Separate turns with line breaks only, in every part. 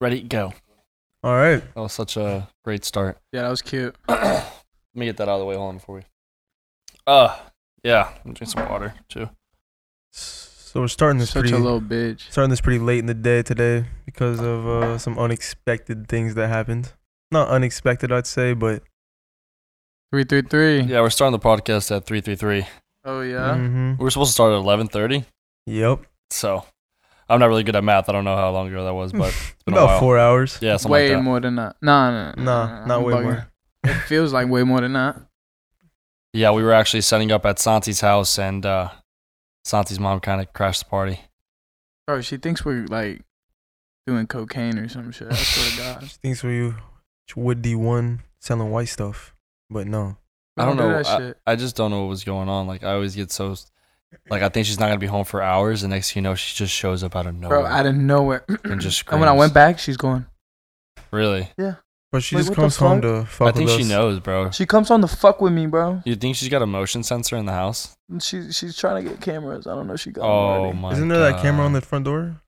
Ready, go.
All right.
That was such a great start.
Yeah, that was cute.
Let me get that out of the way. Hold on before we. Uh, yeah. I'm drink some water too.
So we're starting this
Such
pretty
a little bitch.
starting this pretty late in the day today because of uh, some unexpected things that happened. Not unexpected, I'd say, but
Three three three.
Yeah, we're starting the podcast at three three three.
Oh yeah.
hmm
We were supposed to start at eleven thirty,
yep.
so I'm not really good at math. I don't know how long ago that was, but it's been a
About
while.
four hours.
yeah, something
way
like that.
more than that. Nah, nah, nah,
Nah, not
I'm
way
bugging.
more.
Uh, It feels like way more than that.
Yeah, we were actually setting up at Santi's house, and uh, Santi's mom kind of crashed the party.
Bro, she thinks we're like doing cocaine or some shit. I swear to God.
She thinks we would D one selling white stuff, but no.
We
I don't
do
know,
that shit.
I just don't know what was going on. Like I always get so, like I think she's not gonna be home for hours. And next thing you know, she just shows up out of nowhere
Bro, out of nowhere.
and just screams.
and when I went back, she's gone.
really,
But she
Wait,
just
what the
comes home to fuck
I think
with
she
us.
knows, bro.
She comes on the fuck with me, bro.
You think she's got a motion sensor in the house?
She she's trying to get cameras. I don't know if she got. them
Oh
already.
my!
Isn't there that camera on
God.
the front door?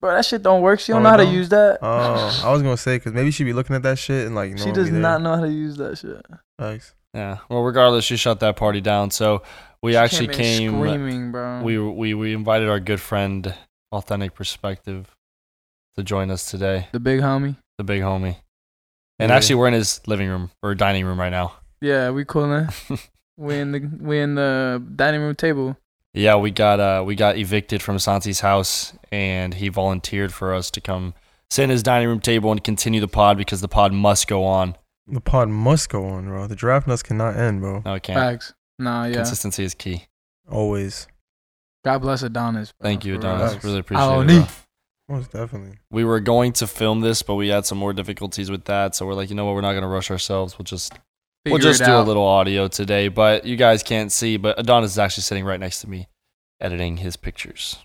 Bro, that shit don't work. She don't
Oh,
know how
it
to
don't?
use that.
Oh, I was gonna say because maybe she'd be looking at that shit and like.
she does not know how to use that shit.
Thanks.
Yeah. Well, regardless, she shut that party down. So we
She
actually
in
came.
screaming, bro.
we we we invited our good friend, authentic perspective, to join us today.
the big homie.
The big homie. And
Yeah.
actually, we're in his living room or dining room right now.
Yeah, we coolin'. We in the we in the dining room table.
Yeah, we got uh we got evicted from Santi's house and he volunteered for us to come sit in his dining room table and continue the pod because the pod must go on.
The pod must go on, bro. The draft nuts cannot end, bro.
No, it can't.
Facts. Nah, yeah.
Consistency is key.
Always,
God bless Adonis. bro,
Thank you,
Uh, for real.
Adonis.
Facts.
Really appreciate
I
it.
don't
bro.
need-
most definitely.
We were going to film this, but we had some more difficulties with that, so we're like, you know what, we're not gonna rush ourselves. We'll just we'll
Figure
just
it
do a
out.
little audio today, but you guys can't see, but Adonis is actually sitting right next to me editing his pictures.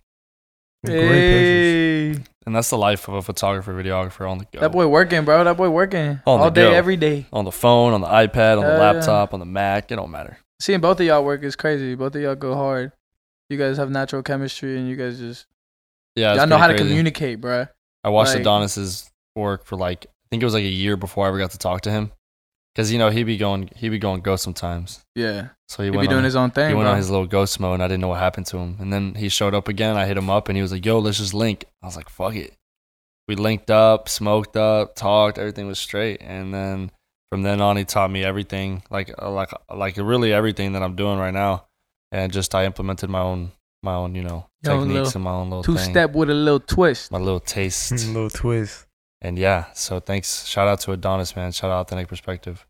Great
Hey,
And that's the life of a photographer, videographer on the go.
that boy working, bro. That boy working
On the
all day,
go.
every day.
on the phone, on the iPad, on the
Hell yeah.
laptop, on the Mac, it don't matter.
Seeing both of y'all work is crazy. Both of y'all go hard. You guys have natural chemistry, and you guys just
Yeah, it's
y'all know
pretty
how to
crazy.
communicate, bro.
I watched
like-
Adonis's work for like I think it was like a year before I ever got to talk to him, because you know he'd be going he'd be going ghost sometimes.
Yeah,
So he,
he, be
went
doing
on,
his own thing.
he went
bro.
on his little ghost mode, and I didn't know what happened to him. And then he showed up again. And I hit him up, and he was like, "Yo, let's just link." I was like, "Fuck it." We linked up, smoked up, talked. Everything was straight, and then from then on, he taught me everything, like uh, like like really everything that I'm doing right now, and just I implemented my own my own you know
Your own
techniques
little
and my own little
two
thing.
step with a little twist.
my little
pictures.
Hmm.
taste.
Mm, Little twist.
And yeah, so thanks. Shout out to Adonis, man. Shout out Authentic Perspective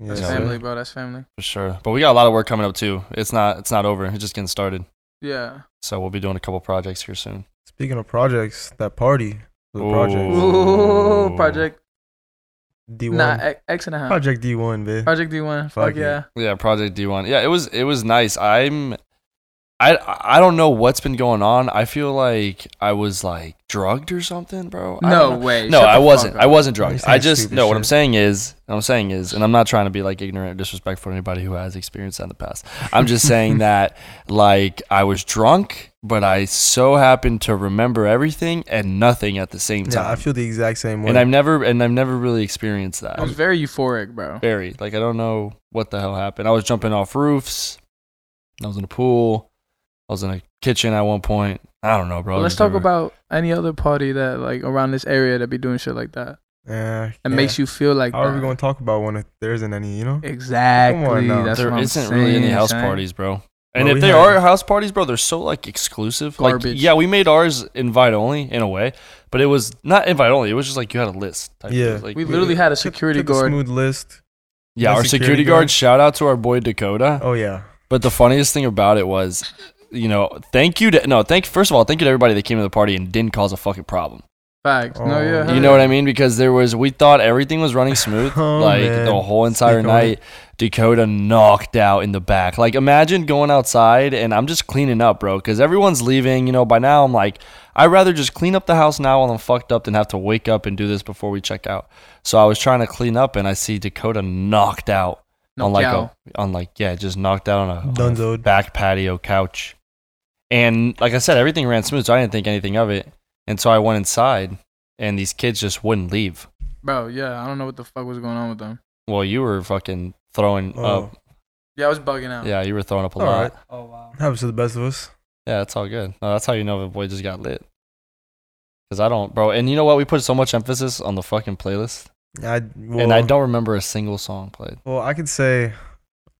That's
Yeah,
family,
sir.
bro. That's family.
for sure. But we got a lot of work coming up too. It's not it's not over. It's just getting started.
Yeah.
So we'll be doing a couple projects here soon.
Speaking of projects, that party, the
Ooh.
project
Ooh, project.
D one,
Nah, X- X and a half.
project D one, man.
Project D1.
Fuck
Fuck,
it.
yeah.
Yeah, Project D1. Yeah, it was it was nice. I'm I I don't know what's been going on. I feel like I was like drugged or something, bro. I don't
No
know.
way.
No,
Shut
I
the fuck
wasn't.
up.
I wasn't
You're
drugged.
saying
I just
stupid
no. What I'm
shit.
saying is, what I'm saying is, and I'm not trying to be like ignorant, or disrespectful to anybody who has experienced that in the past. I'm just saying that like I was drunk, but I so happened to remember everything and nothing at the same
Yeah, I
time.
feel the exact same way.
and I've never and I've never really experienced that.
I was very euphoric, bro.
Very like I don't know what the hell happened. I was jumping off roofs. I was in a pool. I was in a kitchen at one point. I don't know, bro.
Well, let's
Just
talk
everywhere.
about any other party that like around this area that be doing shit like that.
Eh, yeah,
It makes you feel like
How are we
that.
going to talk about one if there isn't any? You know,
Exactly.
now.
That's
there
what I'm
isn't
saying,
really any house
son.
parties, bro. And if
we
they
have-
are house parties, bro, they're so like exclusive. Like,
Garbage.
yeah, we made ours invite only in a way, but it was not invite only. It was just like you had a list. Type
Yeah.
thing. like,
We literally had a security
Took the
guard.
smooth list.
yeah.
had
Our
security
security
guard.
guard. Shout out to our boy Dakota.
Oh yeah,
But the funniest thing about it was, you know, thank you to no, thank first of all, thank you to everybody that came to the party and didn't cause a fucking problem.
Facts.
Oh.
No, yeah.
You
hell
know what
yeah.
I mean? Because there was, we thought everything was running smooth,
Oh,
like
man.
the whole entire
Speak on
night. Dakota knocked out in the back. Like, imagine going outside and I'm just cleaning up, bro, because everyone's leaving. You know, by now I'm like, I'd rather just clean up the house now while I'm fucked up than have to wake up and do this before we check out. So I was trying to clean up and I see Dakota knocked out on
Knocked
like
out.
a, on like yeah, just knocked out on a- on a
Dunzoed.
back patio couch. And like I said, everything ran smooth, so I didn't think anything of it. And so I went inside and these kids just wouldn't leave.
bro. Yeah, I don't know what the fuck was going on with them.
Well, you were fucking throwing
Oh,
Yeah, I was bugging out.
up. Yeah, you were throwing up a
All
lot.
right.
Oh wow.
happens to the best of us.
Yeah, that's all good. No, that's how you know the boy just got lit. Cause I don't, bro. And you know what? We put so much emphasis on the fucking playlist,
I well,
and I don't remember a single song played.
Well, I could say,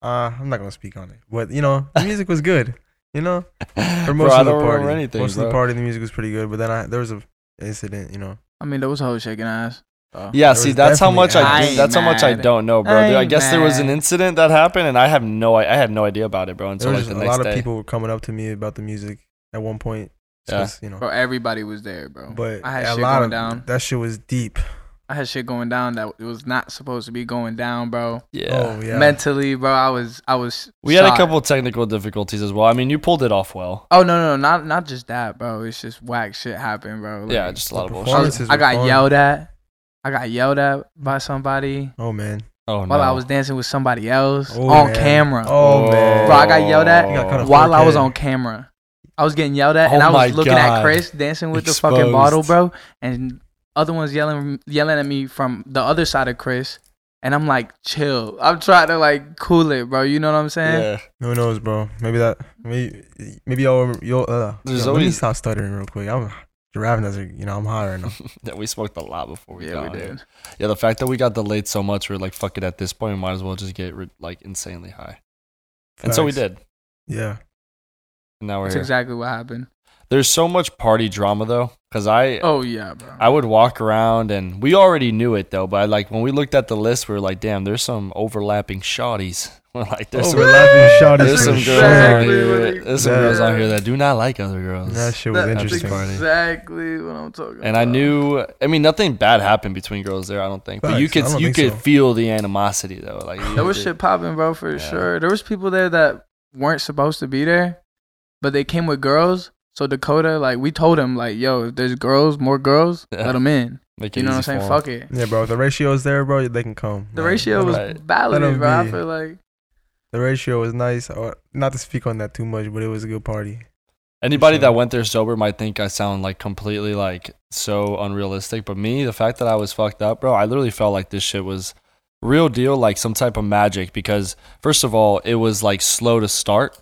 uh, I'm not gonna speak on it, but you know, the music was good. You know, for
bro,
most
I
of the
don't
party,
remember anything,
most of
bro.
the party, the music was pretty good. But then I there was a incident. You know,
I mean, those hoes shaking ass. So.
Yeah,
Uh-huh. There
see,
was
that's how
definitely
much I,
ass.
do, that's how much I
Ain't mad.
don't know, bro. Dude, I
Ain't
guess there was an
mad.
incident that happened, and I have no, I had no idea about it, bro.
there
Until like
was just
the
a
next
lot of
day.
people were coming up to me about the music at one point.
Yeah.
Yeah. you know,
Bro, everybody was there, bro.
but
I had
a
shit
lot
going
of
down.
that shit was deep.
I had shit going down that it was not supposed to be going down, bro.
yeah,
Oh yeah,
Mentally, bro, I was, I was.
we had a
shocked.
couple technical difficulties as well. I mean, you pulled it off well.
Oh no, no, not not just that, bro. It's just whack shit happened, bro. Like,
Yeah, just a
the
lot of
I,
bullshit.
performance- Performances
was- I
were
got
fun.
yelled at. I got yelled at by somebody
Oh man.
Oh no,
while I was dancing with somebody else
Oh,
on
man.
camera.
Oh, man.
Bro, I got yelled at
Oh.
You got cut off.
while I was
4K.
on camera. I was getting yelled at,
Oh
and I
my
was looking
God.
at Chris dancing with the fucking bottle, bro, and other ones yelling yelling at me from the other side of Chris, and I'm like, chill. I'm trying to like cool it, bro. You know what I'm saying?
Yeah,
Who knows, bro? Maybe that. Maybe maybe y'all. You'll. Uh,
There's
yo, Let me
always-
stop stuttering real quick. I'm driving as a. You know, I'm high right now.
yeah, we smoked a lot before we
Yeah,
got
we
on here.
did.
Yeah, the fact that we got delayed so much, we're like, fuck it. At this point, we might as well just get rid- like insanely high, and so we
Facts.
did.
Yeah.
And now we're
That's
here.
exactly what happened.
There's so much party drama though, because I
Oh yeah, bro.
I would walk around and we already knew it though, but like when we looked at the list, we were like, damn, there's some overlapping shotties. We're like, there's some,
Overlapping shot
there's
is
some
for
girls
sure.
on
Exactly what
here.
it-
There's some
Yeah.
girls on here that do not like other girls.
That shit was
That's
interesting.
party.
exactly what I'm talking about.
and I knew, I mean, nothing bad happened between girls there, I don't think. But you
Facts, I
could
don't
you
think
could
so.
feel the animosity though. Like you
There was
could-
shit popping, bro, for
Yeah.
sure. There was people there that weren't supposed to be there, but they came with girls. So Dakota, like, we told him, like, yo, if there's girls, more girls, let
Yeah.
'em let them in.
Make it
You know what
easy
I'm saying?
for 'em.
Fuck it.
Yeah, bro. if The ratio is there, bro. They can come.
The
Like,
ratio
let 'em-
was
Right.
battling,
Let 'em
bro.
be.
I feel like
The ratio was nice. Uh, Not to speak on that too much, but it was a good party.
Anybody
sure.
that went there sober might think I sound like completely like so unrealistic, but me, the fact that I was fucked up, bro, I literally felt like this shit was real deal, like some type of magic. Because first of all, it was like slow to start,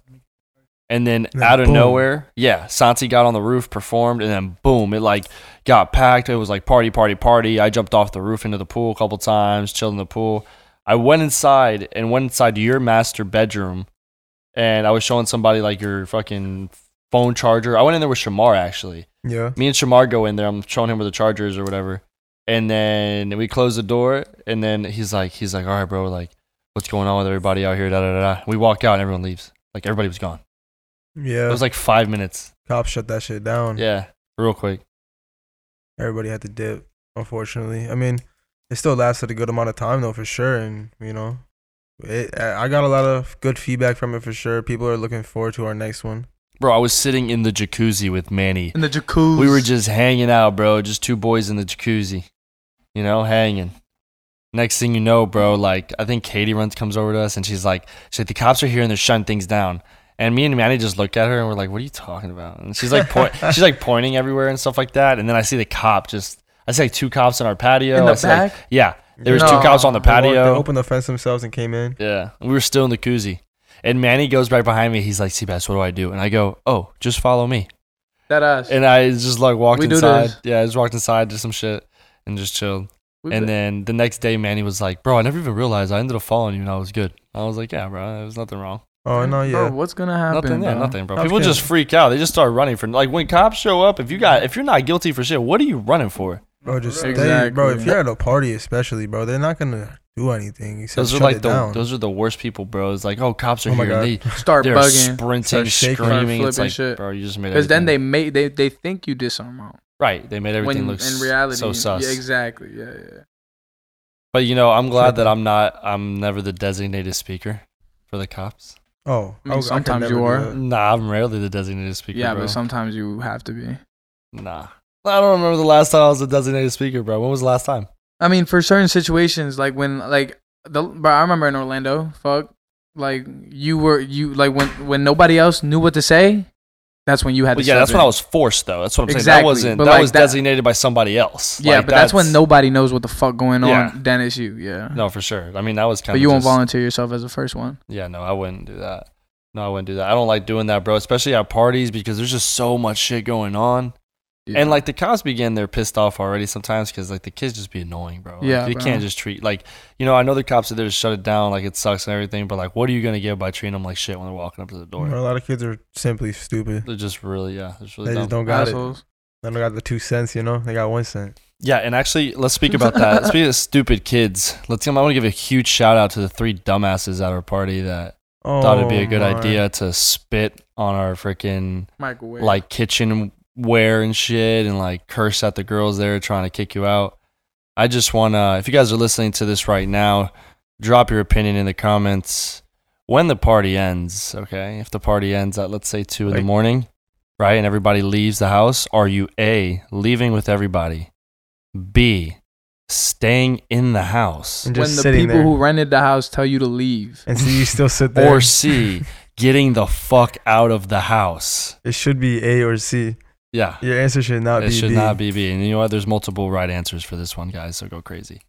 and then
Then
out of
boom.
nowhere, yeah, Santi got on the roof, performed, and then boom, it like got packed. It was like party, party, party. I jumped off the roof into the pool a couple times, chilled in the pool. I went inside and went inside your master bedroom, and I was showing somebody like your fucking phone charger. I went in there with Shamar actually.
Yeah.
Me and Shamar go in there. I'm showing him where the charger is or whatever. And then we close the door. And then he's like, he's like, all right, bro, like, what's going on with everybody out here? Da da da. da." We walk out and everyone leaves. Like everybody was gone. It
Yeah.
was like five minutes.
Cops shut that shit down.
Yeah, real quick.
Everybody had to dip. Unfortunately, I mean, it still lasted a good amount of time though, for sure. And you know, it, I I got a lot of good feedback from it for sure. People are looking forward to our next one.
Bro, I was sitting in the jacuzzi with Manny.
in the jacuzzi.
We were just hanging out, bro. Just two boys in the jacuzzi, you know, hanging. Next thing you know, bro, like I think Katie runs comes over to us and she's like, she's like, the cops are here and they're shutting things down. And me and Manny just look at her and we're like, what are you talking about? And she's like, point, she's like pointing everywhere and stuff like that. And then I see the cop just, I see like two cops in our patio.
in
I
the
see, like-
back.
yeah, there was two
No.
cops on the
They walked- They
patio.
opened the fence themselves and came in.
Yeah, we were still in the koozie. And Manny goes back behind me. He's like, Seabass, what do I do? And I go, oh, just follow me.
that ass.
And I just like walked
We do
inside.
this.
Yeah, I just walked inside, did some shit, and just chilled.
We
and
been-
then the next day, Manny was like, "Bro, I never even realized I ended up following you, and I was good." I was like, "Yeah, bro, there's nothing wrong.
Oh no, yeah.
Bro, what's gonna happen?
nothing, yeah,
bro?
nothing, bro."
Cops
People
can't-
just freak out. They just start running for like when cops show up. If you got, if you're not guilty for shit, what are you running for?
Bro, just stay, bro.
Exactly.
If you're at a party, especially, bro, they're not gonna do anything except
Those are
shut
like
it
the
down.
those are the worst people, bro. It's like, oh, cops are
Oh my
here. and They
Start
they're
bugging.
sprinting,
Start shaking. Start
screaming. It's
flipping
like,
shit.
bro, you just made.
Because then
everything-
they made they they think you did something wrong.
right, they made everything
when
look
in reality,
so sus.
Yeah, exactly. Yeah, yeah.
But you know, I'm glad
Like-
that I'm not. I'm never the designated speaker for the cops.
oh,
I mean,
could
Mm, sometimes
never
you
do
are.
that.
Nah, I'm rarely the designated speaker.
Yeah,
bro.
but sometimes you have to be.
Nah. I don't remember the last time I was a designated speaker, bro. When was the last time?
I mean, for certain situations, like when, like the, bro, I remember in Orlando, fuck, like you were you like when when nobody else knew what to say, That's when you had.
Well,
to
yeah, that's
sever
when
it.
I was forced though. That's what I'm saying.
Exactly,
That wasn't.
but
that
like
was
that-
designated by somebody else.
Yeah,
Like,
but that's, when nobody knows what the fuck going on.
Yeah.
Then it's you. Yeah.
No, for sure. I mean, that was kind
but
of.
you won't
just,
volunteer yourself as the first one.
Yeah, no, I wouldn't do that. No, I wouldn't do that. I don't like doing that, bro. Especially at parties because there's just so much shit going on.
Yeah.
And like the cops begin, they're pissed off already sometimes because like the kids just be annoying, bro. Like,
Yeah,
you
bro.
can't just treat like you know. I know the cops are there to shut it down, like it sucks and everything. But like, what are you gonna get by treating them like shit when they're walking up to the door?
a lot of kids are simply stupid.
They're just really yeah, they're just really
They
dumb.
just don't got it.
assholes.
They don't got the two cents, you know. They got one cent.
Yeah, and actually, let's speak about that. Speaking of stupid kids, let's. I want to give a huge shout out to the three dumbasses at our party that
Oh,
thought it'd be a good
my.
idea to spit on our freaking
Microwave.
like kitchenware and shit, and like curse at the girls there trying to kick you out. I just wanna, if you guys are listening to this right now, drop your opinion in the comments when the party ends. Okay, if the party ends at let's say two in
Like-
the morning, right, and everybody leaves the house, are you a leaving with everybody? B staying in the house
And
when
just
the
sitting
people
there.
who rented the house tell you to leave.
and so you still sit there.
or C getting the fuck out of the house.
it should be A or C.
Yeah.
Your answer should not
it
be
should
B.
not be B. And you know what? There's multiple right answers for this one, guys. So go crazy.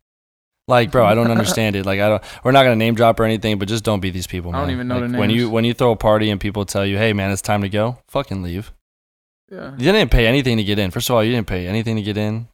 Like, bro, I don't understand it. Like, I don't. We're not gonna name drop or anything, but just don't be these people.
I
Man.
don't even know
like,
their
When you
names.
when you throw a party and people tell you, "Hey, man, it's time to go," fucking leave.
Yeah.
You didn't pay anything to get in. First of all, you didn't pay anything to get in.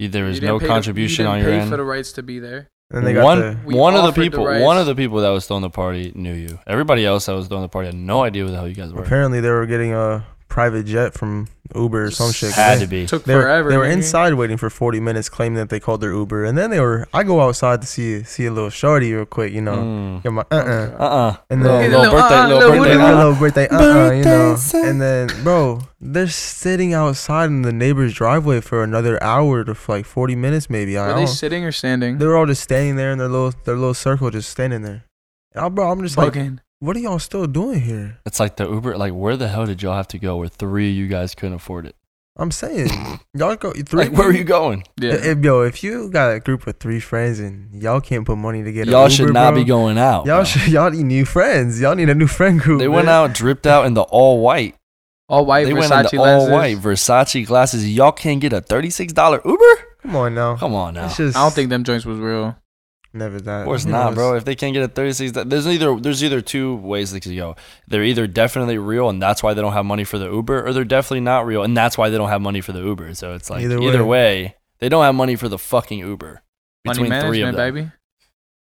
You- There was
You didn't
no
pay the-
contribution
you didn't
on your
pay
end.
for the rights to be there.
And they got
one
the,
We
one of
offered
the
the
people
rights.
one of the people that was throwing the party knew you. Everybody else that was throwing the party had no idea who the hell you guys were.
apparently they were getting a private jet from Uber or some shit. 'cause
Had
they-
to be.
Took
They
forever.
were, they were
nigga.
inside waiting for 40 minutes, claiming that they called their Uber, and then they were. I go outside to see see a little shorty real quick, you know.
Mm.
Get my uh uh
Uh uh.
And
Little,
then-
little
Little,
birthday,
uh-uh,
little
little
birthday.
Birthday
uh-uh.
little birthday uh uh you know.
Birthday
And then, bro, they're sitting outside in the neighbor's driveway for another hour to like 40 minutes, maybe. I
Were they
don't.
sitting or standing?
They were all just standing there in their little their little circle, just standing there. And I, bro, I'm just like,
Bugging.
what are y'all still doing here?
It's like the Uber. Like, where the hell did y'all have to go? Where three of you guys couldn't afford it?
I'm saying, y'all go three.
Like, where are you going?
yeah.
If, yo, if you got a group of three friends and y'all can't put money to get, a
Y'all
Uber,
should not
bro,
be going out.
Y'all
bro.
should, y'all need new friends. Y'all need a new friend group.
They went
man.
out, dripped out in the all white.
all white
They went
Versace
into all
lenses.
white Versace glasses. Y'all can't get a thirty-six dollar Uber?
Come on now.
Come on now.
It's just
I don't think them joints was real.
never that.
Of course
you
not,
know,
bro.
it's-
If they can't get a thirty-six, do- there's either there's either two ways they could go. They're either definitely real, and that's why they don't have money for the Uber, or they're definitely not real, and that's why they don't have money for the Uber. So it's like
Either
either
way.
way, they don't have money for the fucking Uber. Between
Money
three of
management,
them,
baby.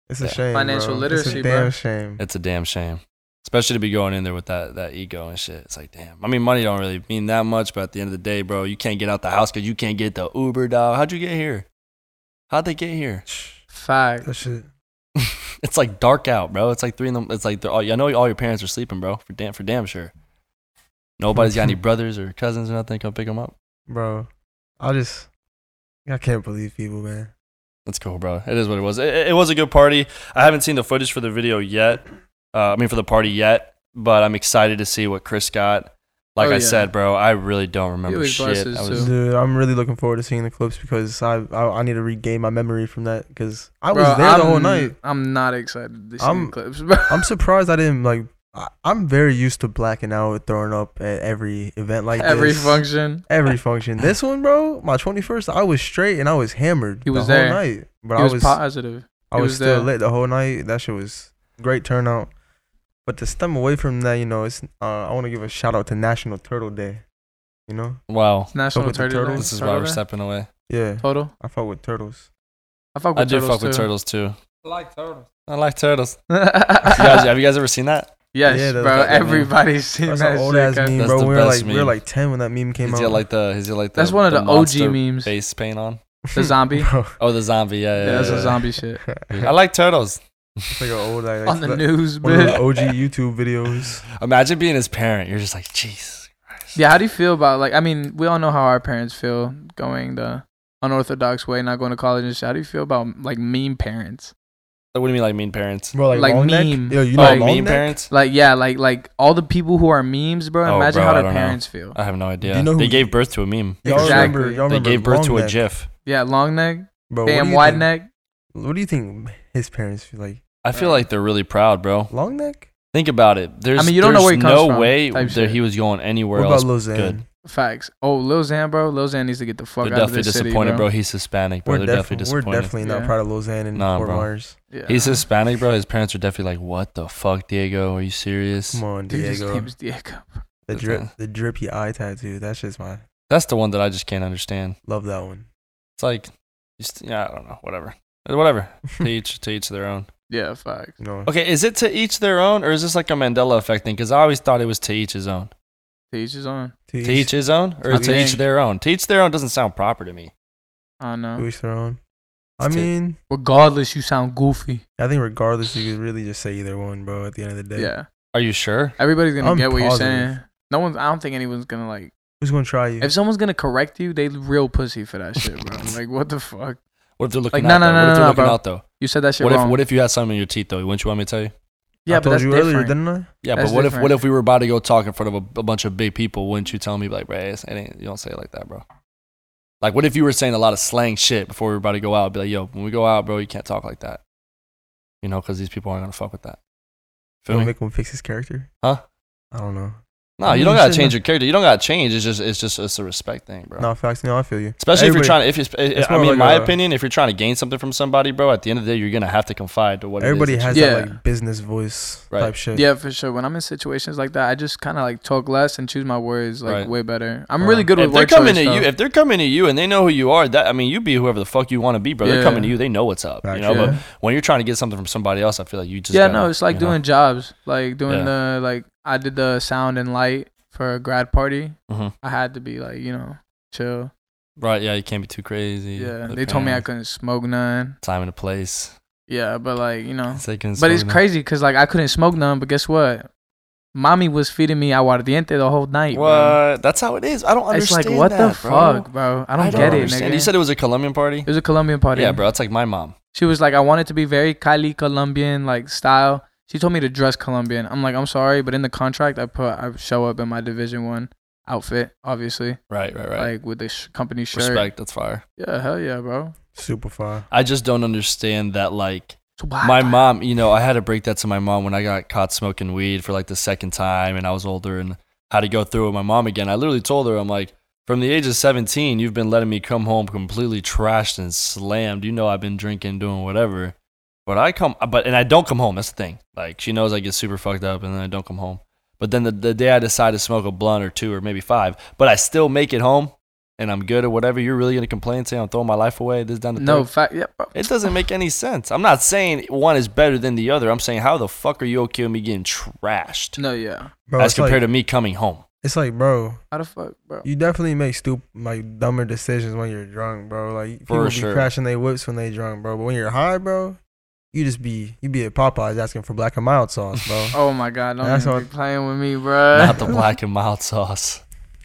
It's a
Yeah.
shame.
Financial
bro. It's
literacy,
a
bro.
damn shame.
It's a damn shame, especially to be going in there with that that ego and shit. It's like, damn. I mean, money don't really mean that much, but at the end of the day, bro, you can't get out the house because you can't get the Uber, dog. How'd you get here? How'd they get here?
Fact.
That shit.
It's like dark out, bro. It's like three in the. It's like they're all. I know all your parents are sleeping, bro. For damn, for damn sure. Nobody's got any brothers or cousins or nothing. Come pick them up.
bro. I just, I can't believe people, man.
That's cool, bro. It is what it was. It, it- it was a good party. I haven't seen the footage for the video yet. Uh, I mean, for the party yet, but I'm excited to see what Chris got. Like
Oh,
I
yeah.
said, bro, I really don't remember
always
shit.
busts
I
us,
was,
too.
Dude, I'm really looking forward to seeing the clips because I I, I need to regain my memory from that because I was
Bro,
there
I'm,
the whole night.
I'm not excited to see
I'm-
the clips, bro.
I'm surprised I didn't like. I, I'm very used to blacking out with throwing up at every event like
Every
this.
function.
Every function. This one, bro, my 21st, I was straight and I was hammered
He was
the whole
there.
night. But
He
I
was,
was
positive.
I
he
was,
was
still
there.
lit the whole night. That shit was great turnout. But to stem away from that, you know, it's uh, I want to give a shout out to National Turtle Day. You know,
wow,
National
with the
Turtle. Day.
turtles.
this is why
Turtle
we're
Day?
stepping away.
yeah,
Total.
I fuck with turtles.
I fuck with
I do
turtles
fuck
too.
with turtles too.
I like turtles.
I like turtles.
yes,
You guys, have you guys ever seen that?
Yeah, that-
bro.
that- that-
everybody's seen
That's
that
an old
shit,
ass
guys.
meme,
That's
bro.
the
We were like
best
we were
meme.
like ten when that meme came
He's
out.
got like the he's got like the
That's one of the,
monster
OG memes.
face paint on.
The zombie.
Bro.
Oh, the zombie. Yeah, yeah.
Yeah, that's
yeah,
a zombie shit.
yeah. I like turtles.
It's like an old like,
On the
like,
news,
One of
bro.
the OG YouTube videos.
Imagine being his parent. You're just like, jeez. Christ."
Yeah, how do you feel about like? I mean, we all know how our parents feel going the unorthodox way, not going to college and shit. How do you feel about like mean parents?
What do you mean, like mean parents?
Bro, like,
Like
long
meme.
neck. Yo, you know
Oh,
Like-
long
mean
neck?
parents?
Like, yeah, like like all the people who are memes, bro.
Oh,
imagine
bro,
how
I
their
don't know. Uh,
parents feel.
I have no idea.
You know
they
who-
gave birth to a meme.
Y'all
Exactly.
remember? Y'all
They
remember
gave birth
long
to a
neck.
GIF.
Yeah, long neck,
Bro, what do
damn
you
wide
think-
neck.
What do you think his parents feel like?
I feel like they're really proud, bro.
Long neck?
Think about it. There's,
mean, you don't know
there's
where he comes
no
from,
way
type
that
shit.
he was going anywhere
What
else.
about Lil
good.
Xan?
Facts. Oh, Lil Xan, bro. Lil Xan needs to get the fuck
They're
out of
definitely
this city,
disappointed, bro. He's Hispanic, bro.
We're,
They're
def-
definitely
we're
disappointed.
definitely not
Yeah.
proud of Lil Xan and
Nah,
Fort
bro.
Myers.
Yeah.
He's Hispanic, bro. His parents are definitely like, "What the fuck, Diego? Are you serious?"
Come on,
Dude, his
Diego.
name is Diego.
The
That's
drip,
not-
the drippy eye tattoo. That's just my
That's the one that I just can't understand.
love that one.
It's like, just, yeah, I don't know. Whatever, Uh, whatever.
Hmm.
to each, to each their own.
Yeah, facts.
No,
Okay, is it to each their own, or is this like a Mandela effect thing? Because I always thought it was to each his own.
Teach is on.
to
To each
each,
his own, or
I
to each
think-
their own. To each their own doesn't sound proper to me.
I don't
to
know.
each their own. I
That's it.
mean,
Regardless, you sound goofy.
I think regardless, you could really just say either one, bro. At the end of the day,
Yeah.
Are you sure?
Everybody's gonna
I'm
get what you're
positive.
saying. No one's. I don't think anyone's gonna like.
who's gonna try you?
If someone's gonna correct you, they real pussy for that shit, bro. like, what the fuck?
What if they're looking
Like, no,
out?
no,
though?
no,
what if
no,
they're
no,
looking
bro.
out though?
You said that shit
What if
wrong.
what if you had something in your teeth though? Wouldn't you want me to tell you?
yeah,
I
but
told
that's
you
different.
earlier, didn't I?
Yeah,
That's
but what if what
different.
if we were about to go talk in front of a, a bunch of big people? Wouldn't you tell me like, bro, it's- it ain't, you don't say it like that, bro. Like, what if you were saying a lot of slang shit before we were about to go out? Be like, yo, when we go out, bro, you can't talk like that. You know, because these people aren't gonna fuck with that. Feel
Wanna
me?
make him fix his character?
Huh?
I don't know.
No,
I mean,
you don't
you
gotta
shouldn't
change
have-
your character. You don't gotta change. It's just it's just it's a respect thing, bro.
No, facts. No, I feel you.
Especially if you're
Everybody-
trying to, if you, sp-
it's
I
more
mean,
like
my
a-
opinion, if you're trying to gain something from somebody, bro, at the end of the day, you're gonna have to confide to what it is
Everybody
that you-
has
Yeah.
that like business voice
Right.
type shit.
Yeah, for sure. When I'm in situations like that, I just kind of like talk less and choose my words like
Right.
way better. I'm
Right.
really good
If
with
they're
word
coming
choice.
to
though.
you, if they're coming to you and they know who you are, that I mean, you be whoever the fuck you want to be, bro. They're
Yeah.
coming to you, they know what's up,
Facts,
you know.
yeah.
But when you're trying to get something from somebody else, I feel like you just
yeah,
gotta,
no, it's like
you know.
doing jobs, like doing
Yeah.
the like I did the sound and light for a grad party.
Mhm.
I had to be like you know chill.
right. Yeah, you can't be too crazy.
Yeah,
The
they told me I
parents,
couldn't smoke none.
time and a place.
Yeah, but like you know,
It's like in
but it's
Smyrna.
crazy because like I couldn't smoke none. But guess what? Mommy was feeding me aguardiente the whole night.
What?
Bro.
That's how it is. I don't
It's
understand.
like what
that,
the
bro.
fuck, bro? I don't, get it,
understand.
nigga.
You said it was a Colombian party.
it was a Colombian party.
Yeah, bro. That's like my mom.
She was like, I want it to be very Cali Colombian like style. She told me to dress Colombian. I'm like, I'm sorry, but in the contract, I put I show up in my Division One outfit, obviously,
Right, right, right.
like with the sh- company shirt.
Respect. That's fire.
Yeah, hell yeah, bro.
Super fire.
I just don't understand that like
So why-
my mom, you know, I had to break that to my mom when I got caught smoking weed for like the second time and I was older and had to go through it with my mom again. I literally told her I'm like from the age of 17, you've been letting me come home completely trashed and slammed. You know I've been drinking, doing whatever. But I come but and I don't come home. That's the thing. Like she knows I get super fucked up and then I don't come home. But then the, the day I decide to smoke a blunt or two or maybe five, but I still make it home and I'm good or whatever, you're really gonna complain, say I'm throwing my life away, this down the
No, fact, yeah, bro.
it doesn't make any sense. I'm not saying one is better than the other. I'm saying how the fuck are you okay with me getting trashed
No, yeah.
Bro,
as
it's like,
compared to me coming home?
it's like, bro,
How the fuck, bro?
you definitely make stupid, like dumber decisions when you're drunk, bro. Like people be
sure.
crashing their whips when they drunk, bro. But when you're high, bro, you just be you be at Popeyes asking for black and mild sauce, bro.
Oh my god, don't
That's
even
all-
be playing with me, bro.
Not the black and mild sauce.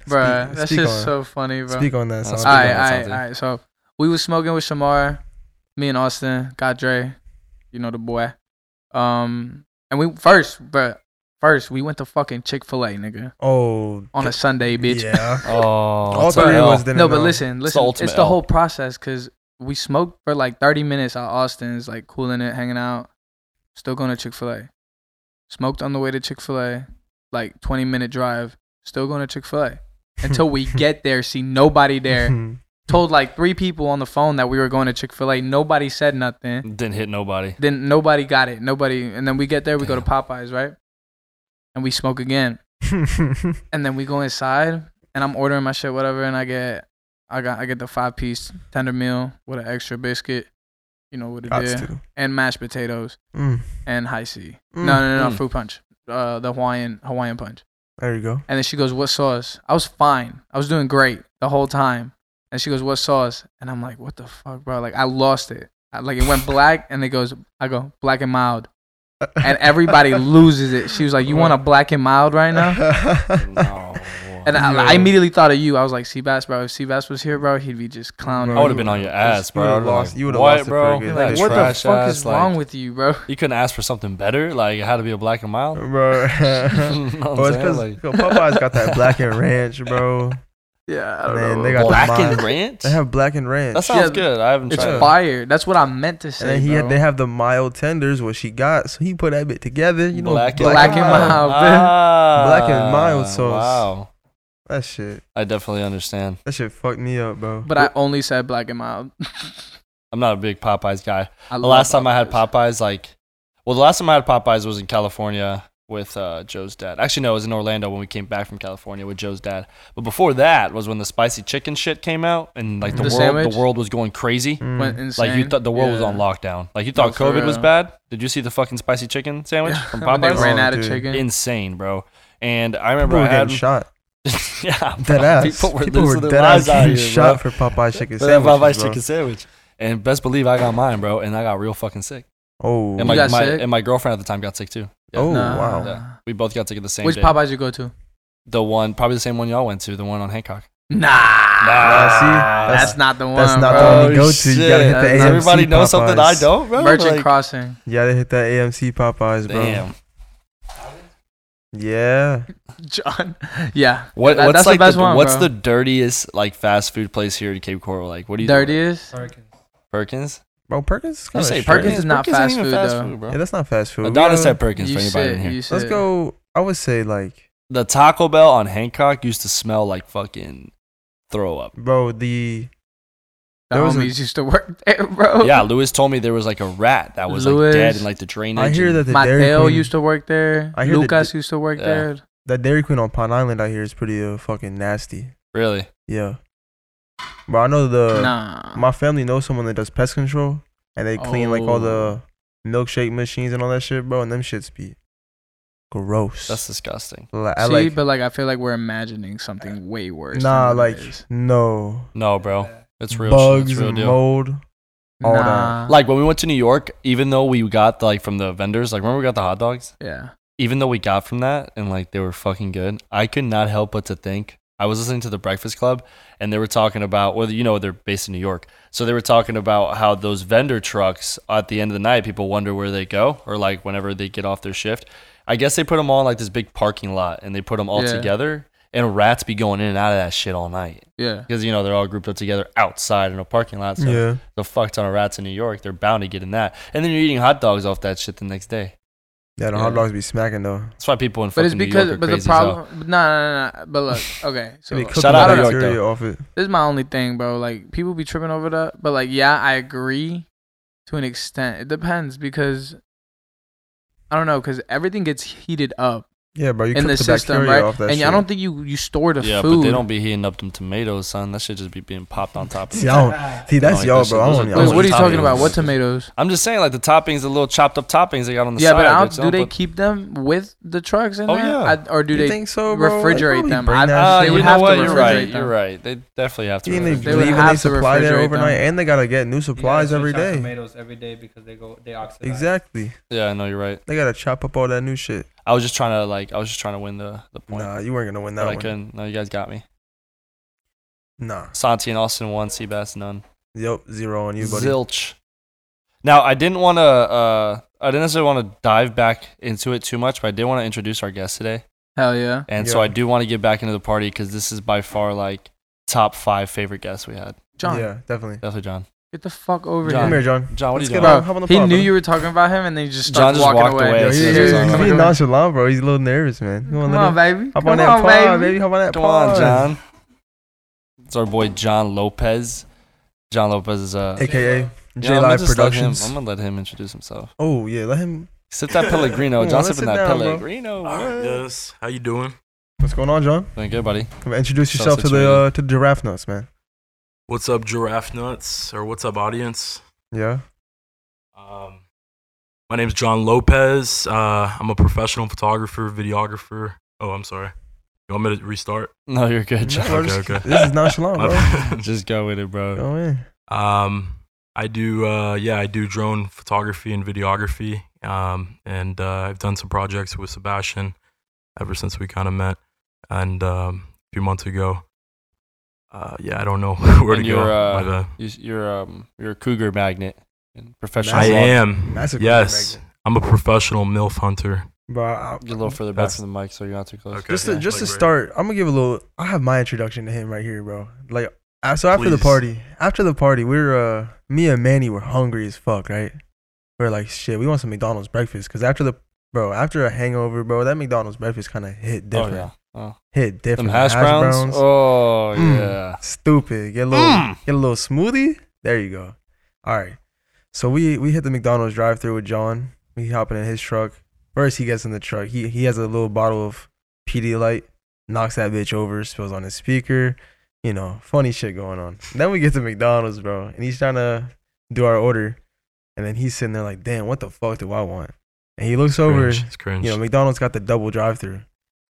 bro.
Speak-
That's
speak
just
on it.
so funny, bro.
Speak on that.
That's
Son.
all
on
right,
it,
all right,
Santi.
all right. So we was smoking with Shamar, me and Austin, got Dre, you know the boy. Um, and we first, but first we went to fucking Chick Fil A, nigga,
Oh,
on a Sunday, bitch.
Yeah.
Oh,
All
that's a
three
L.
of us didn't
No, but
know.
listen,
It's the
listen, it's
ultimate
the,
L.
whole process because we smoked for like 30 minutes at Austin's, like cooling it, hanging out, still going to Chick Fil A. Smoked on the way to Chick Fil A, like 20 minute drive, still going to Chick Fil A. Until we get there, see nobody there. told like three people on the phone that we were going to Chick Fil A. Nobody said nothing.
Didn't hit nobody.
Then nobody got it. Nobody. And then we get there, we go to
Damn.
Popeyes, right? And we smoke again.
Mm-hmm.
And then we go inside, and I'm ordering my shit, whatever. And I get, I got, I get the five piece tender meal with an extra biscuit, you know what it
Gots
is,
to.
and mashed potatoes
Mm,
and high C.
mm.
No, no, no, no,
Mm.
fruit punch, uh, the Hawaiian Hawaiian punch.
There you go.
And then she goes, "What sauce?" I was fine. I was doing great the whole time. And she goes, "What sauce?" And I'm like, "What the fuck, bro? Like I lost it. I, like it went black." And it goes, "I go black and mild." And everybody loses it. She was like, "You want a black and mild right now?"
No.
And I,
Yo.
I immediately thought of you. I was like, "Seabass, bro. If Seabass was here, bro, he'd be just clowning."
I
Bro,
would
you.
have been on your
you
ass, bro.
would've
I would've
lost-
like,
you would've
what,
lost it
bro?
for a good
You're
day.
like,
What the
trash
fuck
ass,
is
like,
wrong with you, bro?
You couldn't ask for something better. Like it had to be a black and mild.
bro.
You know what
Well,
I'm
it's
saying?
because
Like,
Popeyes got that black and ranch, bro.
Yeah, I don't
Man,
know.
they got
Black-
Black and
Mine.
ranch.
They have black and ranch.
That sounds
Yeah,
good. I haven't
it's
tried. it.
fire. That's what I meant to
and
say.
then he
bro.
had, they have the mild tenders, what she got. So he put that bit together. You know,
Black and mild, bro.
Ah,
Black and mild sauce.
Wow,
That shit.
I definitely understand.
That shit fucked me up, bro.
but I only said black and mild.
I'm not a big Popeyes guy.
I
The
love
last time I had
Popeyes.
Popeyes, like, well, the last time I had Popeyes was in California with uh, Joe's dad. Actually, no, it was in Orlando when we came back from California with Joe's dad. But before that was when the spicy chicken shit came out, and like the,
The
world,
sandwich?
the world was going crazy.
Mm.
went insane.
Like you thought the world was
Yeah.
on lockdown. Like you
No,
thought
for
COVID was
real.
bad. Did you see the fucking spicy chicken sandwich from
When they
Popeyes?
ran
Oh,
out of
dude.
chicken.
Insane, bro. And I remember
People were
I had
getting shot.
yeah,
Dead
bro,
ass.
People were losing their
dead ass
lives out
getting
here, bro.
shot for Popeye's chicken
They have
sandwich.
Popeye's chicken sandwich. And best believe I got mine, bro. And I got real fucking sick.
Oh,
And my,
got
my
sick?
and my girlfriend at the time got sick too. Yeah.
Oh,
Nah.
wow.
We both got sick at the same
Which
day.
Popeyes you go to?
The one, probably the same one y'all went to, the one on Hancock.
see,
Nah, Ah, that's,
that's-
not the one.
that's not
bro.
the one you go to. You gotta hit
That's-
the AMC.
Does everybody know something I
Popeyes.
don't, bro?
Merchant
Like,
Crossing.
You gotta hit that AMC Popeyes, bro.
Damn.
Yeah.
John. Yeah.
What,
That-
what's
that's the
like
best
the,
one,
what's
bro.
the dirtiest like fast food place here in Cape Coral? Like what do you think?
Dirtiest?
Perkins?
Bro, Perkins is
You
kind
say
of
Perkins
is not
ain't
fast
even
food,
fast
though.
food, bro.
Yeah, that's not fast food. We
Adonis
gotta-
said Perkins
You
for anybody in
said-
here.
you said-
Let's go. I would say like,
the Taco Bell on Hancock used to smell like fucking throw up.
bro, the
The
There was a-
homies used to work there, bro.
Yeah, Lewis told me there was like a rat that was like
Lewis.
dead in like the drainage.
I hear
and-
that the Dairy
Mateo
Queen
used to work there.
I hear the
Lucas
di-
used to work
Yeah.
there.
that Dairy Queen on Pine Island out here is pretty uh, fucking nasty.
Really?
Yeah. Bro, I know the
nah.
Uh, my family knows someone that does pest control and they clean like all the
Oh.
milkshake machines and all that shit, bro, and them shits be gross.
That's disgusting.
Like, I
See,
like
but like I feel like we're imagining something way worse.
nah,
than what
like
it is.
no
No, bro. It's real
bugs
shit. It's real
and
deal.
mold. all that.
nah.
Like when we went to New York, even though we got like from the vendors, like remember we got the hot dogs?
yeah.
Even though we got from that and like they were fucking good, I could not help but to think. I was listening to the Breakfast Club and they were talking about well, you know, they're based in New York. So they were talking about how those vendor trucks at the end of the night, people wonder where they go or like whenever they get off their shift. I guess they put them all in like this big parking lot and they put them all
Yeah.
together and rats be going in and out of that shit all night.
Yeah.
because you know they're all grouped up together outside in a parking lot. So
Yeah.
the fuck ton of rats in New York, they're bound to get in that. And then you're eating hot dogs off that shit the next day.
Yeah, the
Yeah.
hot dogs be smacking though.
That's why people in
But
fucking
it's because
New York are
but the
crazy. as hell.
problem but nah, nah, nah, nah. But look, okay. So
They be
look,
cooking
Shout out
I
to
don't
New
know.
York,
bacteria off it.
this is my only thing, bro. Like people be tripping over that, but like yeah, I agree to an extent. It depends because I don't know because everything gets heated up
Yeah, bro, you
in
cook
the
the
system,
bacteria
right?
off that
And
shit.
I don't think you you store the
yeah,
food.
but they don't be heating up them tomatoes, son. That shit just be being popped on top of
See,
it.
I don't, see that's
like
y'all,
that shit.
bro. I
Those
want
are-
y'all.
those
Wait, what are you
Tomatoes.
talking about? What tomatoes?
I'm just saying, like the toppings, the little chopped up toppings they got on the
Yeah,
side.
but I
bitch.
don't, do they
put-
keep them with the trucks in
Oh,
there,
yeah.
I, or do
You
they?
think so, bro? They
refrigerate
probably
them.
bring
I-
that
Uh,
shit
they
you
would
in.
know
have to
what? You're
refrigerate
right.
them.
You're right. They definitely have to.
You think they
refrigerate
They would
them.
leave when they
have to
supply there
refrigerate
overnight,
them.
and they gotta get new supplies every day.
Tomatoes every day because they go they oxidize.
Exactly.
Yeah, I know you're right.
They gotta chop up all that new shit.
I was just trying to like, I was just trying to win the the point,
Nah, you weren't gonna win
but I
that one.
couldn't. No, you guys got me.
Nah.
Santi and Austin won. Seabass none.
Yep, zero on you, buddy.
Zilch. Now, I didn't want to. Uh, I didn't necessarily want to dive back into it too much, but I did want to introduce our guest today,
Hell yeah!
and so
Yeah.
I do want to get back into the party because this is by far like top five favorite guests we had.
John,
Yeah, definitely.
Definitely John.
get the fuck over
John.
Come
here.
here, John.
John, what
Let's
are you
get
doing?
on-
Bro,
hop on the
he
pod,
knew
brother.
you were talking about him, and then he just started
John just
walking
walked
away.
away.
Yo,
Yes,
he,
yes,
he-
yes.
he's being
Come
nonchalant, bro. He's a little nervous, man. You wanna
Come
let
on,
him-
baby.
Hop
Come
on that
on,
pod, baby.
baby.
Hop on that
Come on,
pod.
John. It's our boy John Lopez. John Lopez is uh,
AKA
you know,
J
I'm gonna
Live
just let him-
Productions.
I'm gonna let him introduce himself.
Oh yeah, let him.
Sip that Pellegrino.
Come on,
John
let's
sipping
sit
that
down, bro.
Pellegrino.
All right,
What?
yes. How you doing?
What's going on, John?
Doing good, buddy.
Come introduce
So
yourself to the
situated.
uh, to the giraffe nuts, man.
What's up, giraffe nuts, or what's up, audience?
Yeah.
Um, my name's John Lopez. Uh, I'm a professional photographer, videographer. Oh, I'm sorry. You want me to restart?
No, you're good,
No,
John.
bro,
Okay,
just-
okay.
This is nonchalant,
My
bro.
bad.
Just go with it, bro.
Go in.
um, I do. Uh, yeah, I do drone photography and videography. Um, and uh, I've done some projects with Sebastian ever since we kind of met, and um, a few months ago. Uh, yeah, I don't know where
And
to
you're,
go.
uh,
My bad.
You- You're um you're a cougar magnet and professional.
I
vlog-
am.
That's a great
yes, I'm a professional milf hunter.
But I,
Get a little further back
That's-
from the mic so you're not too close.
Okay.
just to,
Yeah,
just
like
to
where-
start, I'm gonna give a little. I have my introduction to him right here, bro. Like, I- so after the
Please.
party, after the party, we were uh, me and Manny were hungry as fuck, right? We are like, shit, we want some McDonald's breakfast because after the bro, after a hangover, bro, that McDonald's breakfast kind of hit different,
Oh yeah. Oh.
hit
Them
different.
hash, browns? Oh
Mm.
yeah.
Stupid. Get a little
Mm.
get a little smoothie. There you go. All right. So we we hit the McDonald's drive through with John. We hopping in his truck. First he gets in the truck. He he has a little bottle of Pedialyte. Knocks that bitch over. Spills on his speaker. You know, funny shit going on. Then we get to McDonald's, bro, and he's trying to do our order, and then he's sitting there like, damn, what the fuck do I want? And he looks over.
Cringe. It's cringe.
You know, McDonald's got the double drive through.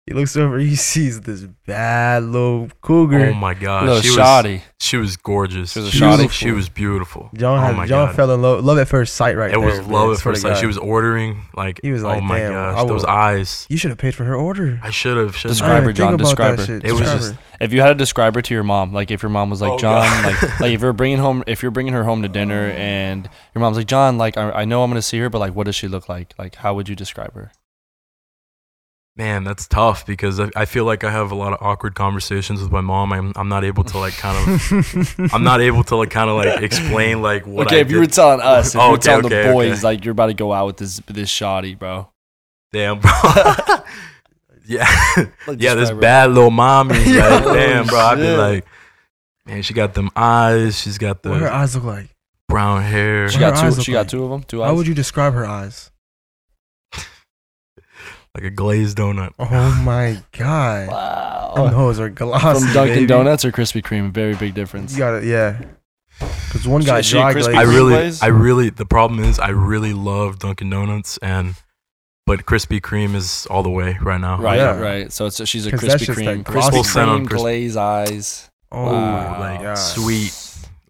He looks over, he sees this bad little cougar.
oh my god.
little
she
shoddy.
was she was gorgeous.
She was a
was-
shoddy.
She was beautiful.
John
oh
had,
my
John
god.
fell in love love at first sight right there.
it was
man,
love at
swear to
first sight. She
God.
was ordering like
He was
oh
like,
my
"Damn,
gosh,
I
those
will-
eyes.
You should have paid for her order.
I should have should
Describe her, John, describe her.
It was
just
If you had to describe her to your mom, like if your mom was like
Oh,
John,
God.
like like if you're bringing home, if you're bringing her home to dinner, and your mom's like John, like I, I know I'm gonna see her, but like what does she look like? Like how would you describe her?
Man, that's tough because I, I feel like I have a lot of awkward conversations with my mom. I'm I'm not able to like kind of I'm not able to like kind of like explain like what
okay,
I
if you were
did.
telling us, if
Oh,
you were
okay,
telling
okay,
the boys,
okay.
like you're about to go out with this this shoddy, bro.
damn bro. yeah.
Like,
yeah,
describe
this
her.
bad little mommy. Like,
Yeah.
damn, bro. I'd be
Shit.
like, man, she got them eyes. She's got the
what her eyes look like.
brown hair.
She
What her
got
eyes
two.
look
She got
like?
two of them. Two eyes.
How would you describe her eyes?
like a glazed donut.
Oh my god. Them
Wow.
hoes are glossy.
From Dunkin'
baby.
Donuts or Krispy Kreme, very big difference.
You got it, yeah. Because one
She-
got
she a
dry
Krispy
glazed.
I
Kreme
really,
glaze?
I really. The problem is, I really love Dunkin' Donuts, and but Krispy Kreme is all the way right now.
Right,
Yeah.
right. So it's she's a
'Cause that's
Krispy
just
Kreme,
that glossy
Krispy
Full
Kreme
scent on Kris-
glaze eyes.
Oh
Wow.
my
like,
god.
sweet.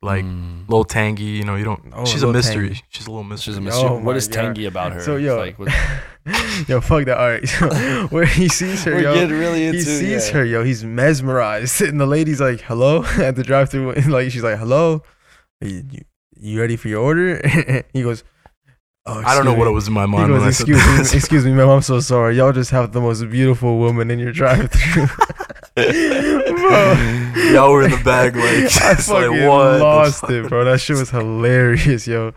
Like
Mm.
little tangy. You know, you don't.
Oh,
she's a
little
mystery.
tangy.
She's a little mystery.
She's a mystery.
Oh
what
my
is
God.
tangy about her?
So
It's
yo,
like, what-
yo, fuck that. All right, so, where he sees her,
we're
yo,
getting really into
he sees
yeah.
her, yo. He's mesmerized, and the lady's like, "Hello," at the drive-through. and, Like she's like, "Hello, Are you, you- you ready for your order?" he goes, oh,
I don't know
excuse
what it
me."
was in my
He
mind when
goes,
I said
"Excuse
this.
me, excuse me, ma'am. I'm so sorry. Y'all just have the most beautiful woman in your drive-through." Bro.
Y'all were in the bag like,
I
just like,
fucking
what the
lost
fuck?
it, bro. That shit was hilarious, yo.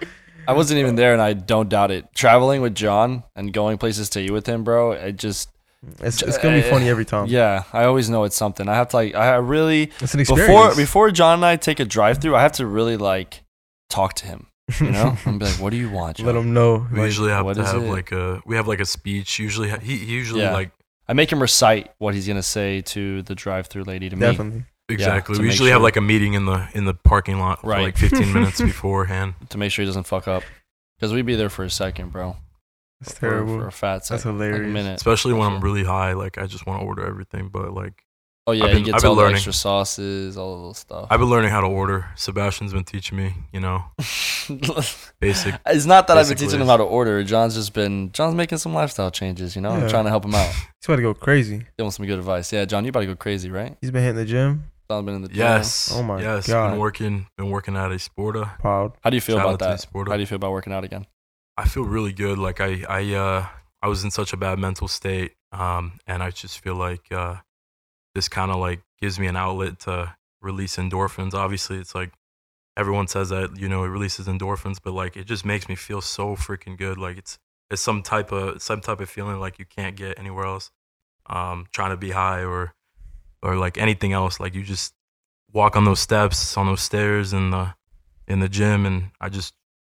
I wasn't even there, and I don't doubt it. Traveling with John and going places to eat with him, bro. It just
It's, it's gonna be funny every time.
yeah. I always know it's something. I have to like. I I really
It's an
before
experience.
before John and I take a drive through, I have to really like talk to him. You know, I'm be like, what do you want? John?
let them know.
We
like,
usually have
what
to
is
have
it?
like a we have like a speech. Usually ha- he, he usually
Yeah.
like
I make him recite what he's gonna say to the drive-through lady to me
definitely.
exactly.
to
we
make
usually have
sure.
like a meeting in the in the parking lot for
Right.
like 15 minutes beforehand.
to make sure he doesn't fuck up, because we'd be there for a second, bro.
It's
for-
terrible.
For, a fat
That's
second, like a
hilarious.
minute.
Especially when I'm
Sure.
really high, like I just want to order everything. But like
Oh yeah,
I've
he
been- I've
gets
been
all the
learning.
extra sauces, all the little stuff.
I've been learning how to order. Sebastian's been teaching me, you know, basic.
it's not that I've been
basic
teaching him
ways.
how to order. John's just been John's making some lifestyle changes. You know,
Yeah.
I'm trying to help him out,
He's about to go crazy.
give him some good advice. Yeah, John, you about to go crazy, right?
He's been hitting the gym.
John's been in the gym.
Yes.
Oh my
yes.
God.
Been working. Been working at Esporta.
Proud.
How do you feel
Shout
about
out to
that?
Sporto.
How do you feel about working out again?
I feel really good. Like I, I, uh, I was in such a bad mental state, um, and I just feel like uh, this kind of like gives me an outlet to release endorphins. Obviously, it's like everyone says that you know it releases endorphins, but like it just makes me feel so freaking good. Like it's it's some type of some type of feeling like you can't get anywhere else. Um, trying to be high or or like anything else. Like you just walk on those steps, on those stairs in the in the gym, and I just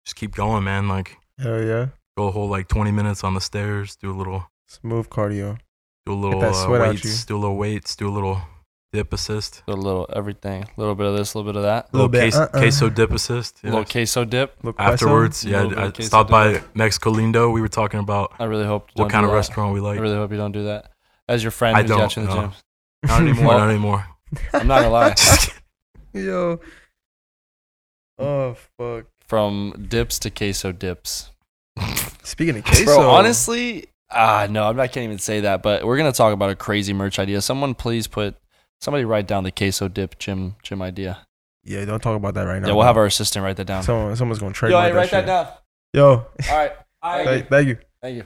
just keep going, man. Like
Hell yeah.
go a whole like 20 minutes on the stairs, do a little,
Smooth cardio.
do a little
that
uh,
sweat out
weights,
you.
do a little weights, do a little dip assist,
A little everything, a little bit of this, a little bit of that.
a little,
bit,
queso,
uh-uh.
queso dip assist.
A little
yes.
queso dip.
Little queso.
Afterwards, yeah,
little
I
bit queso
stopped by
dip.
Mexico Lindo. We were talking about
I really hope. you
what
don't
kind
do
of
that.
restaurant we
I
like.
really hope you don't do that. As your friend
I
who's got you
don't,
in the
no.
gym,
Not anymore.
Well-
not anymore.
I'm not gonna lie.
Just kidding.
Yo. Oh fuck.
From dips to queso dips.
Speaking of queso.
Bro, honestly, ah, no, I'm not. I can't even say that. But we're gonna talk about a crazy merch idea. Someone, please put somebody write down the queso dip gym gym idea.
Yeah, don't talk about that right now.
yeah, we'll have our assistant write that down.
Someone, someone's gonna
Yo,
trademark
hey, write that
shit.
down.
Yo,
All right,
thank, thank you.
thank you.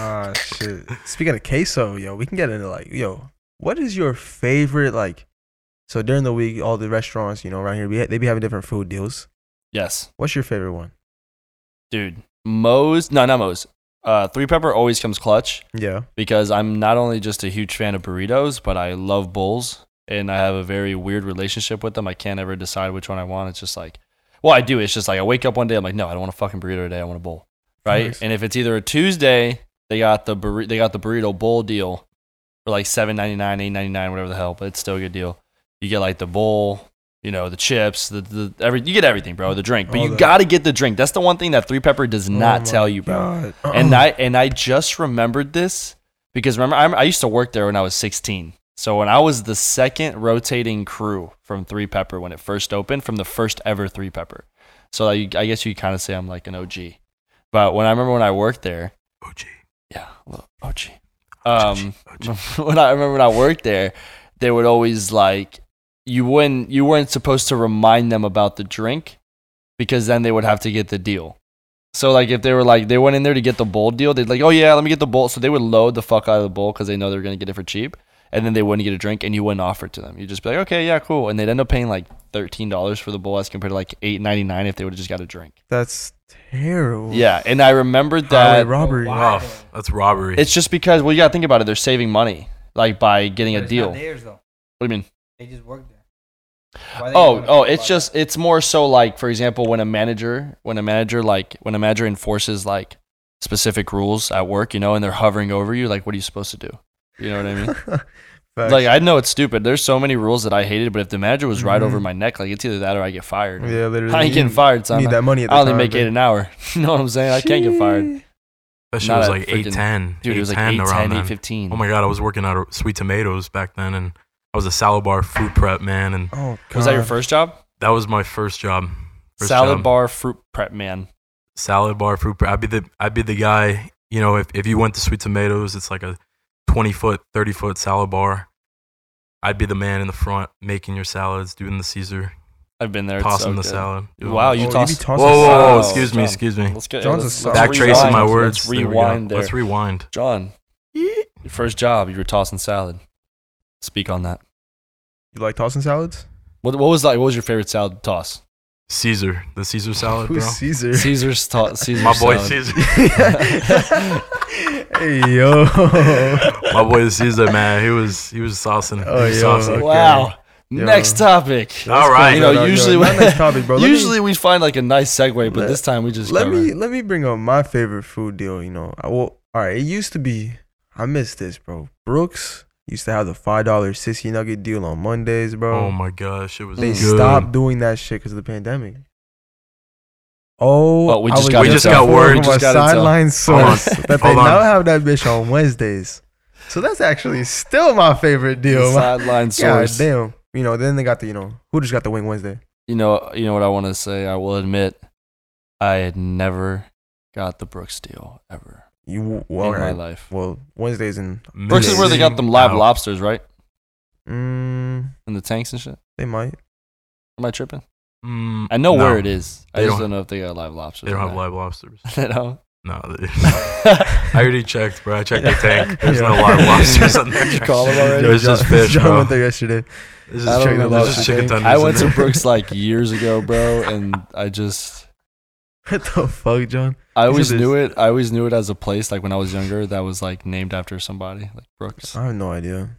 Ah shit. Speaking of queso, yo, we can get into like, yo, what is your favorite like? So during the week, all the restaurants, you know, around here, we ha- they be having different food deals.
Yes,
What's your favorite one?
dude. Moe's, no, not Moe's. Uh, three pepper always comes clutch
Yeah,
because I'm not only just a huge fan of burritos, but I love bowls and I have a very weird relationship with them. I can't ever decide which one I want. It's just like, well, I do. It's just like I wake up one day, I'm like, no, I don't want a fucking burrito today. I want a bowl, right?
Nice.
And if it's either a Tuesday, they got the burri- they got the burrito bowl deal for like seven ninety nine, eight ninety nine, whatever the hell, but it's still a good deal. You get like the bowl, you know, the chips, the, the every you get everything, bro. The drink, but
All
you
that.
got to get the drink. That's the one thing that Three Pepper does not
Oh my
tell you, bro
God. Oh,
and I and I just remembered this because remember I'm, I used to work there when I was 16. So when I was the second rotating crew from Three Pepper when it first opened, from the first ever Three Pepper. So I, I guess you kind of say I'm like an OG. But when I remember when I worked there,
OG.
yeah, a little OG. Um, when I remember when I worked there, they would always like you wouldn't you weren't supposed to remind them about the drink because then they would have to get the deal. So like if they were like they went in there to get the bowl deal, they'd like, "Oh yeah, let me get the bowl." So they would load the fuck out of the bowl cuz they know they're going to get it for cheap, and then they wouldn't get a drink and you wouldn't offer it to them. You'd just be like, "Okay, yeah, cool." And they'd end up paying like $13 for the bowl as compared to like $8.99 if they would have just got a drink.
that's terrible.
Yeah, and I remembered
highway
that Oh,
robbery.
wow.
Wow, that's robbery.
it's just because well, you got to think about it, they're saving money like by getting
But
a
it's
deal.
Not theirs though.
What do you mean?
They just work there. Why they
Oh,
wanna
oh,
think
it's
about
just it's more so like for example when a manager when a manager like when a manager enforces like specific rules at work, you know, and they're hovering over you, like what are you supposed to do? You know what I mean?
Facts.
like I know it's stupid. There's so many rules that I hated, but if the manager was right
Mhm.
over my neck, like it's either that or I get fired.
yeah, literally.
I ain't getting
you
fired, son.
Need
I
that money at the
only
time,
make
bro.
eight an hour. you know what I'm saying? I can't get fired.
Sheesh.
that shit
not
was
a
like
freaking-
810.
Dude, it was like 8,
$8.10 around
10,
then.
8, 15.
Oh my god, I was working at Sweet Tomatoes back then, and I was a salad bar food prep man, and
Oh god.
was that your first job?
that was my first job. First
Salad
job.
bar fruit prep man.
salad bar fruit. prep. I'd be the I'd be the guy. You know, if if you went to Sweet Tomatoes, it's like a twenty foot, thirty foot salad bar. I'd be the man in the front making your salads, doing the Caesar,
I've been there. It's
tossing
so
the
good.
salad. doing
Wow,
all
you
Oh, you
toss.
be
Whoa,
tossing
whoa, whoa,
salad.
excuse me,
John.
excuse me.
Let's go.
John's a
let's,
solid-
let's
Back tracing
rewind.
my words.
Let's
There we go.
rewind there.
Let's rewind.
John, your first job, you were tossing salad. Speak on that.
You like tossing salads?
What, what was like? What was your favorite salad toss?
Caesar, the Caesar salad,
Who's
Oh, bro.
Caesar?
Caesar's toss. Caesar
My boy
salad.
Caesar.
hey yo.
My boy Caesar, man. He was he was saucing.
Oh,
he was
yo.
saucing.
Wow.
Yo.
Next topic.
All right.
You know,
Yo, yo,
usually
my
we,
next topic, bro. Let me-
usually we find like a nice segue, but
Let-
this time we just
let
go
me
right-
let me bring up my favorite food deal. You know, I well, all right. It used to be I miss this, bro. Brooks used to have the five dollar sissy nugget deal on Mondays, bro.
Oh my gosh, it was
they
good.
stopped doing that shit because of the pandemic. Oh,
Well, we
I
just
was
got We
just intel. got word.
from
Just
a
got intel.
sideline
Hold on.
source that they
Hold on.
now have that bitch on Wednesdays. So that's actually still my favorite deal.
sideline
God
source.
damn. You know, then they got the you know who just got the wing Wednesday.
you know, you know what I want to say. I will admit, I had never got the Brooks deal ever
You well,
in my
alright.
life.
well Wednesdays and
Brooks is where they got them live
Missing out.
lobsters, right?
mm,
In the tanks and shit.
they might.
Am I tripping?
Mm,
I know
no,
where it is. I
They
just
don't-
don't know if they got live lobsters.
They don't
or
have
not.
live lobsters.
you know?
No, they, I already checked, bro. I checked the tank. There's no
Yeah.
live lobsters on there.
Did you call them already?
There's just fish,
John
bro.
went there yesterday.
I
There's just
don't
chicken,
know
there's
about
just
you,
chicken
Dave.
tenders.
I went
in
to
there.
Brooks like years ago, bro, and I just
What the fuck, John?
I
These are
always
the-
knew it. I always knew it as a place like when I was younger that was like named after somebody like Brooks.
I have no idea.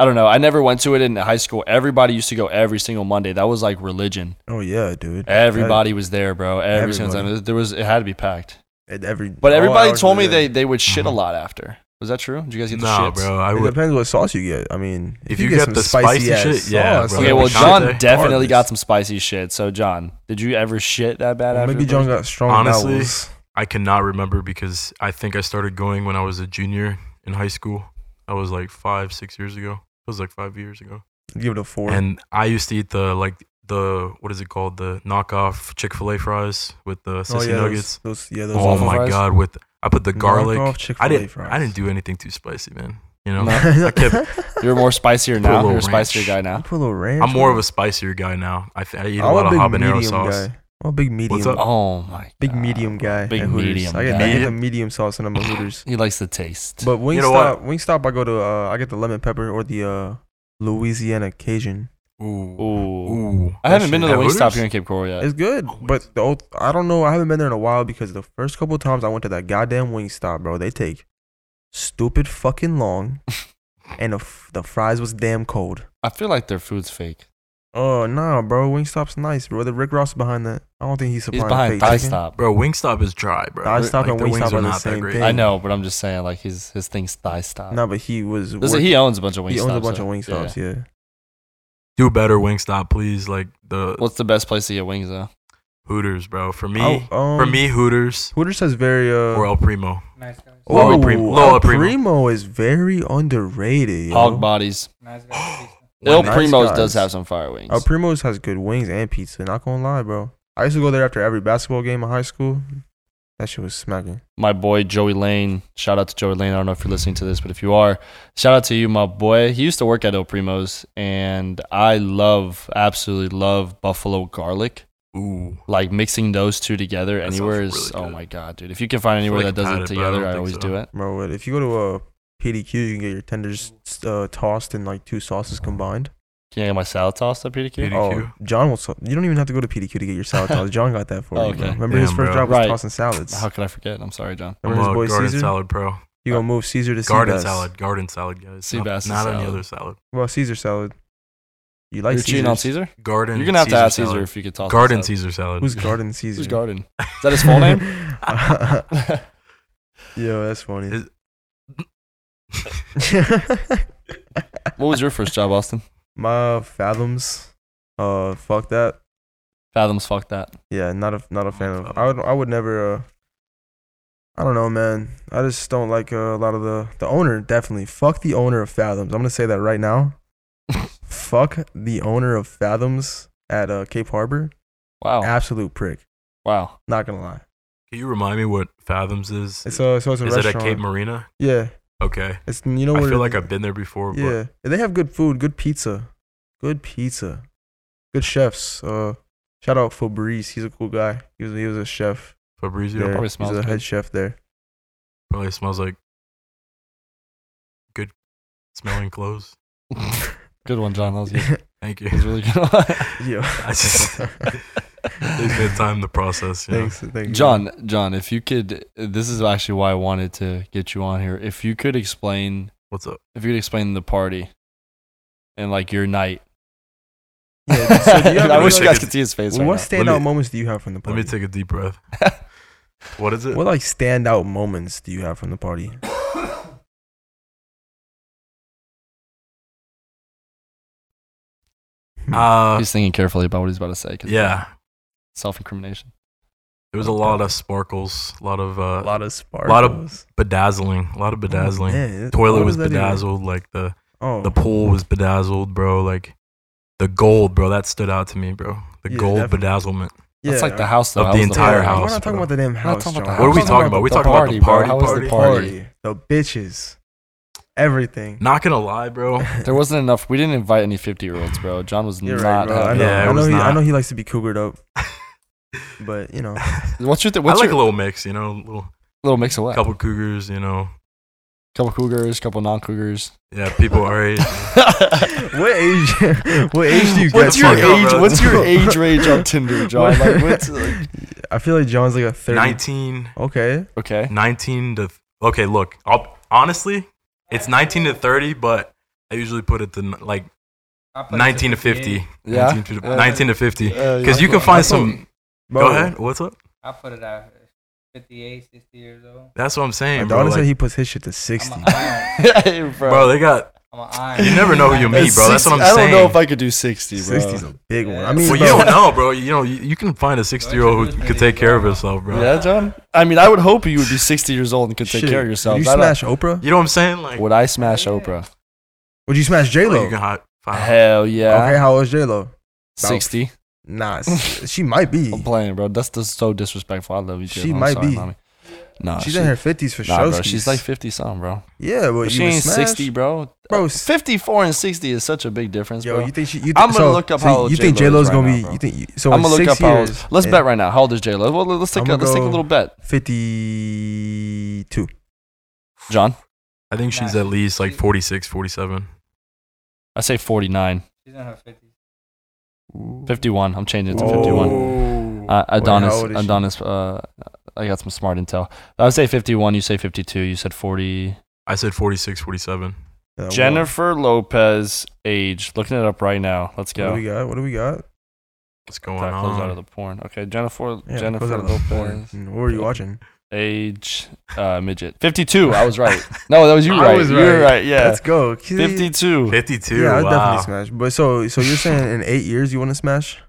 I don't know. I never went to it in high school. Everybody used to go every single Monday. That was like religion.
Oh yeah, dude.
Everybody was there, bro. Every single
Everybody.
time. There was it had to be packed.
At every.
But
Oh,
all
everybody
hours
told
of
me
the
they,
day.
they would shit a
Mhm.
lot after. Was that true? Did you guys get the
Nah,
shits?
bro. I
It
would.
depends what sauce you get. I mean, if, you, get, some
the
spicy,
spicy
ass
shit, yeah,
sauce,
bro.
Okay,
Like
well,
a shot there.
John definitely got
Regardless.
some spicy shit. So, John, did you ever shit that bad?
Well,
after
maybe
the
John
first-
got strong
Honestly,
bowels.
I cannot remember because I think I started going when I was a junior in high school. That was like five, six years ago. It was like five years ago.
Give it a four.
And I used to eat the like the what is it called the knockoff Chick Fil A fries with the
oh
sissy
yeah,
nuggets.
Those, those yeah, those.
Oh
waffle
my
fries?
god! With I put the garlic.
Chick-fil-A
I didn't.
fries.
I didn't do anything too spicy, man. You know,
No.
I kept-
You're more spicier
Put a
now.
little
You're a spicier
ranch.
guy now.
Put a little ranch.
I'm more of
on
a spicier guy now. I, th- I
it.
eat a
I'm
lot of
big
habanero
medium
sauce.
guy. Oh, big medium.
up?
Oh my.
Big
God.
medium guy.
Big
at Hooters.
medium
I get, I
guy.
get the medium sauce and I'm a Hooters.
He likes the taste.
But Wingstop,
You know what?
Wingstop, I go to. Uh, I get the lemon pepper or the uh, Louisiana Cajun.
Ooh.
Ooh.
Ooh.
I haven't been to the
At
Wingstop
Hooters?
here in Cape Coral yet.
It's good,
Oh,
but the old, I don't know. I haven't been there in a while because the first couple times I went to that goddamn Wingstop, bro, they take stupid fucking long, and the, f- the fries was damn cold.
I feel like their food's fake.
Oh nah, bro, Wingstop's nice, bro. The Rick Ross behind that. I don't think he's
He's
supplying
behind
fake
Thigh
chicken.
Stop.
Bro, Wingstop is dry, bro.
Thigh Stop and
their
Wingstop
wings
are the
not that
same
great.
thing.
I know, but I'm just saying, like his his thing's Thigh Stop.
No, but he was.
Listen, he owns a bunch of Wingstops.
he owns a bunch
so-
of Wingstops. Yeah.
Do better, Wingstop, please. Like the
What's the best place to get wings though?
Hooters, bro. For me,
I- um,
for me, Hooters
Hooters has very uh.
or El Primo.
Nice guys.
Oh,
Lola Prim- Lola
El
Primo.
Primo. is very underrated. Yo.
Hog bodies.
Nice guys.
El
Nice
Primos
guys. Oh,
does have some fire wings.
El Primo's has good wings and pizza. Not gonna lie, bro. I used to go there after every basketball game in high school. That shit was smacking.
my boy Joey Lane. Shout out to Joey Lane. I don't know if you're listening to this, but if you are, shout out to you, my boy. He used to work at El Primo's, and I love, absolutely love buffalo garlic.
Ooh,
Like mixing those two together
That
anywhere
sounds
is
really
oh
good.
my god, dude! If you can find
I feel
anywhere
like
that
I've
does
had
it
it, but I
together,
don't
I
think
always
so.
do it.
Bro, what- if you go to uh, a PDQ, you can get your tenders uh, tossed and like two sauces combined.
Can I get my salad tossed at PDQ?
PDQ.
Oh, John will. So- you don't even have to go to PDQ to get your salad tossed. John got that for
Oh,
you. Bro.
okay.
Remember his
Damn,
first
bro.
job was
Right.
tossing salads.
How could I forget? I'm sorry, John.
I'm
Remember his
a
boy
garden
Caesar?
salad, bro.
You gonna move Caesar to
Garden
Seabass.
salad, garden salad, guys.
Sea
not
bass is
not any
salad.
other salad.
Well, Caesar salad. You like
You're cheating on
Caesar's?
Caesar?
Garden.
You're gonna have to ask Caesar
salad.
if you could toss.
Garden
this up.
Caesar salad.
Who's Garden Caesar?
Who's Garden? Is that his full name?
name? Yo, that's funny.
Is-
what was your first job, Austin?
My fathoms. Uh, fuck that.
Fathoms, fuck that.
Yeah, not a not a fan of. I
Fathoms.
would I would never. Uh, I don't know, man. I just don't like uh, a lot of the the owner. Definitely, fuck the owner of fathoms. I'm gonna say that right now. fuck the owner of fathoms at uh, Cape Harbor.
Oh.
Wow,
Absolute prick.
wow.
Not gonna lie.
Can you remind me what Fathoms is?
It's a so it's a
is it
restaurant.
at Cape Marina?
yeah,
Okay.
it's you know
I
where
feel
it-
like I've been there before, but
Yeah, and they have good food, good pizza, good pizza, good chefs. Uh, shout out Fabrice, he's a cool guy. He was he was a chef.
Fabrizio
there.
probably
He's
smells
a head
good.
chef there.
probably smells like good smelling clothes.
Good one, John. That was good.
Thank you.
It was really good.
Yo.
I just takes me time to process. You know?
Thanks, thank you.
John, John, if you could, this is actually why I wanted to get you on here. If you could explain,
What's up?
if you could explain the party and like your night.
Yeah, so do you have
I
any,
wish you
like-
guys could see his face.
Well, what
right
Let
standout
me-
moments do you have from the
Let
party?
me take a deep breath.
now.
What is it?
what like standout moments do you have from the party? Mm.
Uh,
he's thinking carefully about what he's about to say. 'cause
yeah.
self-incrimination.
It was a lot of sparkles, a lot of
A
uh,
lot of sparkles.
lot of bedazzling, a lot of bedazzling. Toilet was bedazzled, like the
Oh,
the pool was bedazzled, bro. Like the gold, bro, that stood out to me, bro. The
Yeah,
gold
definitely.
bedazzlement.
It's
yeah,
like the house though.
Of
How
the
was
entire
party?
house.
We're not talking
bro.
about the damn
not
house.
talking
John.
about the
What are
I'm
we
talking about
talking about? We
the
talking about
party,
the
bro.
party,
How was
party,
the
party, the bitches, everything.
Not gonna lie, bro.
There wasn't enough. We didn't invite any 50-year-olds, bro. John was
You're right,
not.
bro. I
happy.
know.
Yeah, it
I know.
was
He, I
not.
know he likes to be cougared up, but you know,
What's your th-
I
what's
like
your
a little mix, you know, a little
little mix of what? Couple,
couple cougars, you know.
cougars, couple non-cougars.
Yeah, people our age.
what age? what age do you
What's
get
your
to?
fuck up,
age?
bro.
What's your age range on Tinder, John? Like, what's like,
I feel like John's like a thirty.
19,
Okay.
okay?
19 to Okay, look. I'll, honestly, it's 19 to 30, but I usually put it to n- like
I put it
19 to 50. 19 to,
Yeah.
19 to 50.
Uh,
Because you
yeah.
can
I thought-
find some.
Bro,
Go ahead. What's up?
I put it out here. 58, 60 years old.
That's what I'm saying,
Adonis
bro.
said
Like,
he puts his shit to sixty.
I'm a iron.
Hey, bro.
bro, they got.
I'm an iron.
You never know who you meet,
At
bro. That's what I'm
60 I don't know
saying.
if I could do 60, bro.
Sixty's a big one. I mean,
Well, you
bro,
don't know, bro. You know, you, you can find a 60 year old who could take care of herself, bro.
Yeah, John? I mean, I would hope you would be 60 years old and could take
shit.
care of yourself.
Would you
I don't-
smash Oprah?
You know what I'm saying? Like,
Would I smash
Yeah.
Oprah?
Would you smash J
like
Lo?
you can hot five.
Hell yeah.
Okay, how old is J Lo?
60.
Nah, s- she might be.
I'm playing, bro. That's, that's so disrespectful. I love you,
She
J-Lo. I'm
might
sorry,
be.
mommy. No,
she's
she-
in her fifties for
nah,
sure.
bro. She's like fifty something, bro.
yeah, but
But
you
she
would
ain't
smash.
sixty, bro.
Bro,
Uh,
s-
fifty-four and sixty is such a big difference,
Yo,
bro.
you think she? You th-
I'ma
so,
look up
so
how
you
old
think J
J-Lo
Lo's
is right
gonna
now,
be?
bro.
You think you- so?
I'm
in
gonna look up
six
how old-
years,
Let's
yeah,
bet right now. How old is J Lo? Well, let's take a,
I'ma
let's take a
go-
little bet,
Fifty-two.
John.
I think she's
Nah.
at least like 46, 47.
I say 49,
She's in her fifties.
51. I'm changing it to 51. Uh, Adonis,
Oh. how old is she?
Adonis. Uh, I got some smart intel. I would say 51. You say 52. You said 40.
Oh,
I said 46, 47.
Yeah, well,
Jennifer Lopez age. Looking it up right now. Let's
What
go.
do we got? What do we got?
What's going
Gotta close out of
on?
the porn. Okay, Jennifer.
Yeah,
Jennifer
close out of the porn.
Lopez
Mm, What were you watching?
age. Uh, midget. 52. I was right. No, that was you
I
right.
was
you were
right.
right. Yeah.
Let's go. Key-
52.
52.
Yeah, I'd
wow.
definitely smash. But so, so you're saying in eight years you want to smash?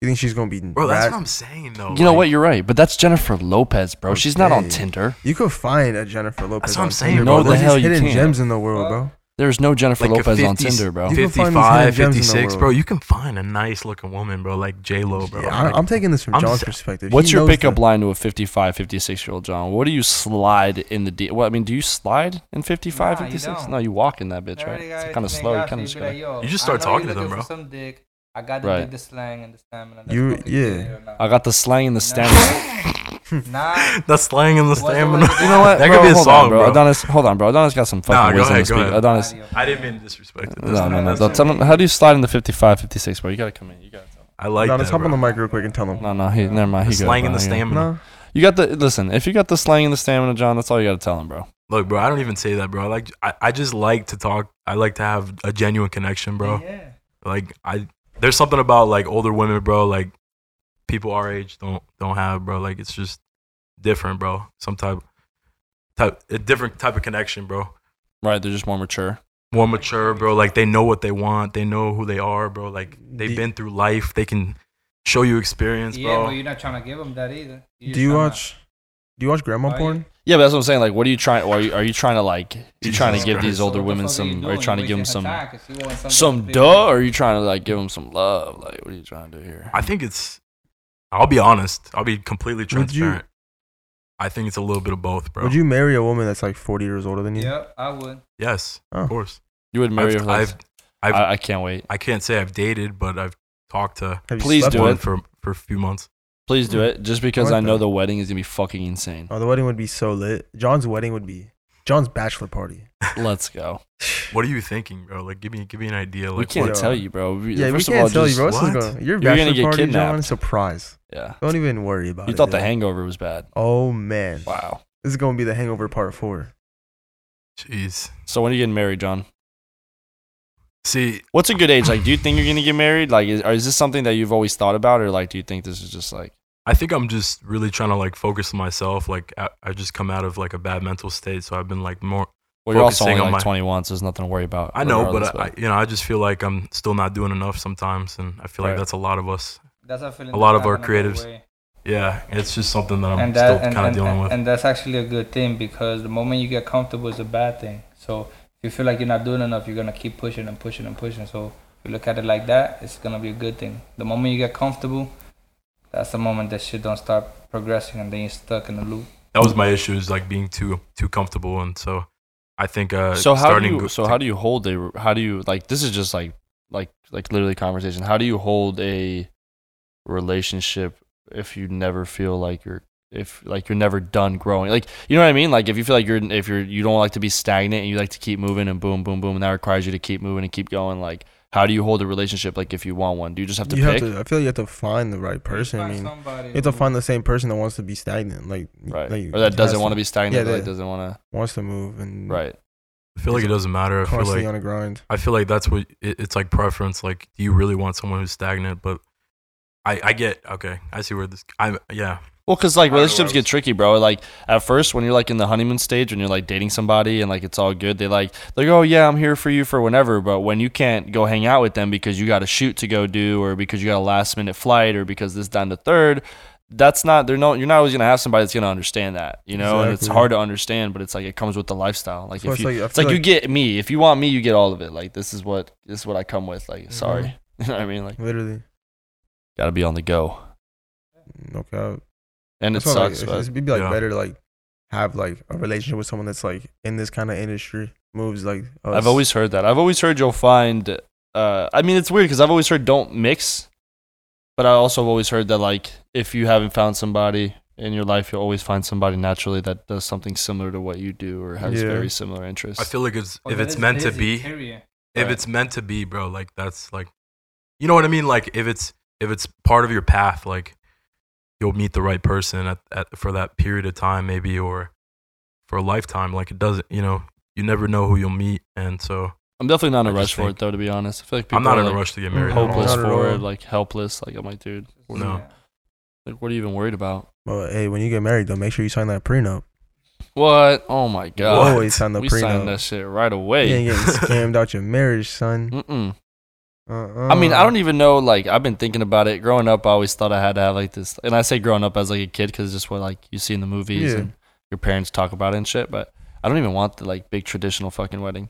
You think she's gonna be?
Bro, that's
that-
what I'm saying, though.
You know
like,
what? You're right. But that's Jennifer Lopez, bro. She's not on
Okay.
Tinder.
You could find a Jennifer Lopez.
what I'm
on
saying,
Tinder,
bro.
bro.
No,
There's
the
hell
these
you
hidden
can't.
gems in the world, bro.
There's no Jennifer
like a
Lopez on
50
Tinder, bro.
You can find these
55,
hidden gems in the
56,
world.
bro. You can find a nice looking woman, bro, like J Lo, bro.
Yeah, I,
Like,
I'm taking this from
I'm
John's
sa-
perspective.
What's
He
your
knows
pickup
the-
line to a 55, 56 year old John? What do you slide in the D? Well, I mean, do you slide in 55,
Nah, you
56?
don't.
No, you walk in that bitch, right? It's kind of slow. You kind of just gotta.
You just start talking to them, bro.
Some dick. I got the,
Right.
dick, the slang and the stamina. Let's
You-
fucking get
yeah.
it or not.
I got the slang and the
No.
stamina.
Nah.
the slang and the
What's the
stamina.
word?
you know what?
That
bro,
could be a
hold
song,
on, bro.
bro.
Adonis, hold on, bro. Adonis got some
Nah,
fucking
go
wisdom
ahead,
to
go
speak.
ahead.
Adonis,
I didn't mean to disrespect it.
no,
That's
no,
not-
no.
that's
That's-
not-
I'm- how do you slide into 55, 56, bro? You gotta come in. You gotta tell.
I like
no,
that.
let's hop
bro.
on the mic real quick and tell him.
No, no, he, never mind.
The
He good,
slang and
bro.
the
He good.
stamina.
No,
You got the listen. If you got the slang and the stamina, John, that's all you gotta tell him, bro.
Look, bro, I don't even say that, bro. I like I, I just like to talk. I like to have a genuine connection, bro.
Yeah.
Like I there's something about like older women, bro, like people our age don't don't have, bro. Like it's just different, bro. Some type type a different type of connection, bro.
Right? They're just more mature.
More mature, bro. Like they know what they want. They know who they are, bro. Like they've
Do-
been through life. They can show you experience,
Yeah,
bro.
but you're not trying to give them that either. You're
do you
tryna-
watch? Do you watch grandma
Are you-
porn?
Yeah, but that's what I'm saying. Like, what are you trying? Are you, are you trying to like? You trying to
Jesus
give
Christ.
these
So what
older
the
women
fuck are
some? Are you
doing?
trying to give them
Wasting her
some?
time 'cause she wants something
some
big.
duh, or are you trying to like give them some love? Like, what are you trying to do here?
I think it's. I'll be honest. I'll be completely
Would you-
transparent. I think it's a little bit of both, bro.
Would you marry a woman that's like 40 years older than you?
Yep, I would.
Yes,
Oh.
of course.
You would marry her.
I've,
Like,
I've, I've-
I, I can't wait.
I can't say I've dated, but I've talked to
Have you
Please
slept
do
with-
one
it.
for for a few months.
Please do it, just because
like
I know
that.
the wedding is gonna be fucking insane.
Oh, the wedding would be so lit. John's wedding would be John's bachelor party.
Let's go.
What are you thinking, bro? Like, give me give me an idea. Like,
we can't
what-
what-
tell you, bro. We,
Yeah,
first
we
of
can't
all,
tell you,
just-
bro. This is
what?
going, your
You're gonna
bachelor
get
party, John.
kidnapped.
Surprise!
Yeah,
Don't even worry about
you
it.
thought the
yo.
Hangover was bad.
Oh man,
Wow.
this is gonna be the Hangover Part Four.
Jeez.
So when are you getting married, John?
See,
What's a good age? Like, do you think you're gonna get married? Like, is, or is this something that you've always thought about, or like, do you think this is just like?
I think I'm just really trying to like focus on myself. Like, I, I just come out of like a bad mental state, so I've been like more.
Well, you're also
Focusing
only
on
like
my-
21, so there's nothing to worry about.
I know,
regardless,
but I, I, you know, I just feel like I'm still not doing enough sometimes, and I feel
Right.
like that's a lot of us.
That's a feeling.
A lot
that's
of our
not gonna go
creatives
away.
Yeah, it's just something that I'm
and
still
that and,
kind of
and,
dealing
and,
with.
and that's actually a good thing because the moment you get comfortable is a bad thing. So if you feel like you're not doing enough, you're gonna keep pushing and pushing and pushing. So if you look at it like that, it's gonna be a good thing. The moment you get comfortable, that's the moment that shit don't start progressing and then you're stuck in the loop.
that was my issue is like being too too comfortable and so i think uh
so how do
starting
you so how do you hold a how do you like this is just like like like literally conversation how do you hold a relationship if you never feel like you're if like you're never done growing like you know what i mean like if you feel like you're if you're you don't like to be stagnant and you like to keep moving and boom boom boom and that requires you to keep moving and keep going like how do you hold a relationship like if you want one do you just have to
You have
pick
to. I feel you have to find the right person. I mean, you have to find the same person that wants to be stagnant, like
right
like,
or that doesn't
has
want to be stagnant
Yeah,
or like
that- Mm.
doesn't want
wants to move and
to right
i feel like it doesn't matter i feel
constantly
like
on a grind.
i feel like that's what it, it's like preference like do you really want someone who's stagnant but i i get okay i see where this i yeah
Well, because like
I don't know where
relationships
I
get
was-
tricky, bro. Like at first, when you're like in the honeymoon stage, when you're like dating somebody and like it's all good, they like they go, oh yeah, I'm here for you for whenever. But when you can't go hang out with them because you got a shoot to go do, or because you got a last minute flight, or because this down to third, that's not they're no you're not always gonna have somebody that's gonna understand that, you know. And it's
Exactly.
hard to understand, but it's like it comes with the lifestyle. Like
So
if
it's
you,
like- I
it's like,
feel
you
like-
get me. If you want me, you get all of it. Like this is what this is what I come with.
Mm-hmm.
Like sorry, you know what I mean? Like
Literally,
gotta be on the go,
no cap.
and it
That's why, like,
sucks.
it's-
but
It'd be like
Yeah.
better to like have like a relationship with someone that's like in this kind of industry moves like oh, us.
I've always heard that. I've always heard you'll find. Uh, I mean, it's weird because I've always heard don't mix, but I also have always heard that like if you haven't found somebody in your life, you'll always find somebody naturally that does something similar to what you do or has
Yeah.
very similar interests.
I feel like it's,
Well,
if
Oh, that
it's
is
meant to
busy,
be,
period.
if
Right.
it's meant to be, bro, like that's like, you know what I mean? Like if it's if it's part of your path, like you'll meet the right person at, at for that period of time, maybe or for a lifetime. Like it doesn't, you know, you never know who you'll meet, and so
I'm definitely not in a
I just
rush for
think-
it though, to be honest. I feel like people
I'm not
are,
in a
like,
rush to get
Mm,
married. at all.
hopeless
Not at
for
all.
it, like helpless. Like I'm like, dude,
No.
Yeah.
like what are you even worried about?
But Oh, hey, when you get married, though, make sure you sign that prenup.
What? Oh my god.
Always sign the
we
prenup.
signed that shit right
You
away.
ain't getting scammed out your marriage, son.
Mm-mm.
Uh-uh.
I mean, I don't e, even know. Like, I've been thinking about it. Growing up, I always thought I had to have like this. And I say growing up as like a kid because it's just what like you see in the movies
Yeah.
and your parents talk about it and shit. But I don't even want the like big traditional fucking wedding.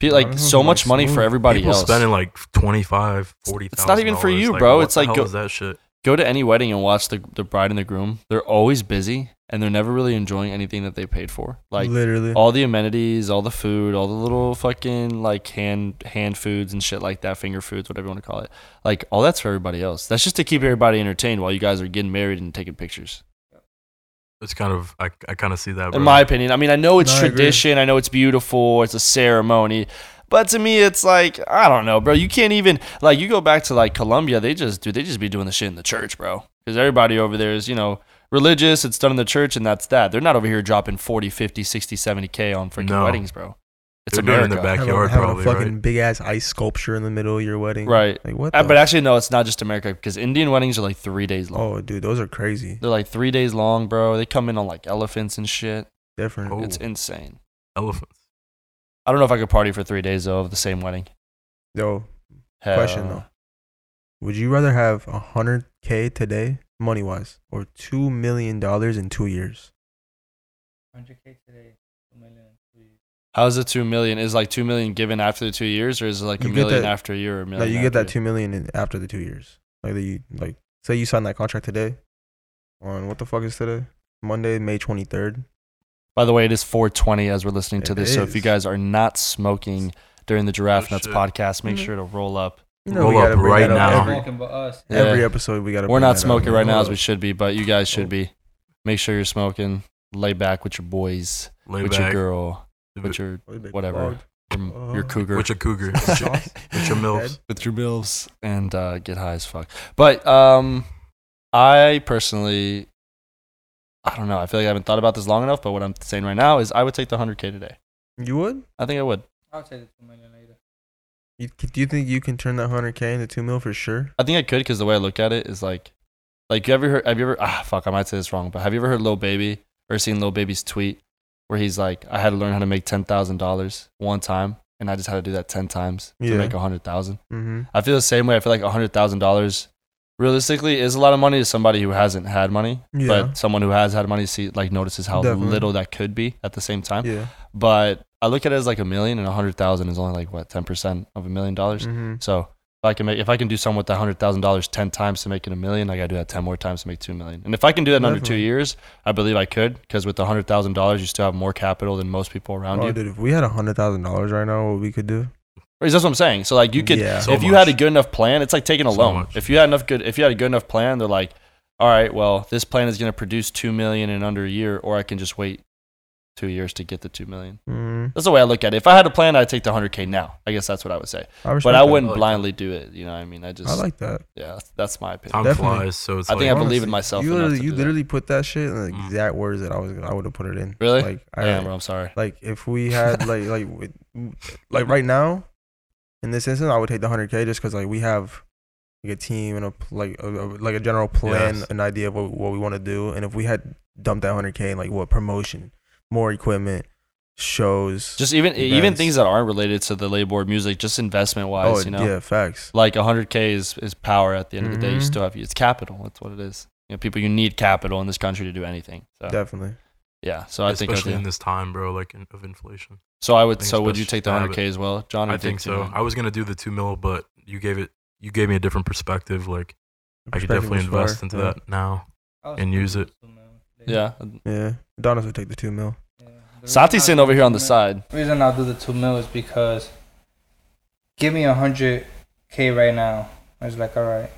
Be- Like
don't
so
know,
much
like,
money for
smooth.
everybody
People
else.
spending like 25 40
It's not even for you, bro. It's like go-
go- that shit.
Go to any wedding and watch the the bride and the groom. They're always busy and they're never really enjoying anything that they paid for. Like
literally.
all the amenities, all the food, all the little fucking like hand hand foods and shit like that, finger foods, whatever you want to call it. Like all that's for everybody else. That's just to keep everybody entertained while you guys are getting married and taking pictures.
It's kind of I, I kind of see that. Bro.
In my opinion, I mean, I know it's
No, I agree.
tradition, I, know it's beautiful, it's a ceremony. But to me, it's like I don't know, bro. You can't even like you go back to like Colombia. They just do. They just be doing the shit in the church, bro. Because everybody over there is you know religious. It's done in the church, and that's that. They're not over here dropping 40, 50, 60, 70 k on freaking
No.
weddings, bro. It's
They're doing
America.
it in their
Having-
backyard,
having
probably
a fucking
right.
big ass ice sculpture in the middle of your wedding.
Right.
Like what?
Uh,
the-
but actually, no, it's not just America because Indian weddings are like three days long.
oh, dude, those are crazy.
They're like three days long, bro. They come in on like elephants and shit.
Different.
Oh.
It's insane.
elephants.
I don't know if I could party for three days though of the same wedding.
Oh.
Yo,
Hell
question
no.
though: Uh, Would you rather have a hundred k today, money wise, or two million dollars in two years?
100K today, 2 million.
How's the two million? Is like two million given after the two years, or is it like
You
a
get
million
that-
after a year or a
No,
million?
you get
after
that two million in, after the two years. Like that you like. Say you sign that contract today. On what the fuck is today? Monday, May twenty third.
By the way, it is 420 as we're listening to
It
this. So if you
is.
guys are not smoking during the Giraffe
Oh,
Nuts
shit.
podcast, make
Mhm.
sure to roll up.
You
Roll up right now.
every,
Smoking but us.
Yeah.
every episode. We gotta.
We're
bring that
not
up.
smoking right now as we
Oh.
should be, but you guys should be. Make sure you're smoking. Lay back with your boys,
Lay
with your
back.
girl, with
with,
your
Big
whatever.
dog.
from your
Uh,
cougar
with your cougar.
With your-
with your milfs.
with your bills and uh, get high as fuck. But um, I personally, I don't know. I feel like I haven't thought about this long enough. But what I'm saying right now is, I would take the 100k today.
You would?
I think I would.
I'll take the 2 million later.
You, c- do you think you can turn that hundred k into two mil for sure?
I think I could because the way I look at it is like, like you ever heard? Have you ever? Ah, fuck, I might say this wrong, but have you ever heard Lil Baby or seen Lil Baby's tweet where he's like, I had to learn how to make ten thousand dollars one time, and I just had to do that ten times to
Yeah.
make a hundred thousand.
Mm-hmm.
I feel the same way. I feel like hundred thousand dollars realistically is a lot of money to somebody who hasn't had money.
Yeah.
But someone who has had money see like notices how
Definitely.
little that could be at the same time.
Yeah.
But I look at it as like a million and a hundred thousand is only like what, ten percent of a million dollars.
Mm-hmm.
So if I can make if I can do something with that hundred thousand dollars ten times to make it a million, I gotta do that ten more times to make two million. And if I can do that in under two
Definitely.
years, I believe I could, because with the hundred thousand dollars you still have more capital than most people around
Oh,
you.
dude, if we had a hundred thousand dollars right now, what we could do?
That's what I'm saying. So like you could
Yeah.
So
if you had a
much.
good enough plan, it's like taking a
So
loan.
much.
If you had enough good, if you had a good enough plan, they're like, all right, well, this plan is going to produce two million in under a year, or I can just wait two years to get the two million.
Mm,
That's the way I look at it. If I had a plan, I'd take the hundred k now. I guess that's what I would say.
I respect
But I
that. Oh,
wouldn't
I like that.
blindly do it. You know, what I mean, I Oh, just
I like that.
yeah, that's- that's my
Time
opinion.
Definitely.
flies, so it's
I
like
think I believe in
Honestly,
myself
You
enough
literally,
to
you
do that.
literally put that shit in the
Mm.
exact words that I was. I would have put it in.
Really?
Like I.
Damn, bro, I'm sorry.
Like if we had like like with- like right now, in this instance, I would take the hundred k just because like we have like a team and a pl- like a, a- like a general plan,
Yes.
an idea of what, what we want to do, and if we had dumped that hundred k in like what promotion, more equipment, shows,
Just even even
Events.
things that aren't related to the labor music, just investment wise,
oh
you know.
yeah, facts.
like 100k is, is power at the end of the day you
Mhm.
still have it's capital that's what it is you know people you need capital in this country to do anything so
Definitely.
yeah so i think I
especially in
do.
this time, bro, like in, of inflation.
so i would
I think
so
it's
would you
best
take the
to have
100k as well john or
I
did
think
you
so.
not?
I was gonna do the two mil, but you gave it. You gave me a different perspective. Like I could
Perspective
definitely
was fire,
invest into
yeah.
that now.
I'll
And
still
use
do
it.
the 2 million later.
yeah
Yeah, Adonis would take the two mil.
Yeah. The
Sati's
reason
sitting
I-
over here on the side.
reason I'll do the two mil is because give me a hundred k right now. It's like all right,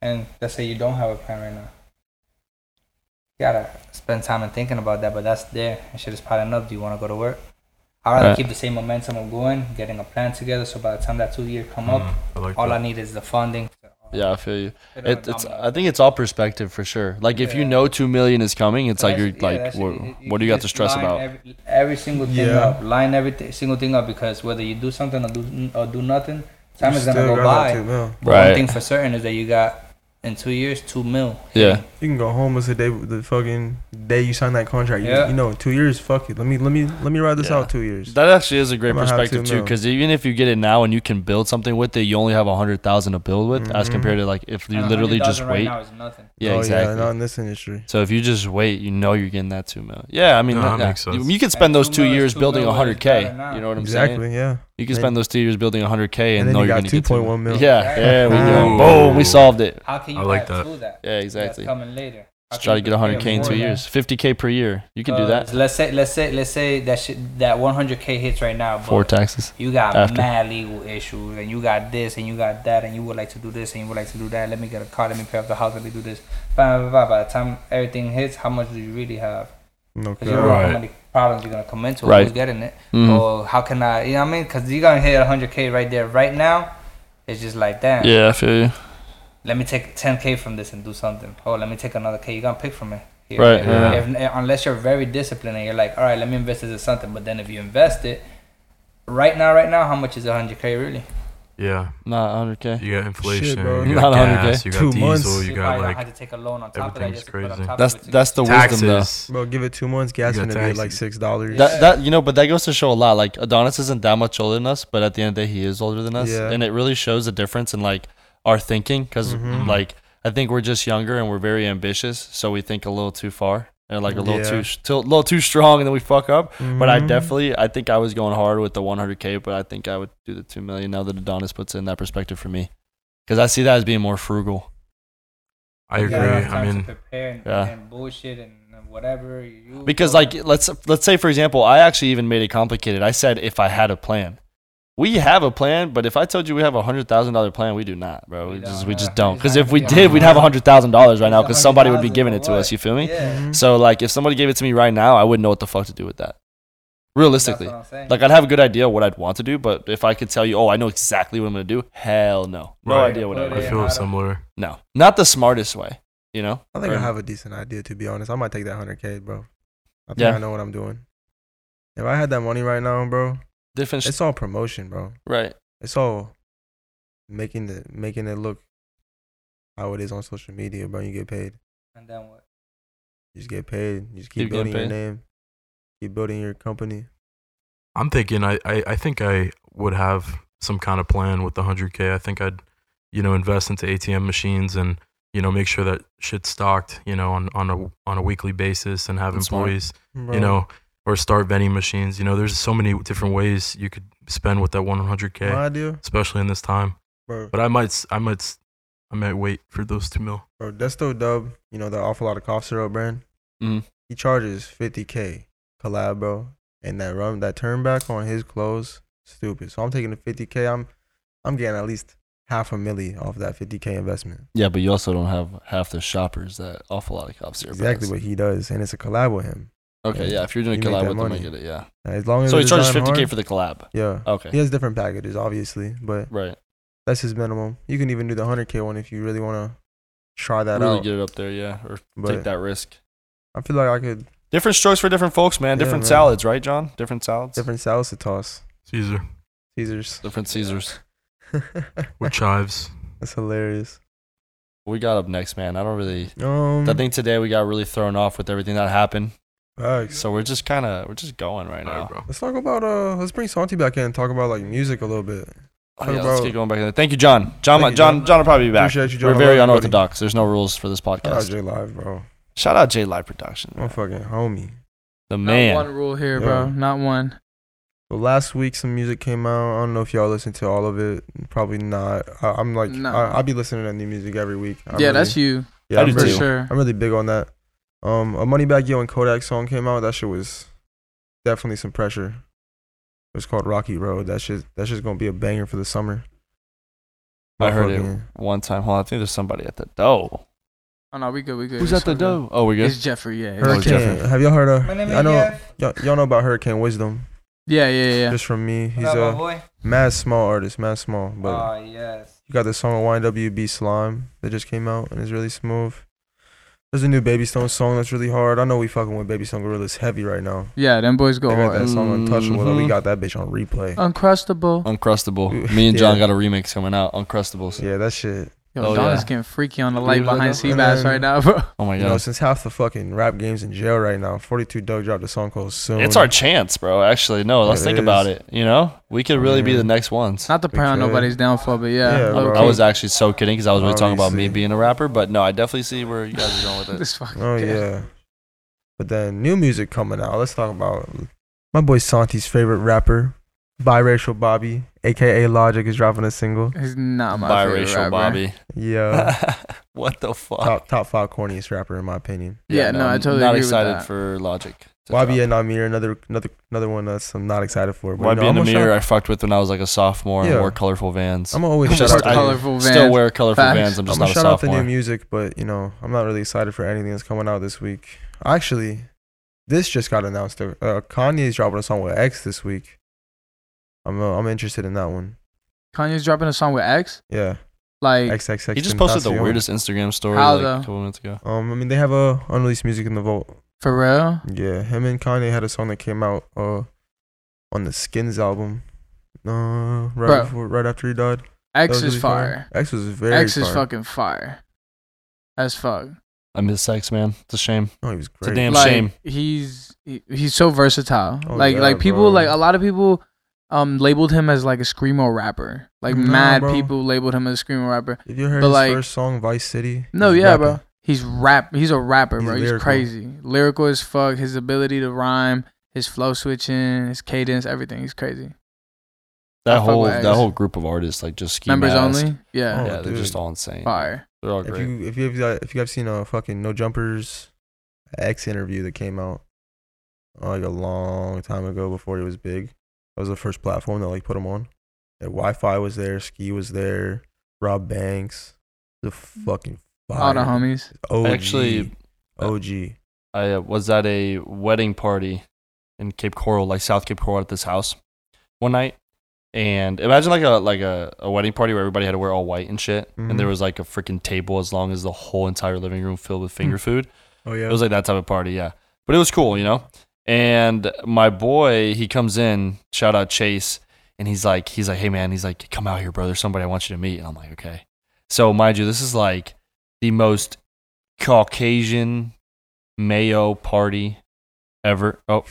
and let's say you don't have a plan right now. You gotta spend time and thinking about that, but that's there and shit is piling up. Do you want to go to work? I'd rather
Right.
keep the same momentum of going, getting a plan together. So by the time that two years come up,
Mm, I like
all I
that.
need is the funding.
Yeah, I feel you.
It'll
It, it's.
domino.
I think it's all perspective for sure. Like if you
Yeah.
know two million is coming, it's like you're
That's- yeah,
like,
that's it.
what,
You- you-
what do you got to
just
stress
line
about?
Every, every single thing
Yeah.
up, line every th- single thing up because whether you do something or do or do nothing, time
You
is gonna
still got
go
that
by.
two mil.
But
Right.
One thing for certain is that you got in two years two mil.
Yeah.
You can go home as the day the fucking day you sign that contract. You-
Yeah.
You, know, in two years. Fuck it. Let me let me let me ride this
Yeah.
out two years.
That actually is a great
I'm gonna have
perspective
to
too,
know.
because even if you get it now and you can build something with it, you only have a hundred thousand to build with, as
Mhm.
compared to like if you
And
literally
100,000
just
right
wait.
Now is nothing.
yeah,
Oh,
exactly.
Not in this industry.
so if you just wait, you know you're getting that two mil. Yeah, I mean,
No, that
yeah.
makes sense.
you could spend
And
those
two
two
mil is
years
two
building
mil, but
hundred
it's
k.
better now.
You know what I'm
Exactly.
saying?
Yeah.
You can
Then-
spend those two years building hundred k, and,
And then
know
you
are
got
gonna get two mil.
2.1 mil.
Yeah, yeah, we go.
Ooh.
Boom, we solved it.
How can you
I like
add
that.
to that?
Yeah, exactly.
That's coming later. How
Just try
can
to
you
get hundred k
prepare
in
for
two
that?
years, fifty k per year. You can do
Uh,
that.
Let's say let's say let's say that shit, that 100k hits right now. But
Four taxes.
You got
after.
mad legal issues, and you got this, and you got that, and you would like to do this, and you would like to do that. Let me get a car. Let me pay off the house. Let me do this. Blah, blah, blah. By the time everything hits, how much do you really have?
No.
Because you don't know
Right.
how many problems you're gonna come into.
Right.
Who's getting it?
Mhm.
Or how can I? You know what I mean? Because you're gonna hit 100k right there, right now. It's just like damn.
Yeah, I feel you.
Let me take 10k from this and do something. Oh, let me take another k. You're gonna pick from it. Here.
Right,
If-
yeah.
if- unless you're very disciplined and you're like, all right, let me invest this in something. But then if you invest it, right now, right now, how much is 100k really?
Yeah,
Not hundred k.
you got inflation,
bro.
you
Not
got
100K.
gas, you got
Two
diesel,
months.
you
probably
got
don't
like
have to take a loan on top of that.
everything's
Just to put on
crazy.
top of
That's
it to-
that's the wisdom though.
taxes.
Bro, give it two months. Gas
got
gonna be like
taxes.
six dollars.
That
Yeah.
that you know, but that goes to show a lot. Like Adonis isn't that much older than us, but at the end of the day, he is older than us,
Yeah.
and it really shows a difference in like our thinking. Because
Mhm.
like I think we're just younger and we're very ambitious, so we think a little too far and like a little
Yeah.
too, too a little too strong, and then we fuck up.
Mm-hmm.
But I definitely, I think I was going hard with the 100k, but I think I would do the two million now that Adonis puts it in that perspective for me, because I see that as being more frugal.
I
You
agree.
gotta have
I
time to
mean,
prepare and,
yeah.
and bullshit and whatever. You
Because like let's let's say for example, I actually even made it complicated. I said if I had a plan. We have a plan, but if I told you we have a hundred thousand dollar plan, we do not, bro.
We
We
don't,
just we
yeah.
just don't. Because
Exactly.
if we
Yeah.
did, we'd have a hundred thousand dollars right now because
It's
somebody would be
$100,000
giving it to
for
us. You feel me?
yeah,
Mhm.
So like if somebody gave it to me right now, I wouldn't know what the fuck to do with that. Realistically,
that's what I'm saying.
like I'd have a good idea what I'd want to do, but if I could tell you, oh, I know exactly what I'm gonna do, hell no, no
Right.
idea what
Put
I'd
I
it
do.
in.
feel
Yeah.
similar.
No, not the smartest way, you know.
I think
Or-
I have a decent idea to be honest. I might take that hundred k, bro. I think
Yeah.
I know what I'm doing. If I had that money right now, bro,
different, sh-
it's all promotion, bro.
right?
It's all making the making it look how it is on social media, bro. You get paid.
and then what?
You just get paid. You just keep,
Keep getting
building your
paid.
name. Keep building your company.
I'm thinking I, I, I think I would have some kind of plan with the 100K. I think I'd, you know, invest into ATM machines and, you know, make sure that shit's stocked, you know, on, on, a, on a weekly basis and have
That's smart.
employees,
Bro.
you know, or start vending machines. You know, there's so many different ways you could spend with that 100K,
my idea,
especially in this time.
bro.
But I might, s- I might, s- I might wait for those two mil.
Bro, Desto Dub, you know the awful lot of cough syrup brand.
Mhm.
He charges fifty k collab, bro, and that run that turn back on his clothes, stupid. So I'm taking the fifty k. I'm I'm getting at least half a milli off that fifty k investment.
Yeah, but you also don't have half the shoppers that awful lot of cops here.
Exactly what he does, and it's a collab with him.
Okay, yeah.
Yeah.
If you're doing a
You make
collab
that
with them, I
money.
get it. Yeah.
Now, As long as
So he
it's
charges
done
50k
hard-
for the collab.
yeah.
Okay.
He has different packages, obviously, but
Right.
that's his minimum. You can even do the hundred k one if you really want to try that
really
out.
get it up there, yeah, or take
But-
that risk.
I feel like I could
Different strokes for different folks, man.
Yeah,
Different
man.
salads, right, John? Different salads. Different,
different salads to toss
Caesar
Caesars.
Caesars.
with chives.
that's hilarious.
What We got up next, man. I don't really.
Um,
I think today we got really thrown off with everything that happened,
Facts.
so we're just kind of we're just going right
All right,
now.
bro.
Let's talk about uh. Let's bring Santi back in and talk about like music a little bit.
Oh,
Talk
yeah, let's
about-
keep going back. there. Thank you, John. John,
Thank you,
John,
John.
John will probably be back.
Appreciate you, John.
We're very
I love you, buddy.
unorthodox. There's no rules for this
Shout out
podcast.
J Live, bro.
Shout out J Live Production,
My fucking homie.
the
Not one
man.
rule here,
Yeah.
bro. Not one.
So last week some music came out. I don't know if y'all listened to all of it. Probably not. I, I'm like,
No.
I, I'll be listening to new music every week. I
yeah,
really-
that's you
yeah.
I
I'm
do
for
really,
too.
sure.
I'm really big on that. Um, a Money Back Yo and Kodak song came out. That shit was definitely some pressure. It was called Rocky Road. That shit, that shit's gonna be a banger for the summer.
I heard it
Motherfucking-
one time. Hold on, I think there's somebody at the dough.
Oh no, we good. We good.
Who's
It's
at the
all
dough?
good.
Oh, we good.
It's Jeffrey. Yeah.
Hurricane.
it's Jeffrey.
Hurricane. Have y'all heard of?
My name
I
is
know
Jeff.
y'all, y'all know about Hurricane Wisdom.
Yeah, yeah, yeah.
Just from me, he's
What up, my
a
boy?
mad small artist, mad small, but
Ah, yes.
You got the song with YWB Slime that just came out and is really smooth. There's a new Baby Stone song that's really hard. I know we fucking with Baby Stone Gorillas heavy right now.
Yeah, them boys go
They got
hard.
that song Untouchable. though. We
Mhm.
got that bitch on replay.
Uncrustable.
Uncrustable.
Ooh,
Me and
yeah.
John got a remix coming out. Uncrustables.
Yeah, that shit.
Yo,
Oh,
Don
yeah.
is getting freaky on the light
Brutal
behind
Dunn.
Seabass right now, bro.
Oh my
You know,
god,
since half the fucking rap game's in jail right now, 42 Doug dropped a song called Soon.
it's our chance, bro. Actually, no. Let's
It
think about
is.
it. You know, we could really be
Yeah.
the next ones.
Not to pray on
Because-
nobody's downfall, but yeah.
Yeah,
low
bro.
I was
key.
actually so kidding because I was really talking about me
Obviously.
being a rapper, but no, I definitely see where you guys are going with it.
This fucking
Oh,
kid.
yeah. But then new music coming out. Let's talk about my boy Santi's favorite rapper, Biracial Bobby, aka Logic, is dropping a single.
He's not my favorite
Biracial
rapper.
Bobby.
Yeah.
what the fuck?
top, top five corniest rapper, in my opinion.
Yeah, no, I
I'm
totally
not
agree with
excited
that.
for Logic. to
Wabi
drop.
and Amir, another another another one that's I'm not excited for.
YB
But you
and
know, I'm gonna
Amir,
shout-
I fucked with when I was like a sophomore and
Yeah.
wore colorful Vans.
I'm gonna always
It's
shout
just-
out.
I-
to-
colorful van.
Still wear colorful
Facts.
Vans. I'm
I'm
just
gonna
not a
shout out the new
sophomore.
music, but you know I'm not really excited for anything that's coming out this week. Actually, this just got announced. Uh, Kanye's dropping a song with X this week. I'm uh, I'm interested in that one.
Kanye's dropping a song with X.
Yeah,
Like
X X X.
He just posted the weirdest Instagram story
How,
like
though?
a couple minutes ago.
Um, I mean they have uh, unreleased music in the vault.
for real?
Yeah, him and Kanye had a song that came out uh on the Skins album. Uh,
Bro.
right before, right after he died. That
X
was
is
really fire.
fire.
X was very
X is
fire.
fucking fire. As fuck.
I miss sex, man. It's a shame.
Oh, he was great.
It's a damn
like
shame.
he's he, he's so versatile.
Oh,
like
yeah,
like people
bro.
like a lot of people um labeled him as like a screamo rapper. Like
Nah,
mad
bro.
people labeled him as a screamo rapper.
If you heard
But,
his
like-
first song, Vice City.
No,
he's
yeah,
rapping.
bro. He's rap. He's a rapper,
He's
bro. He's
lyrical.
crazy, lyrical as fuck. His ability to rhyme, his flow switching, his cadence, everything. He's crazy. I
That
fuck with
whole
X.
that whole group of artists like just ski
Members
mask.
only. Yeah,
Oh,
yeah, they're
dude.
just all insane.
fire.
They're all
If
great.
you if you have uh, if you have seen a fucking No Jumpers X interview that came out uh, like a long time ago before he was big, that was the first platform that like put him on. Yeah, Wi-Fi was there, Ski was there, Rob Banks, the fucking fire.
All the homies.
OG,
Actually, uh,
OG.
I uh, was at a wedding party in Cape Coral, like South Cape Coral, at this house one night. And imagine like a like a, a wedding party where everybody had to wear all white and shit, and there
Mhm.
was like a freaking table as long as the whole entire living room filled with finger
Hmm.
food.
Oh yeah,
It was like that type of party, yeah. But it was cool, you know. And my boy, he comes in, shout out Chase, and he's like, he's like, hey man, he's like, come out here, bro. There's somebody I want you to meet. And I'm like, okay. So mind you, this is like the most Caucasian mayo party ever. Oh,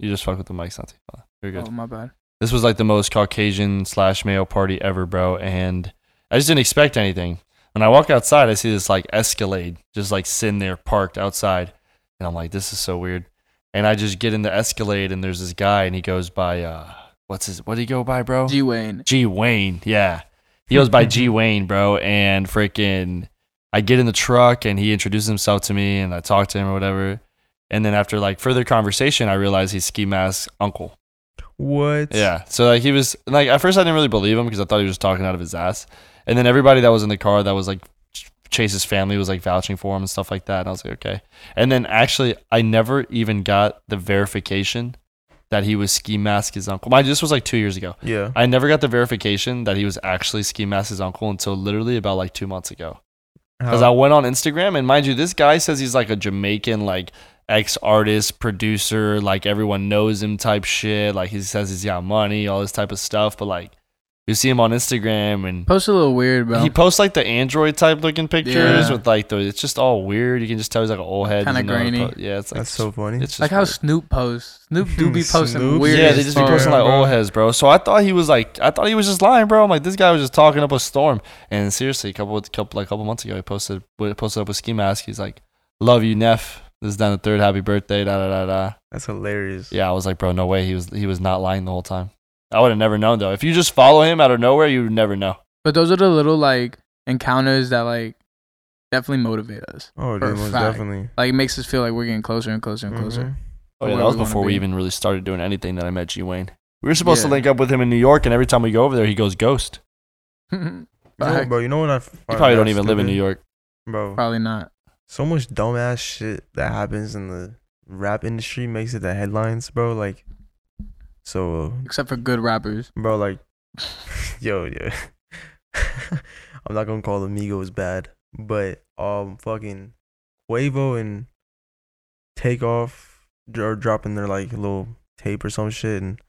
you just fucked with the mic, Santi. Hold on. You're good
Oh my bad.
this was like the most Caucasian slash male party ever, bro. And I just didn't expect anything. When I walk outside, I see this like Escalade just like sitting there parked outside, and I'm like, this is so weird. And I just get in the Escalade, and there's this guy, and he goes by uh, what's his? What did he go by, bro?
G Wayne.
G Wayne, yeah. He goes by G Wayne, bro. And freaking, I get in the truck and he introduces himself to me and I talk to him or whatever. And then after like further conversation, I realize he's Ski Mask's uncle.
what?
Yeah. So like he was like at first I didn't really believe him because I thought he was just talking out of his ass. And then everybody that was in the car that was like Ch- Chase's family was like vouching for him and stuff like that. And I was like, okay. And then actually I never even got the verification that he was ski mask his uncle. Mind you, this was like two years ago.
yeah.
I never got the verification that he was actually ski mask his uncle until literally about like two months ago. Because I
Oh.
How-
went on Instagram and mind you, this guy says he's like a Jamaican like ex artist, producer, like everyone knows him type shit. Like he says he's got money, all this type of stuff. But like you see him on Instagram and
Post a little weird, bro.
he posts like the Android type looking pictures
Yeah.
with like the it's just all weird. You can just tell he's like an old head.
Kinda
doesn't know how to
grainy.
po- Yeah, it's like
that's so funny.
it's just
like how
weird.
Snoop posts. Snoop do be posting
Snoop?
weird.
Yeah,
as
they just be
fuck.
posting like
bro.
old heads, bro. So I thought he was like, I thought he was just lying, bro. I'm like, this guy was just talking up a storm. And seriously, a couple, a couple, like a couple months ago, he posted, w- posted up with ski mask. He's like, "Love you, Neff. This is down the third. Happy birthday." Da da da da.
that's hilarious.
Yeah, I was like, bro, no way. He was, he was not lying the whole time. I would have never known though. If you just follow him out of nowhere, you would never know.
But those are the little like encounters that like definitely motivate us.
Oh,
For
dude,
a
most
fact.
definitely.
Like it makes us feel like we're getting closer and closer and closer.
Mhm.
Oh yeah,
where
that was
we wanna
before we
be.
even really started doing anything that I met G Wayne. We were supposed to
Yeah.
link up with him in New York, and every time we go over there, he goes ghost.
You know,
Fact.
bro, you know what I
He probably don't even live in New York.
Bro,
Probably not.
so much dumbass shit that happens in the rap industry makes it the headlines, bro. Like, so,
Except for good rappers.
bro, like, yo, yo. I'm not gonna call Amigos bad, but um, fucking Quavo and Takeoff are dropping their like little tape or some shit, and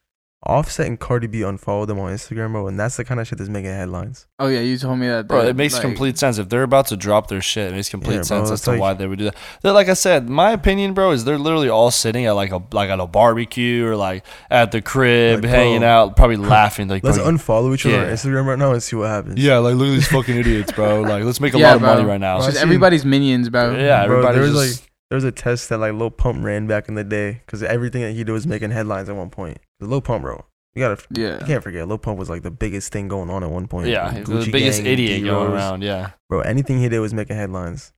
Offset and Cardi B unfollowed them on Instagram, bro, and that's the kind of shit that's making headlines.
Oh yeah, you told me that.
Bro,
dude.
it makes
Like,
complete sense. If they're about to drop their shit, it makes complete
Yeah, bro,
sense as
it's
to
like-
why they would do that. They're, like I said, my opinion, bro, is they're literally all sitting at like a like at a barbecue or like at the crib,
Like,
hanging
bro.
out, probably laughing. Like,
Let's
bro,
unfollow each other on
Yeah.
Instagram right now and see what happens.
yeah, like look at these fucking idiots, bro. Like, let's make a
Yeah,
lot of
bro.
money right now.
It's
Well,
just
I've seen-
everybody's minions, bro.
Yeah,
Bro,
everybody
there was,
just.
There was a test that like Lil Pump ran back in the day because everything that he did was making headlines at one point. Lil Pump, bro, you gotta you
Yeah.
can't forget Lil Pump was like the biggest thing going on at one point.
yeah, he was
Gucci
the biggest
Gang,
idiot going
D-Rose.
around. Yeah,
Bro, anything he did was making headlines.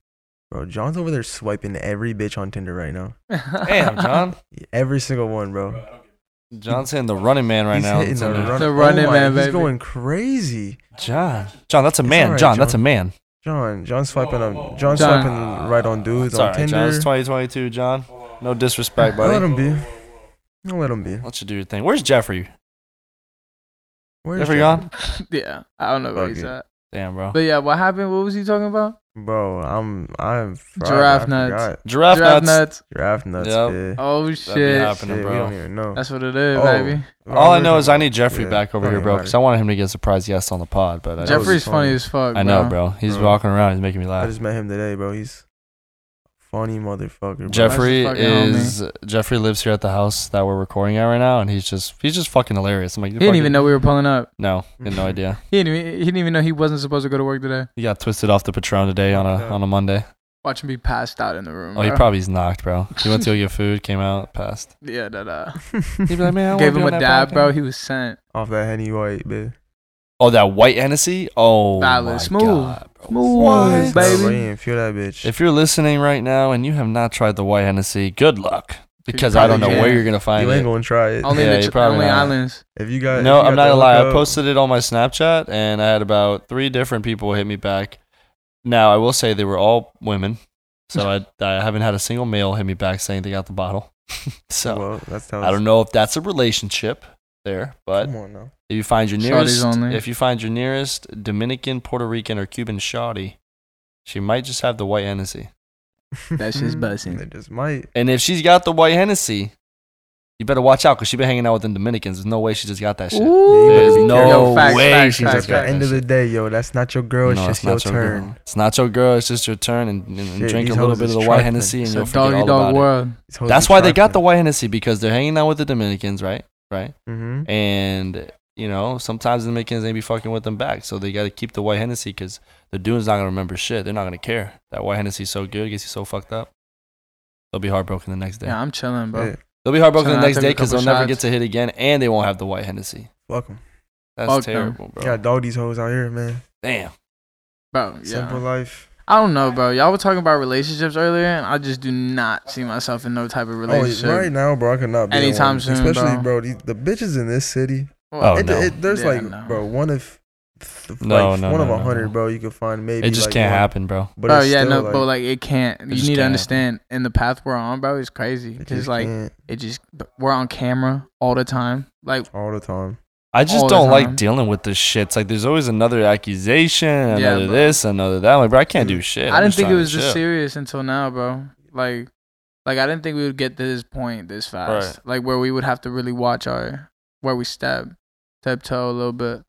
Bro, John's over there swiping every bitch on Tinder right now.
damn, John.
Every single one, bro.
John's hitting the running man right
he's
now.
hitting
It's
the
amazing.
run-
The running
oh my,
man,
He's
baby.
going crazy.
John, John, that's a
It's
man.
alright,
John, that's a
John.
man.
John, John swiping on,
John.
John swiping right on dudes
It's
on
all right,
Tinder.
John. It's 2022, John. No disrespect,
Don't let
buddy.
him be. Don't let him be.
Let you do your thing. Where's Jeffrey?
Where's
Jeffrey
John?
gone?
yeah. I don't know where
Fuck
he's
it.
at.
Damn, bro.
But yeah, what happened? What was he talking about?
Bro, I'm I'm fried.
Giraffe
I
nuts.
forgot.
Giraffe,
Giraffe
nuts.
Giraffe nuts.
Yep.
Yeah.
Oh shit.
happening,
Shit,
bro.
We don't even know.
That's what it is,
Oh,
baby.
All I
we're
know is
talking
I need
about-
Jeffrey
yeah,
back over
don't
here,
even
bro,
matter.
because I wanted him to get a surprise guest on the pod. But I,
that was
Jeffrey's funny
funny.
as fuck.
I know, bro. He's
Bro.
walking around. He's making me
I
laugh.
just met him today, bro. He's funny motherfucker. Bro.
Jeffrey
That's fucking
is Jeffrey lives here at the house that we're recording at right now, and he's just he's just fucking hilarious. I'm like,
He didn't even know we were pulling up.
No, he had no idea.
He didn't. Even, he didn't even know he wasn't supposed to go to work today.
He got twisted off the Patron today on a
Yeah.
on a Monday.
Watch him be passed out in the room.
Oh, he
bro.
probably's knocked, bro. He went to go get food, came out, passed.
Yeah, that uh,
He'd be like, man, I wanna
gave him
be
a
on that
dab,
podcast."
bro. He was sent.
Off that Henny White, man.
Oh, that white Hennessy. Oh,
Valid.
my
Smooth.
God, bro.
Smooth,
What?
baby.
Bro, you ain't feel that bitch.
If you're listening right now and you have not tried the white Hennessy, good luck because
You
I don't know
probably
where
can't.
you're gonna find
you ain't
it.
gonna try it.
Only
Yeah,
in
he
the tr-
probably
only
not.
islands.
if you got,
no,
if you
I'm
got
not
the
gonna lie. I
hookup-
posted it on my Snapchat and I had about three different people hit me back. Now I will say they were all women, so I I haven't had a single male hit me back saying they got the bottle. so
Well, that's how
I don't know if that's a relationship there, but
Come on now.
If you find your
Shawty's
nearest,
only.
if you find your nearest Dominican, Puerto Rican, or Cuban shoddy, she might just have the white Hennessy.
That's just buzzing.
They just might.
And if she's got the white Hennessy, you better watch out because she been hanging out with them Dominicans. There's no way she just got that shit.
better
There's
be careful.
no
Yo, facts,
way
facts,
she just
facts,
At
Exactly.
got
the
that
end of
shit.
the day, yo, that's not your girl. It's
No,
just your
not your girl.
turn.
It's not your girl. It's just your turn, and, and, and
Shit,
drink a
these
little
hoes
bit of
is
the white
trifling.
Hennessy, and
It's
you'll
a
forget all
doggy
about
dog
it.
world.
These hoes
That's
be
why they got the
trifling.
white Hennessy because they're hanging out with the Dominicans, right? Right.
Mhm.
And you know, sometimes the Dominicans ain't be fucking with them back, so they got to keep the white Hennessy because the dude's not gonna remember shit. They're not gonna care. That white Hennessy's so good, it gets you so fucked up. They'll be heartbroken the next day.
Yeah, I'm chilling, bro.
Yeah,
They'll be heartbroken
Tryna
the next
take
day
a
because they'll
couple
never get
shots.
to hit again, and they won't have the white Hennessy.
Fuck 'em.
That's
Fuck them.
terrible, bro.
Gotta dog these hoes out here, man.
Damn.
Bro,
Simple
yeah.
life.
I don't know, bro. Y'all were talking about relationships earlier, and I just do not see myself in no type of
Oh, yeah,
relationship.
right now, bro, I could not be in
Anytime
one.
soon,
Especially,
bro.
bro, these, the bitches in this city.
Oh,
it,
no.
it- there's
Yeah,
like,
no.
bro, one of th-
No,
like,
no,
one
no,
of
no,
a hundred,
no.
bro. You could find maybe.
It just
like,
can't
one,
happen, bro.
But
bro,
it's
Oh, yeah,
still,
no,
like,
but like it can't. you
just
need to
can't.
understand, and the path we're on, bro, is crazy.
it
Because
just
like
can't
it just we're on camera all the time. Like
all the time.
I just
all the
don't
time.
like dealing with this shit. It's like there's always another accusation,
Yeah,
another
bro.
this, another that. Like, bro, I can't do shit.
I
I'm
didn't
just
think it
trying to
was this
chill.
serious until now, bro. Like, like I didn't think we would get to this point this fast. Like where we would have to really watch our where we step, tiptoe a little bit.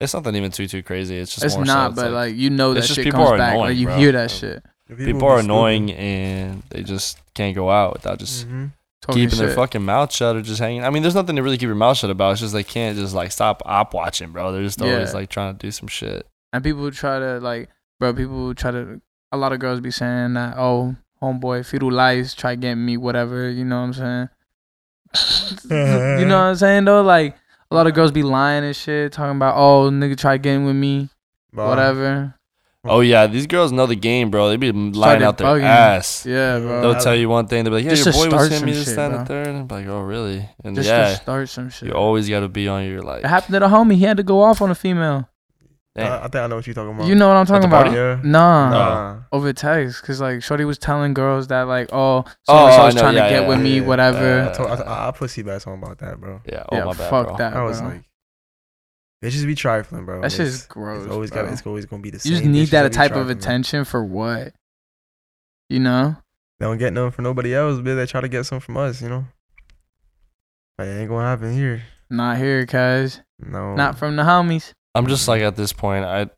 It's nothing even too too crazy. It's just
it's
more so
not,
it's
but
like-
like, you know that
it's just
shit
people
comes
are
back.
annoying,
like you
bro.
hear that shit.
people are annoying and they just can't go out without just
Mm-hmm.
hmm
Talking
keeping
shit.
their fucking mouth shut or just hanging. I mean, there's nothing to really keep your mouth shut about. It's just they can't just like stop op watching, bro. They're just always
Yeah.
like trying to do some shit.
and people would try to like, bro. People would try to. A lot of girls be saying that, oh, homeboy, fetal lies, try getting me, whatever. You know what I'm saying? you know what I'm saying though. Like a lot of girls be lying and shit, talking about, oh, nigga, try getting with me, whatever.
Oh yeah, these girls know the game, bro. They be lying
Started
out their
bugging.
ass.
Yeah, bro.
They'll
I-
tell you one thing. They'll be like, "Yeah,
Just
your
to
boy was
start
him.
some
You just
shit,
stand
bro.
and third. And I'm like, "Oh, really?" And
just
yeah,
to start some shit.
you always got to be on your like.
It Uh, happened to the homie. He had to go off on a female.
damn.
I, I think I know what you're talking about.
You know what I'm talking
the
about?
party?
Yeah.
Nah.
No.
Nah.
Over text, cause like Shorty was telling girls that like, oh, so
Oh,
and so
I
was
know,
trying
yeah,
to get
yeah,
with me,
yeah,
whatever.
Uh,
I told I, I, I pussy back someone about that, bro.
yeah. Oh
yeah,
my bad,
fuck
bro.
that.
I was
bro.
like, bitches be trifling, bro.
That shit's
It's-
gross,
It's always
bro.
got. It's always gonna be the same.
you just need
bitches
that
be
type of
trifling, bro.
attention for what? You know?
They don't get none from nobody else, but they try to get some from us, you know. But it ain't gonna happen here.
Not here, cuz.
No.
Not from the homies.
I'm just like at this point. I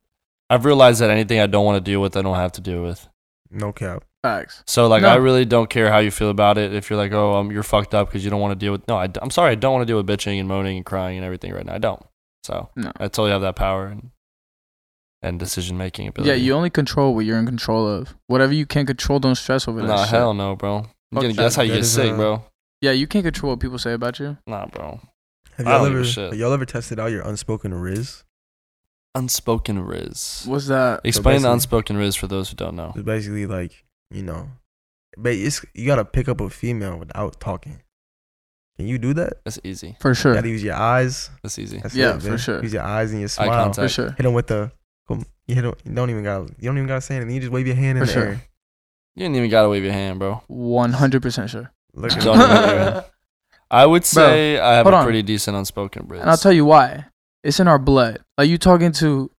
I've realized that anything I don't want to deal with, I don't have to deal with.
No cap.
Facts.
So like,
No.
I really don't care how you feel about it. If you're like, "Oh, um, you're fucked up because you don't want to deal with." No, I, am sorry. I don't want to deal with bitching and moaning and crying and everything right now. I don't. So
No.
I totally have that power and and decision making ability.
Yeah, you only control what you're in control of. Whatever you can't control, don't stress over that
Nah,
shit.
hell no, bro. You
Fuck
gonna,
that.
that's how you
That
get
is,
sick,
uh,
bro.
Yeah, you can't control what people say about you.
Nah, bro.
Have
I
y'all
don't give a
ever?
shit.
Have y'all ever tested out your unspoken riz?
Unspoken riz.
What's that?
Explain the
basically-
unspoken riz for those who don't know.
It's basically like you know, but it's you gotta pick up a female without talking. Can you do that?
That's easy.
For
You
sure.
gotta use your eyes.
That's easy.
That's
Yeah,
it,
for
man.
sure.
Use your eyes and
Eye
your smile.
contact.
For sure.
Hit them with the. Come, you hit 'em- You don't even gotta. You don't even gotta say anything. You just wave your hand in
For
the
sure.
air.
You didn't even gotta wave your hand, bro.
One hundred percent sure.
Look at
Don't even wave your
them.
hand. I would say I have
hold
a
on.
pretty decent unspoken riz.
And I'll tell you why. It's in our blood. Like you talking to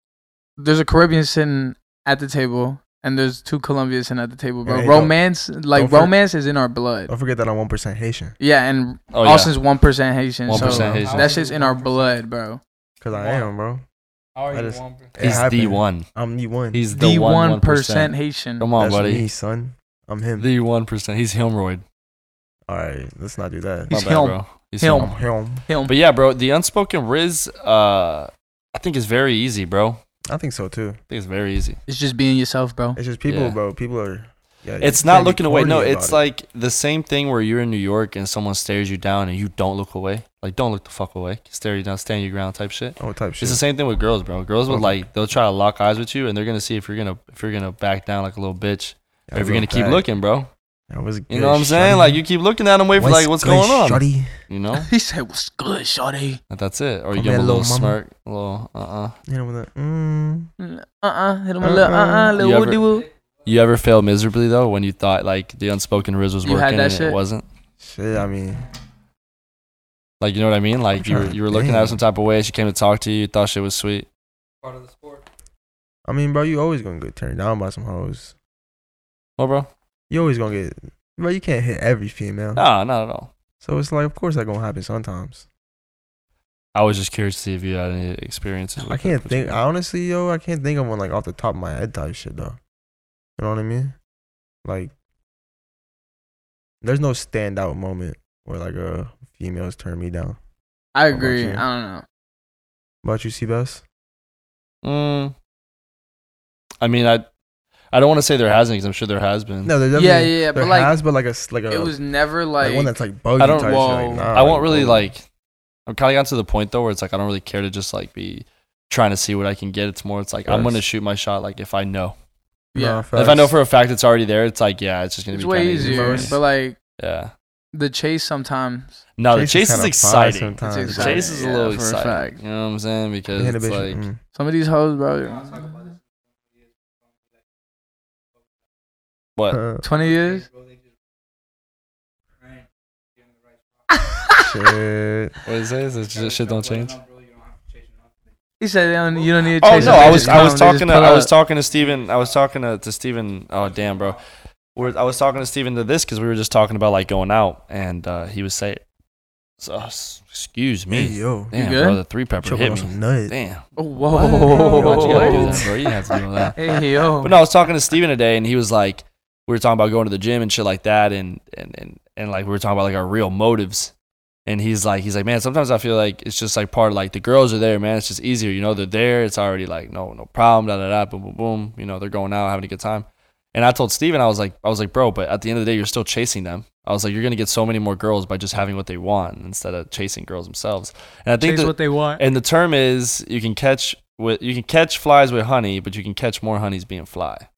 there's a Caribbean sitting at the table and there's two Colombians sitting at the table, bro.
Hey, don't-
romance like
don't Oh. for-
romance is in our blood.
Don't forget that I'm one percent Haitian.
Yeah, and
oh, yeah.
Austin's one percent Haitian.
1%
so
Haitian.
that shit's in our blood, bro.
Cause I am, bro.
How are
That
you,
is-
Wamper?
It
He's the
happened.
one.
I'm the one.
He's the,
The
one
one percent Haitian.
Come on,
That's
buddy.
me, son. I'm him.
The one percent. He's Hilmroid.
All right, let's not do that.
My
He's
bad,
Hilm.
bro. He's
Hilm.
I'm him.
Him.
But yeah, bro, the unspoken riz, uh, I think is very easy, bro. I
I think so too.
think it's very easy.
It's just being yourself, bro.
It's just people,
Yeah.
bro. People are. Yeah, you
It's
can't
not
be
looking away.
corny
No,
about
it's
it.
like the same thing where you're in New York and someone stares you down and you don't look away. Like, don't look the fuck away. Stare you down, stand your ground type shit.
oh type shit.
It's the same thing with girls, bro. Girls would
Okay.
like they'll try to lock eyes with you and they're gonna see if you're gonna if you're gonna back down like a little bitch
That
or if
was a
you're gonna keep
fact.
looking, bro.
That was
You know what I'm saying? Like you keep looking at them, wait for like what's going on.
Shuddy?
You know,
he said, What's good, Shawty?
And that's it. Or you
Come
give
here,
them a little
little mama.
smirk, a little uh uh
You know with that. Mm,
Uh uh hit him a little uh uh
Uh-uh.
You
little
ever-
woody woo.
You ever fail miserably though when you thought like the unspoken riz was
You
working
had that
and it
shit?
wasn't?
shit. I mean,
Like you know what I mean? Like you were,
trying-
you were looking at her
dang.
some type of way. She came to talk to you. You thought shit was sweet.
Part of the sport.
I mean, bro. You always gonna get turned down by some hoes.
Well, bro,
You always gonna get. Bro, you can't hit every female.
nah, not at all.
So it's like, of course, that gonna happen sometimes.
I was just curious to see if you had any experiences. With
I
it,
can't
but-
think. Honestly, yo, I can't think of one like off the top of my head type shit though. You know what I mean? Like, there's no standout moment where like a female's turned me down.
I
How about
agree.
you?
I don't know.
But you see, best.
Mm. I mean, I I don't want to say there hasn't because I'm sure there has been.
No, there's
Yeah, yeah,
definitely-
yeah.
There
But like
has, but like a s- like a
it was never like,
like, one that's like buggy.
I don't.
Type
Well,
shit. Like, nah,
I won't really
bro.
like. I'm kind of got to the point though where it's like I don't really care to just like be trying to see what I can get. It's more. It's like I'm gonna
Yes.
shoot my shot. Like if I know,
yeah.
if I know
facts.
for a fact it's already there, it's like yeah, it's just gonna
It's
be
way
kinda
easier.
Most-
But like
Yeah.
the chase sometimes.
No, the
Chase is
chase is
kinda fire
exciting. The
sometimes,
It's
bro.
exciting.
chase is a
Yeah,
little
for a
exciting.
fact.
You know what I'm saying? Because
Hit a
it's
bitch,
like
mm.
Some of these hoes, bro.
what?
Uh,
Twenty years.
shit.
What is it? It's just shit don't change.
he said, they don't, "You don't need to
Oh
chase."
no,
them,
I
they
was
just
I was
come, they just
talking to
pull
I was
up."
talking to Steven. I was talking to, to Steven. Oh damn, bro. We're, I was talking to Steven to this because we were just talking about like going out, and uh, he was saying, so, s- "Excuse
Hey,
me,
yo.
damn,
good?
bro, the three pepper
Choking
hit
on
me,
some nut.
damn."
Oh,
Whoa, why'd you gotta do
whoa.
that, bro? You didn't have to do that.
Hey yo.
But no, I was talking to Steven today, and he was like, we were talking about going to the gym and shit like that, and and and, and like we were talking about like our real motives. And he's like, he's like, man, sometimes I feel like it's just like part of like the girls are there, man. It's just easier, you know. They're there. It's already like no, no problem. Da da da. Boom, boom, boom. You know, they're going out, having a good time. And I told Steven, I was like, I was like, bro, but at the end of the day, you're still chasing them. I was like, you're gonna get so many more girls by just having what they want instead of chasing girls themselves. And I think
Chase
that-
what they want.
and the term is you can catch with you can catch flies with honey, but you can catch more honeys being fly.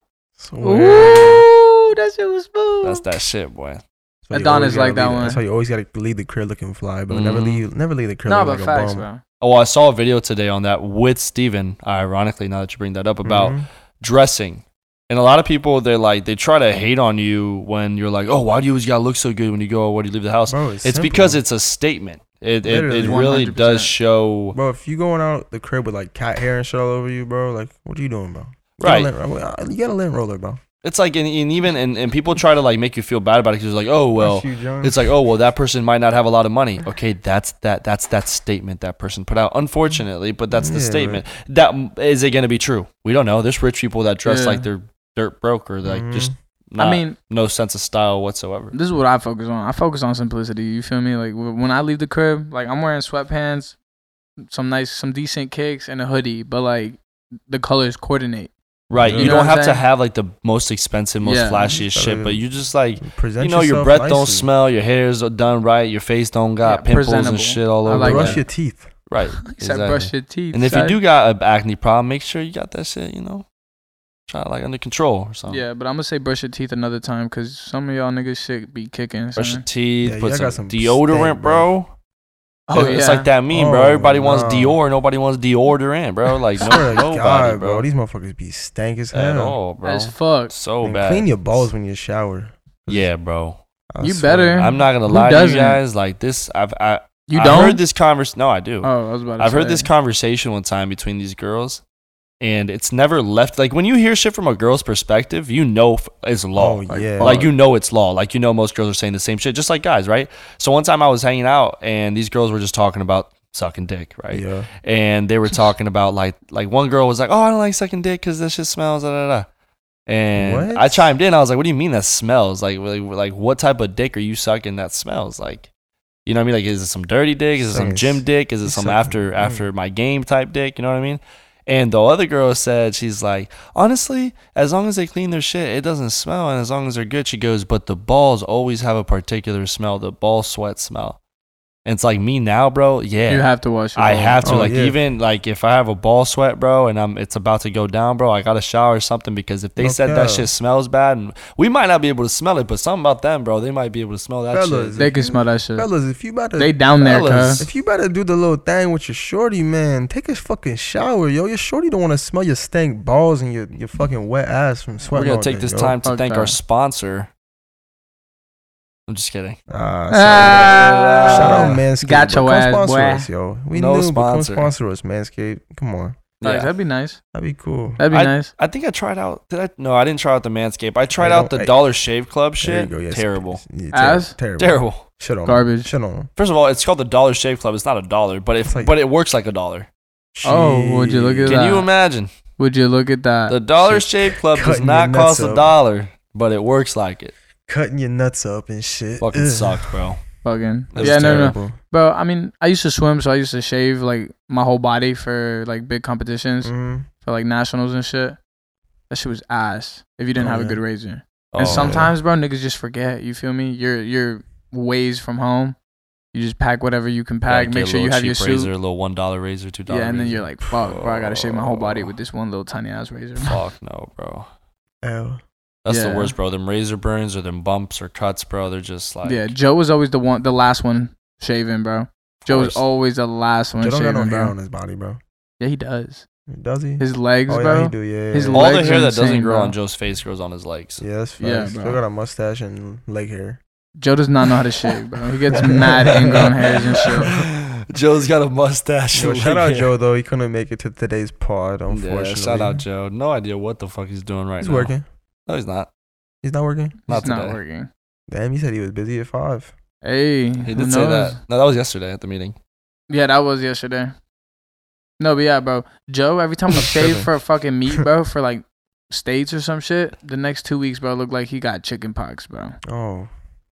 Ooh, that shit was smooth.
That's that shit, boy.
That's why you
Adonis
always gotta
like that
leave-
one.
That's why you always gotta leave the crib looking fly, but never
Mhm.
leave never leave the crib
no,
looking
but
like
facts,
a bum.
bro.
Oh, I saw a video today on that with Steven, ironically, now that you bring that up, about
Mhm.
dressing. And a lot of people, they're like, they try to hate on you when you're like, oh, why do you always gotta look so good when you go, when you leave the house?
Bro,
It's because
simple.
it's a statement. It, it,
Literally.
it really does
100%.
show.
bro. If you going out the crib with like cat hair and shit all over you, bro, like what are you doing, bro? You got a
Right.
lint- You got a lint roller, bro.
It's like, and, and even, and, and people try to like make you feel bad about it because like, oh, well,
That's you, John.
it's like, oh, well, that person might not have a lot of money. Okay, that's that, that's that statement that person put out, unfortunately, but that's the
Yeah,
statement. That is it gonna be true? We don't know. There's rich people that dress
Yeah. Mm-hmm.
like they're dirt broke or like just
Mhm.
not,
I mean,
no sense of style whatsoever.
this is what I focus on. I focus on simplicity. You feel me? Like wh- when I leave the crib, like I'm wearing sweatpants, some nice, some decent kicks, and a hoodie. But like the colors coordinate.
Right.
Yeah.
You,
You know
don't
what I'm
have to
saying?
have like the most expensive, most
Yeah.
flashiest
Just
shit,
gotta
but you just like
present
you know your
yourself
breath
nicely.
don't smell, your hair's done right, your face don't got
Yeah,
pimples
presentable.
and shit all
I
over.
like
Brush
it.
your teeth.
Right.
Except brush
exactly.
your teeth.
And if you
son.
do got an acne problem, make sure you got that shit, you know. Try to, like under control or something.
yeah, but I'm gonna say brush your teeth another time because some of y'all niggas shit be kicking.
Brush your
son.
teeth,
Yeah, y'all
put some,
got some
deodorant,
stank,
bro.
bro.
Oh
It-
yeah,
It's like that meme, bro.
Oh,
Everybody wants
no.
Dior, nobody wants deodorant, bro. Like no,
Swear to
nobody,
God,
bro.
bro. These motherfuckers be stank as
At
hell.
all, bro.
as fuck.
So
And
bad.
Clean your balls when you shower.
Yeah, bro.
I
You
swear.
better.
I'm not gonna
Who
lie to you
doesn't?
guys. Like this, I've I,
You
I've
don't.
heard this convers. No, I do.
oh, I was about to
I've heard
say.
this conversation one time between these girls, and it's never left. Like when you hear shit from a girl's perspective, you know f- it's law.
Oh,
Like,
yeah.
Like you know it's law. Like you know most girls are saying the same shit, just like guys, right? So one time I was hanging out, and these girls were just talking about sucking dick, right?
Yeah.
and they were talking about like like one girl was like, "Oh, I don't like sucking dick because that shit smells." Da, da, da. And
What?
I chimed in. I was like, "What do you mean that smells? Like, like, like what type of dick are you sucking that smells? Like, you know what I mean? Like, is it some dirty dick? Is it some
Sucking
gym
s-
dick? Is it
you
some
sucking-
after
mm.
after my game type dick? You know what I mean?" And the other girl said, "She's like, honestly, as long as they clean their shit, it doesn't smell, and as long as they're good." She goes, "But the balls always have a particular smell, the ball sweat smell." And it's like me now, bro. Yeah,
You have to wash. Your
I
balls.
have to
Oh,
like
yeah.
even like if I have a ball sweat, bro, and I'm it's about to go down, bro. I got to shower or something because if they
No
said that
cap.
shit smells bad, and we might not be able to smell it, but something about them, bro, they might be able to smell that
Fellas,
shit.
They can smell that shit.
Fellas, if you about to
They down there,
Fellas.
cuz.
if you about to do the little thing with your shorty, man, take a fucking shower, yo. Your shorty don't want to smell your stank balls and your, your fucking wet ass from
We're
sweating.
gonna
all
take
day,
this
yo.
time to
Fuck
thank our
that.
sponsor. I'm just kidding.
Ah,
Ah.
sorry. Shout out Manscaped.
Got
bro.
your
Come
ass,
sponsor
boy.
us, yo. We
No
knew,
sponsor.
But come sponsor us, Manscaped. Come on,
Like,
Yeah.
That'd be nice.
that'd be cool.
That'd be nice.
I think I tried out. Did I? No, I didn't try out the Manscaped. I tried
I
out
don't-
the
I-
Dollar Shave Club
There you
shit.
go, yes.
terrible,
Yeah,
Ass?
terrible. Terrible.
terrible.
Shit on 'em.
Garbage.
Shit on 'em.
First of all, it's called the Dollar Shave Club. It's not a dollar, but it
It's like-
but it works like a dollar.
Oh, would you look at
Jeez.
Can
that?
you imagine?
Would you look at that?
The Dollar Shave Club does
Cutting
not
your nuts
cost a
up.
dollar, but it works like it.
cutting your nuts up and shit?
Fucking
Ugh.
sucked, bro.
Fucking.
That's
yeah, no, no, no.
Terrible.
Bro, I mean, I used to swim, so I used to shave like my whole body for like big competitions,
Mm.
for like nationals and shit. That shit was ass if you didn't
Oh,
have a
yeah.
good razor.
Oh,
and sometimes, bro, niggas just forget. You feel me? Your your ways from home. You just pack whatever you can
yeah,
pack.
get
Make
a
sure you
little
have your
cheap
suit.
razor, a little one dollar razor, two dollar.
yeah, and then
razor.
you're like, fuck, bro, I gotta shave my whole body with this one little tiny ass razor.
Fuck no, bro.
Ow.
That's the
Yeah.
worst, bro. Them razor burns or them bumps or cuts, bro. They're just like
yeah, Joe was always the one, the last one shaving, bro. Joe was
Worst.
always the last one
Joe don't got
shaving,
no hair
bro.
on his body, bro.
Yeah, he does.
Does he?
His legs,
oh,
bro.
yeah, he do. Yeah.
His
yeah.
all the
legs
hair
are
that doesn't
insane,
grow
bro.
on Joe's face grows on his legs.
Yeah, that's
Yeah,
facts.
bro.
Still got a mustache and leg hair.
Joe does not know how to shave, bro. He gets mad ingrown hairs and shit.
shit. Joe's got a mustache.
Yo,
and
shout
leg
out
hair.
Joe though. He couldn't make it to today's pod, unfortunately.
Yeah, shout out Joe. No idea what the fuck he's doing right
He's
now.
working.
No, he's not.
He's not working.
Not
it's not
today.
working.
Damn, he said he was busy at five.
Hey,
He
who
did
knows?
say that. No, that was yesterday at the meeting.
Yeah, that was yesterday. No, but yeah, bro. Joe, every time we shave for a fucking meat, bro, for like states or some shit, the next two weeks, bro, look like he got chicken pox, bro.
Oh,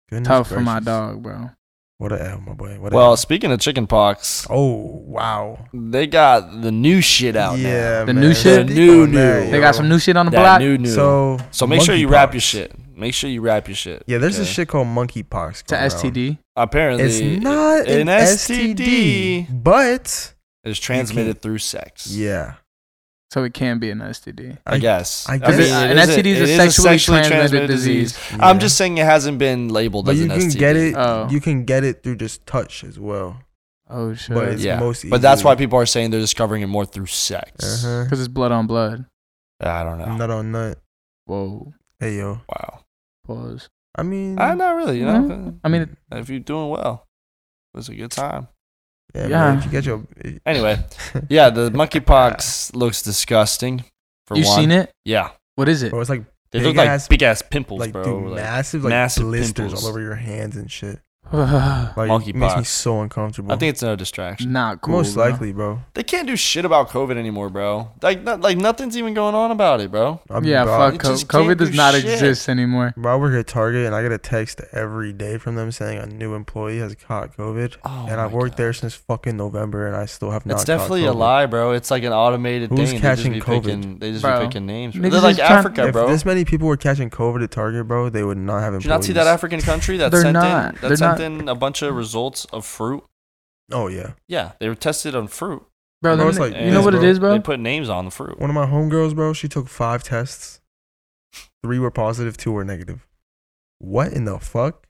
goodness
Tough for my
gracious.
dog, bro.
What a L, my boy. What a
Well,
L.
speaking of chicken pox,
oh wow.
they got the new shit out now.
yeah,
The
man.
new shit?
Speak
New,
on that,
new.
They
yo.
got some new shit on the
that
block.
new new. So,
So,
make sure you wrap your
monkeypox.
shit. Make sure you wrap your shit.
Yeah, there's
okay?
this shit called monkeypox.
to
going around.
STD.
Apparently,
It's not
an
an STD, but
It's transmitted through sex.
yeah,
So it can be an STD.
I,
I-
guess.
I
I
guess-
mean,
an
it
STD is a
it
sexually, transmitted, disease.
I'm
Yeah.
just saying it hasn't been labeled
But
as
you
an
can
STD.
get it.
Oh.
You can get it through just touch as well.
Oh shit.
But it's
Yeah,
most.
But that's
easily-
why people are saying they're discovering it more through sex.
Uh-huh.
Because it's blood on blood.
I don't know.
Nut on nut.
Whoa.
Hey yo.
Wow.
Pause.
I mean.
Uh, not really. You know,
I mean, it-
if you're doing well, it was a good time.
Yeah.
Yeah.
Man, if you get your.
Anyway, yeah, the monkeypox looks disgusting. For
you
one.
seen it?
Yeah,
What is it?
Bro, it's like
they
Big
look like
ass-
big ass pimples,
like
bro.
dude,
Like,
massive like
massive
blisters
pimples.
all over your hands and shit.
not
Like it makes me
Monkeypox.
so uncomfortable.
I think it's another distraction.
cool.
most
bro.
likely, bro.
They can't do shit about COVID anymore, bro. Like, not, like nothing's even going on about it, bro.
I'm,
yeah,
bro,
You
fuck.
just
Co- COVID
can't
does
do
not
shit.
exist anymore.
Bro, I work at Target and I get a text every day from them saying a new employee has caught COVID.
Oh
and
my
I've worked
God.
there since fucking November and I still have not
It's definitely
caught
a
COVID.
lie, bro. It's like an automated
Who's
thing.
catching
they just be
COVID?
picking, they just
Bro.
be picking names.
Niggas
They're like
is trying-
Africa,
if
bro.
this many people were catching COVID at Target, bro, they would not have
Did
employees.
you not see that African country that
They're
sent
not.
in that
They're
sent
not.
in a bunch of results of fruit?
Oh yeah.
Yeah, they were tested on fruit.
Bro,
Bro, them-
it's like
you know
this,
what it
bro.
is, bro?
They put names on the fruit.
One of my homegirls, bro, she took five tests. Three were positive, two were negative. What in the fuck?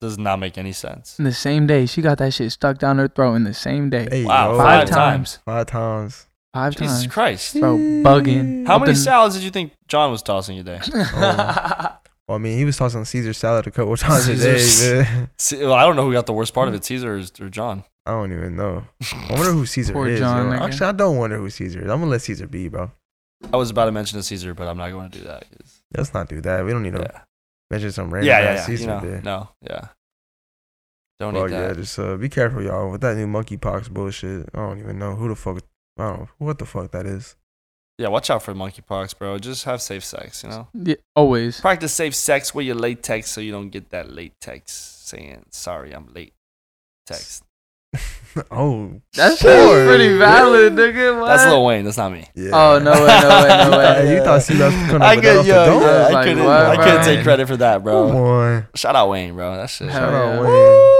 Does not make any sense.
In the same day, she got that shit stuck down her throat in the same day.
Hey,
Wow,
yo.
five
five
times.
times.
Five times.
Five
Jesus
times.
Christ.
Bro, bugging.
How
But
many
then-
salads did you think John was tossing a day?
Oh. Well, I mean, he was tossing Caesar salad a couple times a
Caesar
day. man.
See, well, I don't know who got the worst part of it, Caesar or, or John.
I don't even know. I wonder who Caesar
Poor
is.
John,
yo.
nigga.
Actually, I don't wonder who Caesar is. I'm gonna let Caesar be, bro.
I was about to mention a Caesar, but I'm not going to do that. 'cause-
Let's not do that. We don't need to
yeah.
mention some
Yeah,
random
yeah,
ass
yeah.
Caesar.
You know,
there.
no, yeah. Don't
Well,
eat
yeah,
that.
just uh, be careful, y'all, with that new monkeypox bullshit. I don't even know who the fuck. I don't know what the fuck that is.
Yeah, watch out for monkeypox, bro. Just have safe sex, you know?
Yeah, always.
Practice safe sex with your latex so you don't get that latex saying, sorry, I'm late. Text.
oh,
That's
Sure.
pretty valid, nigga. What?
That's Lil Wayne. That's not me.
yeah.
Oh, no way, no way, no
You thought-
way.
You thought Caesar was coming up
I
with
could,
that off
yo,
the dome?
yeah,
I was
I,
like,
couldn't,
what,
I couldn't
bro?
take credit for that,
Come
bro.
on.
Shout out Wayne, bro. That shit.
Hell
Shout out
yeah.
Wayne.
Woo!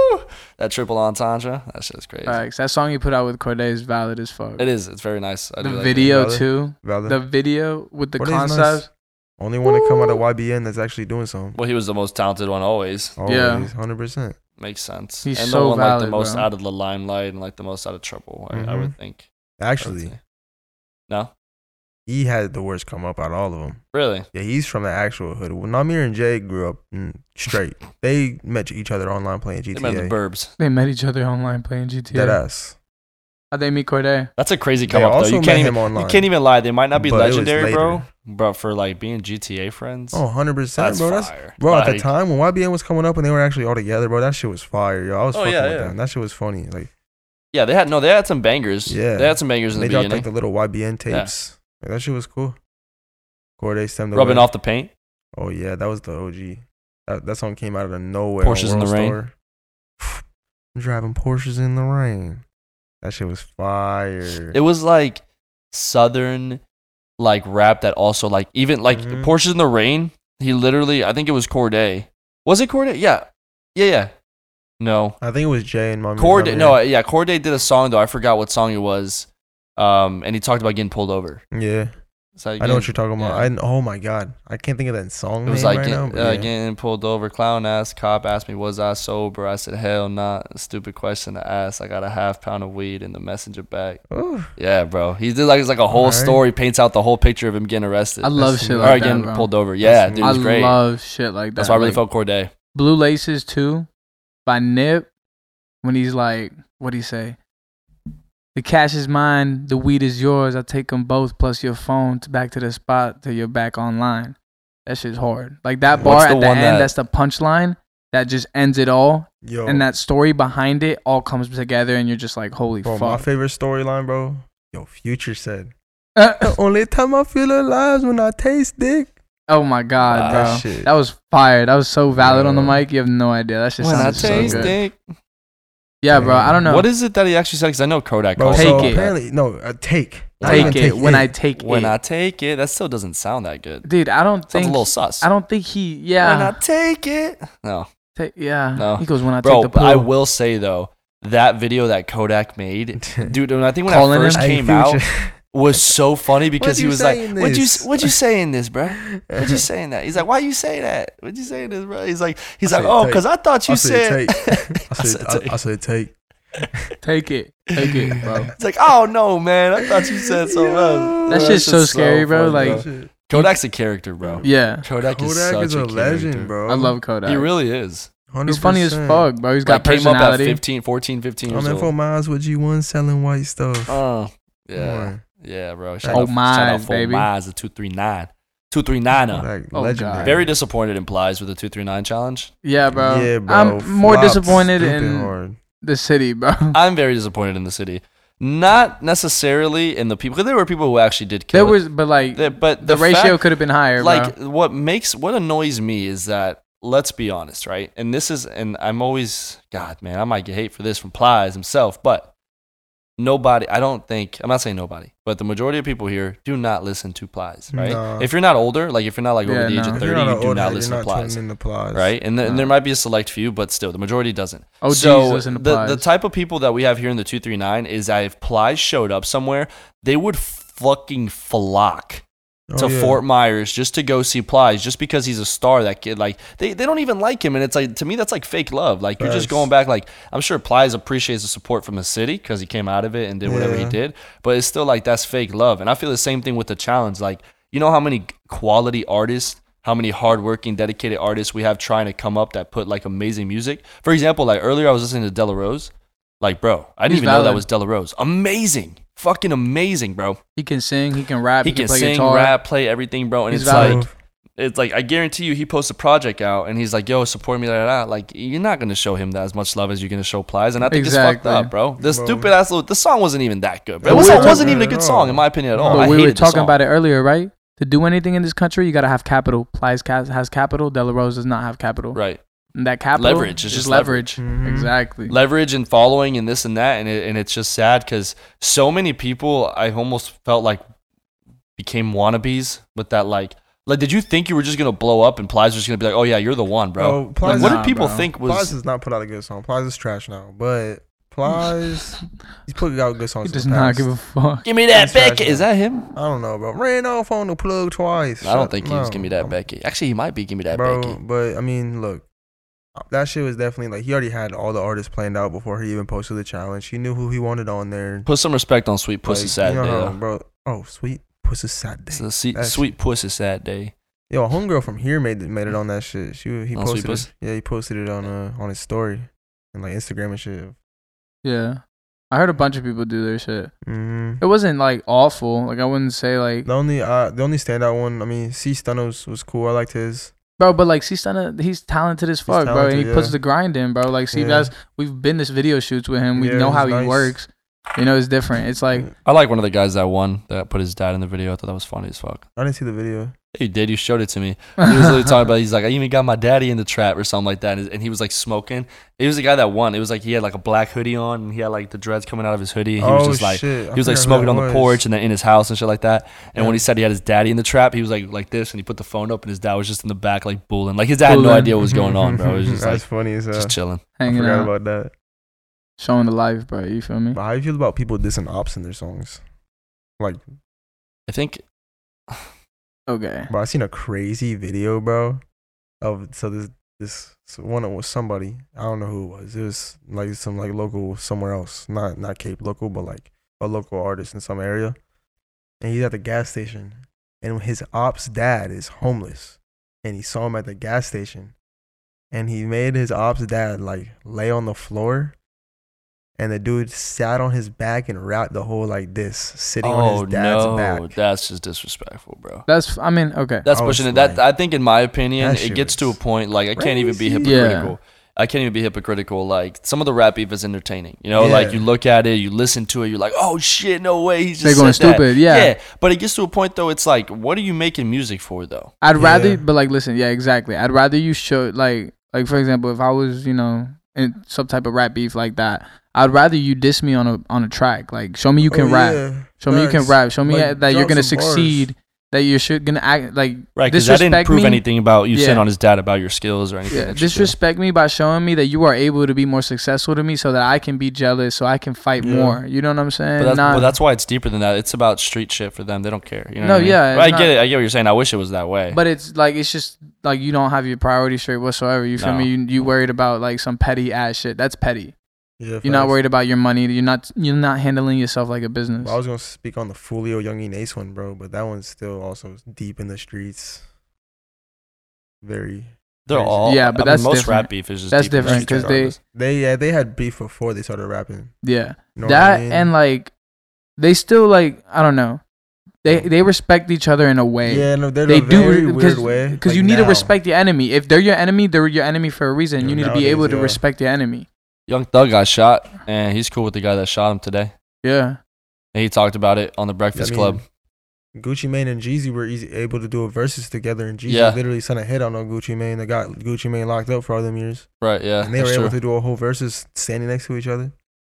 That triple entendre. That shit's crazy.
Facts. That song you put out with Cordae is valid as fuck.
It is. It's very nice. I
the
do like it.
video
Valid.
too.
Valid.
The video with the
Cordae's nice.
concept.
Only one to come out of YBN that's actually doing something.
Well, he was the most talented one always.
Always,
Yeah.
hundred percent.
Makes sense.
He's
and
so
the one like the
valid,
most
bro.
out of the limelight and like the most out of trouble. I, I
Mhm.
would think. I would
Actually,
say. no,
he had the worst come up out of all of them.
really.
Yeah, he's from the actual hood. Well, Namir and Jay grew up mm, straight. they met each other online playing
They meant the
GTA.
burbs.
They met each other online playing GTA.
Dead ass.
How'd they meet Cordae?
That's a crazy
They
come up though.
also
You
met
can't even.
him online.
You can't even lie. They might not be
But it was
legendary, bro.
later.
But for like being GTA friends,
Oh, 100 percent,
that's
bro. That's
fire.
bro. at the
Like,
time when YBN was coming up and they were actually all together, bro, that shit was fire, yo. I was
Oh,
fucking
yeah,
with
yeah.
them. That shit was funny. Like
Yeah, they had no. They had some bangers.
Yeah.
Yeah, they had some bangers in
they
the
dropped
beginning.
like the little YBN
Yeah.
tapes. Like, that shit was cool. Corday stemmed the
Rubbing
way.
off the paint.
Oh yeah, that was the OG. That, that song came out of the nowhere. on
Porsches in the
World
Rain.
Star. Driving Porsches in the rain. That shit was fire.
It was like southern like rap that also like even like
Mhm.
Porsches in the Rain. He literally, I think it was Corday. Was it Corday? Yeah, yeah, yeah. No,
I think it was Jay and Mommy.
Corday. No, yeah, Corday did a song though. I forgot what song it was. Um, and he talked about getting pulled over.
Yeah,
It's like
I know
getting-
what you're talking about.
yeah.
I oh my god, I can't think of that song.
It was
name
like
right
get-
now, but
uh,
yeah.
getting pulled over, clown ass cop asked me, "Was I sober?" I said, "Hell, not." Stupid question to ask. I got a half pound of weed in the messenger bag.
Ooh,
Yeah, bro. He did like it's like a whole
Alright.
story, paints out the whole picture of him getting arrested.
I love shit
Or
like
getting
that, bro.
pulled over. Yeah, dude, it
I
was great.
love shit like that.
That's why I really
Like,
felt Corday.
Blue Laces too by Nip when he's like, what do he say? The cash is mine, the weed is yours. I take them both plus your phone to back to the spot till you're back online. That shit's hard. Like that bar
What's the
at the
one
end,
that-
that's the punchline that just ends it all,
yo,
and that story behind it all comes together, and you're just like, holy
bro, my
fuck.
favorite storyline, bro. Yo, Future said, "The only time I feel alive is when I taste dick."
oh my god,
Wow.
bro,
That
that,
shit.
was fire. That was so valid on the
Bro.
mic. You have no idea. That shit
When I
sounded so
taste
good.
it,
Yeah, bro. I don't know.
what is it that he actually said? Because I know Kodak
Bro,
calls
Take
so
it.
apparently no, uh, take, not
take
even
it when I
it.
take
When
it.
I take it, that still doesn't sound that good.
Dude, I don't
Sounds
think
a little sus.
I don't think he.
When I
Yeah,
take it, no,
ta- yeah.
No.
He goes when I
bro.
take the
But
pill.
I will say though, that video that Kodak made, dude. When I think when
Calling
I first
him?
came out, was so funny because he
you
was
say
like,
in
"What'd you
this?"
What'd you say in this, bro? What'd you say in that?" He's like, "Why you say that? What'd you say in this, bro?" He's like, "He's
I
like,
said
oh,
take.
because I thought you
I
said."
said I
I
said,
said
I,
take.
I said take.
Take it. Take it, bro.
It's like, oh no, man! I thought you said something else.
Yo.
That
Bro,
shit's so scary, bro,
funny,
like-
Shit.
Kodak's a character, bro.
Yeah.
Kodak, is
Kodak
such
is a, legend,
bro.
bro.
I love Kodak.
He really is.
He's funny as
100%.
fuck, bro. He's
Like,
got
came up at
personality.
15, 14, 15 years
I'm in
old.
for miles with G1 selling white stuff.
Oh,
Uh,
Come
yeah,
on.
yeah, bro.
Oh,
out, shout out
my,
for
baby.
Miles, a two three nine, two three nine.
Like,
Oh,
legendary.
God.
Very disappointed in Plies with the two three nine challenge.
Yeah, bro.
Yeah, bro.
I'm more
Flopped
disappointed
stupid
in
hard.
the city, bro.
I'm very disappointed in the city. Not necessarily in the people, because there were people who actually did kill.
There
it.
was, but like
There- but
the, ratio
fact-
could have been higher,
like
bro.
what makes what annoys me is that let's be honest, right? And this is, and I'm always, God, man, I might get hate for this from Plies himself, but nobody, I don't think, I'm not saying nobody, but the majority of people here do not listen to Plies, right?
Nah.
If you're not older, like if you're not like over
Yeah,
the age
no.
of
If
30,
you're
you
not an
do
old
not
head,
listen
you're
to Plies
tuning in to Plies.
right? And, the, and
No.
there might be a select few, but still, the majority doesn't.
Oh,
so
Jesus, and
the,
applies.
the type of people that we have here in the 239 is that if Plies showed up somewhere, they would fucking flock
Oh,
to
yeah.
Fort Myers just to go see Plies just because he's a star. That kid, like, they, they don't even like him. And it's like, to me, that's like fake love. Like, you're just
Facts.
going back, like, I'm sure Plies appreciates the support from the city because he came out of it and did whatever he
Yeah.
did. But it's still like, that's fake love. And I feel the same thing with the challenge. Like, you know how many quality artists, how many hardworking, dedicated artists we have trying to come up that put like amazing music? For example, like earlier I was listening to Della Rose. Like, bro, I didn't
He's
even know that
valid.
was Della Rose. Amazing. Fucking amazing, bro.
he can sing, he can rap,
He,
he,
can,
play
sing,
guitar.
rap, play everything, bro. And
He's
it's
valid.
like, it's like I guarantee you he posts a project out and he's like, "Yo, support me, da, da, da." Like you're not gonna show him that as much love as you're gonna show Plies, and I think it's
Exactly.
fucked up, bro. This
Bro.
stupid ass little. The song wasn't even that good. Bro.
It
It was,
wasn't
not
good
even a
at
good
all.
song in my opinion at all.
But
Oh, I
we were
hated the
talking
song.
about it earlier, right? To do anything in this country, you gotta have capital. Plies ca- has capital. De La Rose does not have capital.
Right,
And that capital
Leverage, it's
is
just
leverage.
Mhm.
Exactly.
leverage and following and this and that, and it, and it's just sad because so many people I almost felt like became wannabes with that like. Like, did you think you were just gonna blow up and Plies was just gonna be like, "Oh yeah, you're the one, bro"?
Bro, Oh, Plies,
like, what
nah,
did people
bro.
think was?
Plies does not put out a good song. Plies is trash now, but Plies, he's putting out good
he
songs. in
does
the
not
past.
give a fuck.
Give me that
That's trash,
Becky. Is
bro.
that him?
I don't know, bro. Ran off on the plug twice.
I don't
Shut-
think he was
no.
gonna be that
I'm-
Becky. Actually, he might be give me that
bro.
Becky.
But I mean, look, that shit was definitely like he already had all the artists planned out before he even posted the challenge. He knew who he wanted on there.
Put some respect on Sweet Pussy
Like,
Saturday.
you know,
though.
bro. Oh, sweet pussy Saturday.
It's the se-
That's-
Sweet Pussy Saturday.
Yo, a homegirl from here made it, made it on that shit. She he
On Sweet
posted
Pussy?
it, yeah he posted it on uh on his story and like Instagram and shit.
Yeah. I heard a bunch of people do their shit.
hmm
It wasn't like awful. Like I wouldn't say like
The only uh the only standout one I mean C Stunos was cool. I liked his.
Bro, but like C Stunna, he's talented as fuck, bro. And he
talented,
puts
yeah.
the grind in, bro. Like see
Yeah.
that's we've been this video shoots with him. We
Yeah,
know how
he's
he
nice.
works. You know, it's different. It's like
I like one of the guys that won that put his dad in the video. I thought that was funny as fuck.
I didn't see the video.
He did. You showed it to me. He was literally talking about. He's like, I even got my daddy in the trap or something like that. And and he was like smoking. It was the guy that won. It was like he had like a black hoodie on and he had like the dreads coming out of his hoodie. He was just like.
Oh, shit. I
He was like
forgot who
smoking
that
on the
was.
porch and then in his house and shit like that. And when
Yeah.
he said he had his daddy in the trap, he was like like this, and he put the phone up, and his dad was just in the back like bulling. Like his dad had no
Bulling.
idea what was going on, bro. It was just
That's
like
funny as hell.
just chilling.
I
hanging
forgot
out,
about that.
showing the life, bro. You feel me?
But how do you feel about people dissing ops in their songs? Like,
I think
Okay.
bro, I seen a crazy video, bro, of so this this so one it was somebody I don't know who it was. It was like some like local somewhere else, not not Cape local, but like a local artist in some area, and he's at the gas station, and his ops dad is homeless, and he saw him at the gas station, and he made his ops dad like lay on the floor. And the dude sat on his back and wrapped the whole like this, sitting on
Oh
his dad's
no,
back.
that's just disrespectful, bro.
That's I mean, okay.
That's
I was
pushing it. That I
like,
think, in my opinion,
that
it
shit
gets to a
was
point like I can't even be
crazy.
Yeah.
hypocritical. I can't even be hypocritical. Like some of the rap beef is entertaining. You know, like
Yeah.
you look at it, you listen to it, you're like, oh shit, no way, he's just
They're going
said that.
stupid, yeah.
but it gets to a point though. It's like, what are you making music for though?
I'd rather,
Yeah.
but like, listen, yeah, exactly. I'd rather you show, like, like for example, if I was, you know, in some type of rap beef like that, I'd rather you diss me on a on a track. Like, show me you can
Oh,
rap.
yeah,
Show me you can
facts.
rap. Show me
Like,
that you're
drop
gonna
some bars.
succeed that you're should gonna act like
Right, because I didn't
Disrespect
prove
me?
anything about you saying
Yeah.
on his dad about your skills or anything.
yeah,
that you do.
disrespect me by showing me that you are able to be more successful to me, so that I can be jealous, so I can fight
Yeah.
more. You know what I'm saying?
But that's,
Not-
but that's why it's deeper than that. It's about street shit for them. They don't care. You know
No,
what I mean?
yeah,
But I
it's
get
not-
it. I get what you're saying. I wish it was that way.
But it's like it's just like you don't have your priorities straight whatsoever. You feel
No.
me? You you worried about like some petty ass shit. That's petty.
Yeah,
You're not
facts.
worried about your money. You're not you're not handling yourself like a business.
Well, I was gonna speak on the Fulio Youngie Ace one, bro, but that one's still also deep in the streets. Very.
They're all
Yeah,
I
but
mean,
that's
most
different.
rap beef is just
That's
deep in the
different
streets
'cause they-
regardless.
They yeah they had beef before they started rapping.
Yeah.
You know what I
that
mean?
and like they still like I don't know. They they respect each other in a way.
yeah, no, they're
They
in a
do
very
re-
weird way.
Because
like
you need to
now.
respect your enemy. If they're your enemy, they're your enemy for a reason.
Yeah,
you need to be
nowadays,
able to
yeah.
respect your enemy.
Young Thug got shot, and he's cool with the guy that shot him today.
Yeah.
And he talked about it on the Breakfast
I mean,
Club.
Gucci Mane and Jeezy were easy, able to do a verses together, and Jeezy
Yeah.
literally sent a hit out on Gucci Mane that got Gucci Mane locked up for all them years,
Right? Yeah,
and they
that's
were able
true.
to do a whole verses standing next to each other.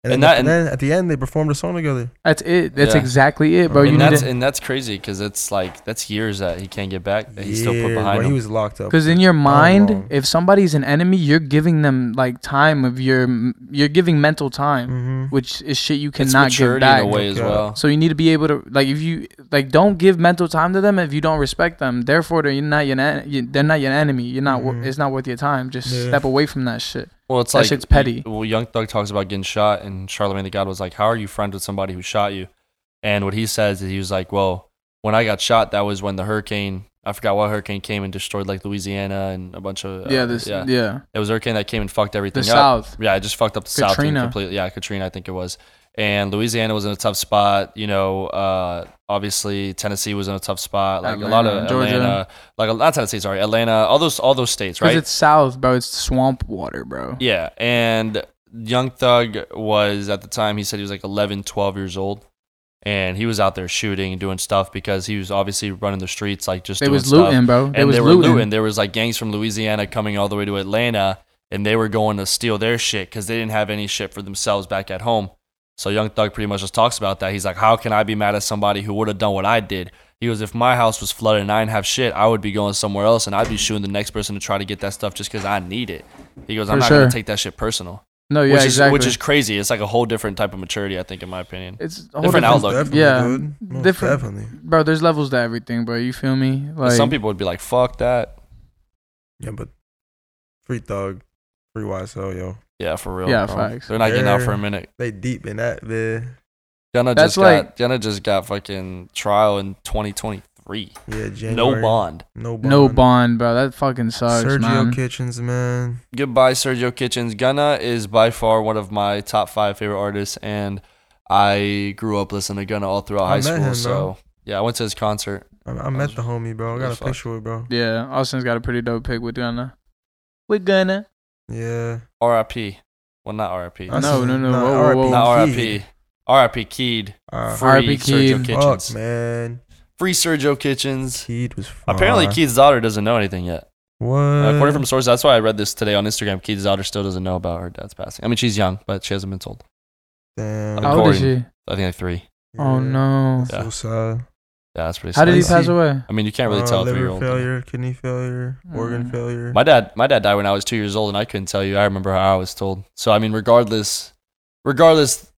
And,
And
then,
that-
and
and-
then at the end they performed a song together.
That's it. That's
Yeah.
exactly it,
And
bro. Oh, You
and
need
that's
to
and that's crazy because it's like that's years that he can't get back. That he still put
Yeah,
behind
bro,
him.
He was locked up.
Because in your mind,
long.
if somebody's an enemy, you're giving them like time of your, you're giving mental time,
Mm-hmm.
which is shit you
it's
cannot give
maturity in
back.
a way as
Yeah.
well.
So you need to be able to like if you like don't give mental time to them if you don't respect them. Therefore, they're not your en- you- they're not your enemy. You're not wor-
Mhm.
it's not worth your time. Just
Yeah.
step away from that shit.
Well, it's
That
like
shit's petty.
Well, Young Thug talks about getting shot, and Charlemagne the God was like, "How are you friends with somebody who shot you?" And what he says is, he was like, "Well, when I got shot, that was when the hurricane. I forgot what hurricane came and destroyed like Louisiana and a bunch of uh,
yeah, this yeah,
It was a hurricane that came and fucked
the
everything up.
South.
Yeah, it just fucked up the South thing
Katrina.
completely. Yeah, Katrina, I think it was. And Louisiana was in a tough spot. You know, uh, obviously Tennessee was in a tough spot. Like a lot
Atlanta,
of
Georgia.
Atlanta, like not Tennessee, sorry, Atlanta. All those all those states,
Because
right?
it's South, bro. It's swamp water, bro.
Yeah, and Young Thug was at the time he said he was like 11, 12 years old, and he was out there shooting and doing stuff because he was obviously running the streets like just
they
doing
was
stuff.
looting, bro. They
and
was
they were
looting.
looting. There was like gangs from Louisiana coming all the way to Atlanta, and they were going to steal their shit because they didn't have any shit for themselves back at home. So Young Thug pretty much just talks about that. He's like, "How can I be mad at somebody who would have done what I did?" He goes, "If my house was flooded and I didn't have shit, I would be going somewhere else, and I'd be shooting the next person to try to get that stuff just because I need it." He goes, "I'm
For
not
sure.
gonna take that shit personal,"
No, yeah,
which is
exactly.
which is crazy. It's like a whole different type of maturity, I think, in my opinion.
it's a whole
different
different
outlook.
Yeah.
dude. Most
Different-
Definitely.
bro. There's levels to everything, bro. You feel me?
But
Like
Some people would be like, "Fuck that."
Yeah, but free thug, free YSL, yo.
Yeah, for real.
Yeah,
bro.
facts.
They're not getting out for
They're-
a minute.
They deep in that, man.
Jenna
That's
just
like-
got Jenna just got fucking trial in 2023.
Yeah, January.
No bond.
No bond.
no bond, bro. That fucking sucks,
Sergio
man.
Kitchens, man.
Goodbye, Sergio Kitchens. Gunna is by far one of my top five favorite artists, and I grew up listening to Gunna all throughout
I
high
met
school.
him,
so
bro.
yeah, I went to his concert.
I, I met the homie, bro. I
that was
got a
fucked.
picture with bro.
Yeah, Austin's got a pretty dope pick with Gunna. With Gunna.
Yeah.
R.I.P. Well, not R.I.P.
I
Not
No,
seen-
no, no,
nah,
whoa, whoa,
Keed.
whoa.
R.I.P. R.I.P. Keed.
Uh,
Free
R.I.P.
Sergio
Keed.
Kitchens.
fuck, man.
Free Sergio Kitchens.
Keed was fine.
Apparently, Keith's daughter doesn't know anything yet.
What?
Uh, According from sources, that's why I read this today on Instagram. Keith's daughter still doesn't know about her dad's passing. I mean, she's young, but she hasn't been told.
Damn.
How old is
Corey.
she?
I think like three.
Oh
Yeah.
no.
That's
Yeah.
So sad.
Yeah, that's pretty.
How did he
sad.
pass away?
I mean, you can't really
Uh,
tell a
liver
three year old.
failure, kidney failure, organ
Mm.
failure.
My dad, my dad died when I was two years old, and I couldn't tell you. I remember how I was told. So I mean, regardless, regardless,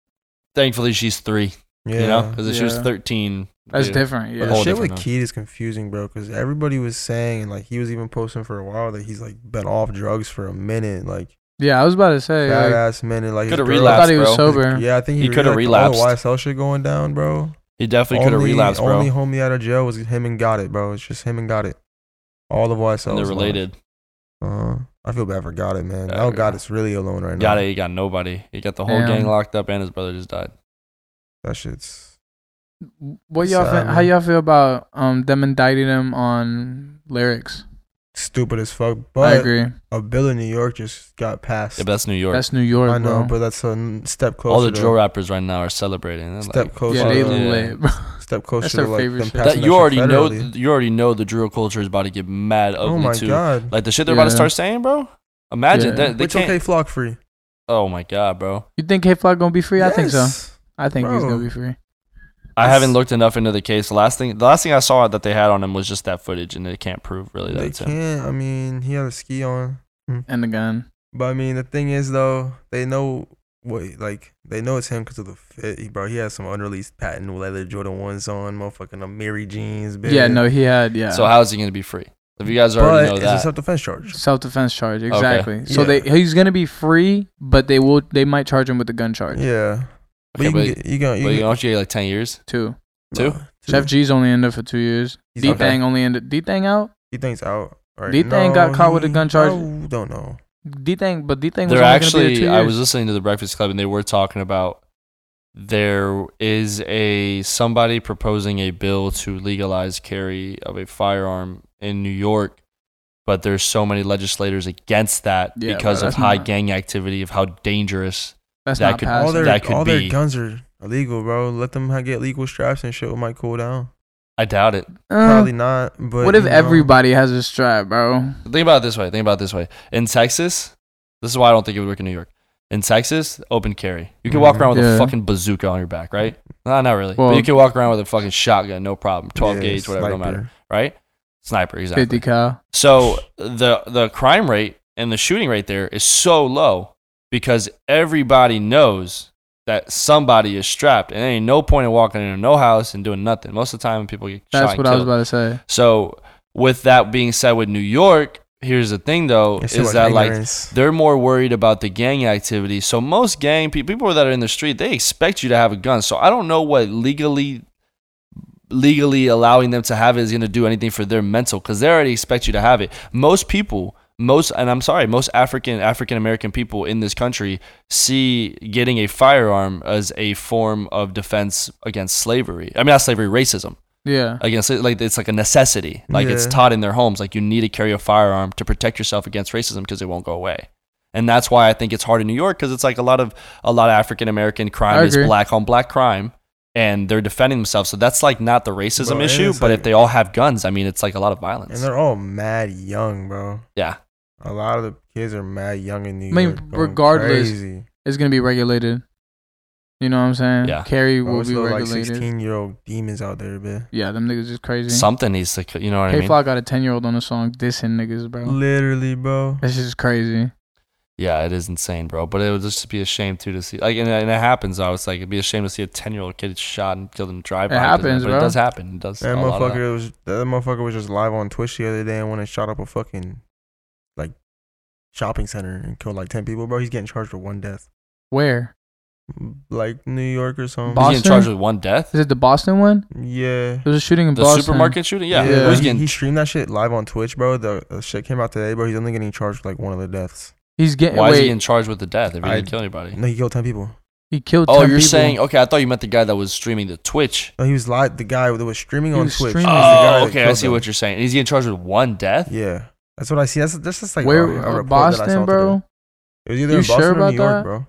thankfully she's three.
yeah.
You know, because if she was
Yeah.
thirteen,
That's
dude,
different.
A whole
But
Yeah.
the shit
different
with
now.
Keed is confusing, bro. Because everybody was saying, and like he was even posting for a while that he's like been off drugs for a minute, like
Yeah, I was about to say.
fat
Like,
ass minute. Like his
Coulda
girl-
I thought he was
Relapse, bro.
sober.
Yeah, I think he, oh,
He coulda
relapsed. All the
relapsed.
YSL shit going down, bro.
He definitely could have
Only-
relapsed, bro.
Only homie out of jail was him and got it, bro. It's just him and got it. All of YSL.
and they're related.
Uh, I feel bad for got it, man.
Yeah,
Now
yeah.
got it's really alone right now.
Got it. He got nobody. He got the whole
Damn.
gang locked up, and his brother just died.
That shit's.
what y'all
Sad,
feel, how
man.
y'all feel about um them indicting him on lyrics?
Stupid as fuck,
I
but
agree.
a bill in New York just got passed.
Yeah, but that's New York.
That's New York,
I know,
bro.
but that's a n- step closer.
All the
to-
drill rappers right now are celebrating. They're
Step
like-
closer.
yeah, they
Yeah.
to-
lit, bro.
step closer
That's
to
their
like
favorite
them
shit.
that
passing
you
shit
already know.
federally.
You already know the drill culture is about to get mad ugly
oh my
too.
god.
Like the shit they're about to
Yeah.
start saying, bro. Imagine
Yeah.
that they
It's okay,
can't.
flock free.
Oh my god, bro.
You think K Flock gonna be free? I think so.
Yes.
I think he's
Bro.
gonna be free.
I haven't looked enough into the case. The last thing, the last thing I saw that they had on him was just that footage, and they can't prove really that
They
it's him.
can't. I mean, he had a ski on.
and the gun.
But I mean, the thing is though, they know what like they know it's him because of the fit, He- bro. He has some unreleased patent leather Jordan ones on, motherfucking Amiri jeans. Bitch.
Yeah, no, he had yeah.
So how is he going to be free? If you guys already
but
know
it's a
that,
self defense charge.
Self defense charge, exactly. So
Yeah.
they he's gonna be free, but they will they might charge him with a gun charge
Yeah,
Okay,
but you can
but-
get, you can,
but
you
you
can,
don't you get like ten years?
too.
two?
Nah,
Chef G's only ended for two years.
He's
D
out.
Thang only ended. D Thang out.
D thing's out. Right
D Thang got
now.
caught with a
He-
gun charge.
I don't know.
D Thang, but D Thang was
They're
only gonna be there
actually.
two
I
years.
was listening to the Breakfast Club, and they were talking about there is a somebody proposing a bill to legalize carry of a firearm in New York, but there's so many legislators against that
Yeah,
because
but
of
that's
high
not-
gang activity, of how dangerous.
That's
that
not
could-
All
passing.
their
that could
all
be-
their guns are illegal, bro. Let them ha- get legal straps and shit. It might cool down.
I doubt it.
Uh,
Probably not. But
what if
you know,
everybody has a strap, bro?
Think about it this way. Think about it this way. In Texas, this is why I don't think it would work in New York. In Texas, open carry. You can walk
Mhm.
around with
Mm-hmm. Yeah.
a fucking bazooka on your back, right? Nah, not really.
Well-
but you can walk around with a fucking shotgun, no problem. Twelve
yeah,
gauge, whatever, no
sniper.
matter, right? Sniper, exactly.
Fifty cal.
So the the crime rate and the shooting rate there is so low because everybody knows that somebody is strapped, and there ain't no point in walking into no house and doing nothing. Most of the time, people get shot
That's
and
what I was
killed.
about to say.
So, with that being said, with New York, here's the thing though,
It's
is
about
that like
ignorance.
they're more worried about the gang activity. So most gang pe- people that are in the street, they expect you to have a gun. So I don't know what legally legally allowing them to have it is going to do anything for their mental cuz they already expect you to have it. Most people most and I'm sorry, most African African American people in this country see getting a firearm as a form of defense against slavery. I mean not slavery, racism
Yeah.
against it, like it's like a necessity like it's
Yeah.
taught in their homes like you need to carry a firearm to protect yourself against racism because it won't go away and that's why i think it's hard in new york because it's like a lot of a lot of african american crime
I
is
agree.
black on black crime and they're defending themselves so that's like not the racism
Bro, and
issue
it's
but if
like-
they all have guns i mean it's like a lot of
and
violence
they're all mad young, bro.
yeah
A lot of the kids are mad young in New York.
I mean,
going
regardless,
crazy.
It's gonna be regulated. You know what I'm saying?
Yeah.
Carry
Bro,
will
it's
be
little, like
regulated.
sixteen-year-old demons out there, man.
yeah, them niggas is crazy.
something needs to c- you know what i
K
mean
Flock got a ten year old on a song dissing niggas, bro.
Literally, bro.
That's just crazy.
yeah it is insane bro but it would just be a shame too to see like and, and it happens i was like it'd be a shame to see a 10 year old kid shot and killed in drive by
happens,
but
bro.
it does happen it does a lot
That
of that.
motherfucker was that motherfucker was just live on Twitch the other day and went and shot up a fucking like shopping center and killed like ten people, bro. He's getting charged with one death,
Where?
like New York or something.
Boston?
He's getting charged with one death.
Is it the Boston one?
yeah.
There was a shooting in
The
Boston.
supermarket shooting? Yeah.
Yeah.
Who's
He,
getting
he streamed that shit live on Twitch, bro. The, the shit came out today, bro. He's only getting charged with, like one of the deaths.
He's getting
why
wait.
is he getting charged with the death if he
I-
didn't kill anybody?
No, he killed ten people.
he killed.
Oh,
10
you're
people.
saying okay, I thought you meant the guy that was streaming the Twitch.
No, he was live. The guy that was streaming
He
on
was
Twitch.
streaming.
was the guy
Oh,
that
okay, I
killed
see
them.
what you're saying. And he's getting charged with one death?
Yeah, that's what I see. That's that's just like
where?
a- a
uh,
report that I saw
Boston,
today.
bro.
It was either
You
in Boston
sure
or
about
New York,
that?
bro.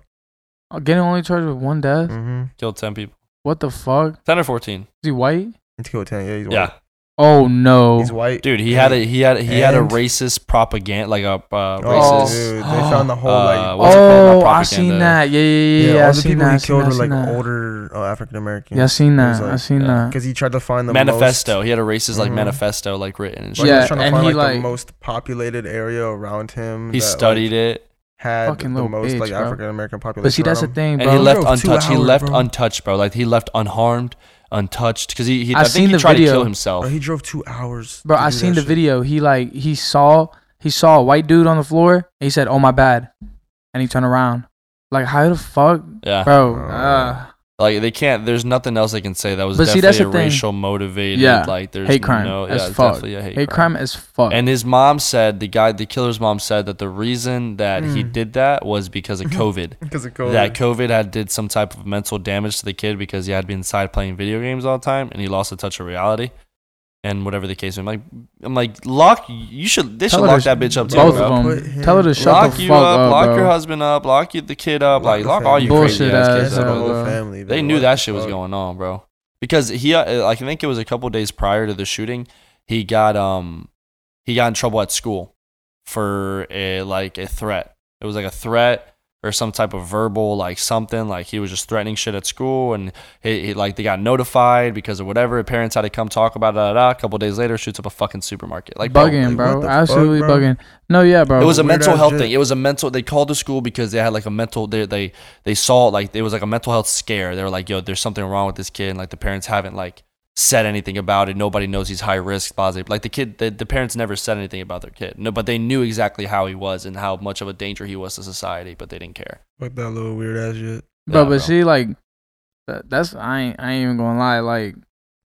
Uh, Getting only charged with one death.
Mm-hmm.
Killed ten people.
What the fuck? Is
Ten or fourteen.
he white?
It's killed ten. Yeah, he's white.
Yeah.
Oh no.
He's white.
Dude, he had a he had he had a
And-
racist propaganda like a uh,
Oh,
racist
dude, they found the whole
Uh,
like.
what's it called?
oh,
Not
I seen
propaganda.
that. Yeah, yeah, yeah.
yeah,
yeah, I
all the
seen
people
that, I
he
seen
killed
that,
were
I
like
seen that.
older uh, African Americans.
Yeah, I seen
It was,
that. I
like-
seen
Yeah.
that.
Because he tried to find the
manifesto.
Most,
he had a racist like
Mhm.
manifesto like written and
like,
shit.
he was
Yeah,
trying to
and
find
he,
like, the
like-
most populated area around him.
He
that, like,
studied it
had the
Fucking little
most like
bitch, bro.
African American population.
But see, that's the
around him.
thing,
and
bro.
he left
drove two
untouched. He
hours,
left
bro.
untouched, bro. Like he left unharmed, untouched cuz he, he I,
I
think
seen
he
the
tried to
video.
kill himself.
Bro, he drove two hours.
Bro,
to
I
do
seen
that
the
shit.
video. He like he saw he saw a white dude on the floor. And he said, "Oh my bad," and he turned around. Like how the fuck,
yeah.
bro?
Oh.
Uh,
Like they can't. There's nothing else they can say. That was
But see,
definitely
that's
a
the thing.
racial motivated.
Yeah.
like there's
Hate crime
No, yeah,
as
it's
fuck.
definitely a hate,
hate crime as fuck.
And his mom said the guy, the killer's mom said that the reason that he
Mm.
did that was because of COVID.
because of Mm-hmm. COVID.
That COVID had did some type of mental damage to the kid because he had been inside playing video games all the time and he lost a touch of reality. And whatever the case, I'm like, I'm like, lock. You should. They should
Tell her
lock
to-
that bitch up too.
both
bro.
of them.
Put him-
Tell her to shut
Lock
the
you
fuck
up.
up,
lock
bro.
your husband up. Lock you, the kid up. like
the
lock all you
family.
crazy
Bullshit
ass
ass
kids
Cancel
up.
the
bro.
whole family,
They
bro.
knew
What
that
the
shit was
fuck?
going on, bro. Because he, uh, like, I think it was a couple days prior to the shooting, he got um, he got in trouble at school for a like a threat. It was like a threat or some type of verbal like something like he was just threatening shit at school and he, he like they got notified because of whatever Her parents had to come talk about it, da, da, da. a couple days later shoots up a fucking supermarket like bro,
like,
bugging,
what
bro.
the fuck,
Absolutely
bro?
bugging. No, yeah, bro.
it was a
weird
mental
ass
health
shit.
thing it was a mental they called the school because they had like a mental they they, they saw like it was like a mental health scare they were like yo there's something wrong with this kid and like the parents haven't like said anything about it nobody knows he's high risk blah, blah, blah. like the kid the, the parents never said anything about their kid no but they knew exactly how he was and how much of a danger he was to society but they didn't care
Fuck that little weird ass shit.
bro,
Yeah,
but
bro.
see, like, that, that's I ain't I ain't even gonna lie. Like,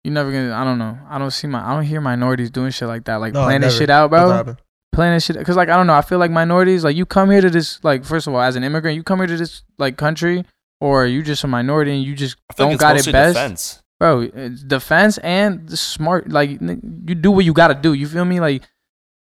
you never gonna. I don't know. I don't see my. I don't hear minorities doing shit like that. Like
No,
planning
never.
shit out,
That's what
bro.
happened.
Planning shit. Cause like I don't know. I feel like minorities. Like you come here to this. Like first of all, as an immigrant, you come here to this like country, or you just a minority and you just
I feel
don't
like it's
got it
mostly
best.
defense.
bro. It's defense and the smart. Like n- you do what you gotta do. You feel me? Like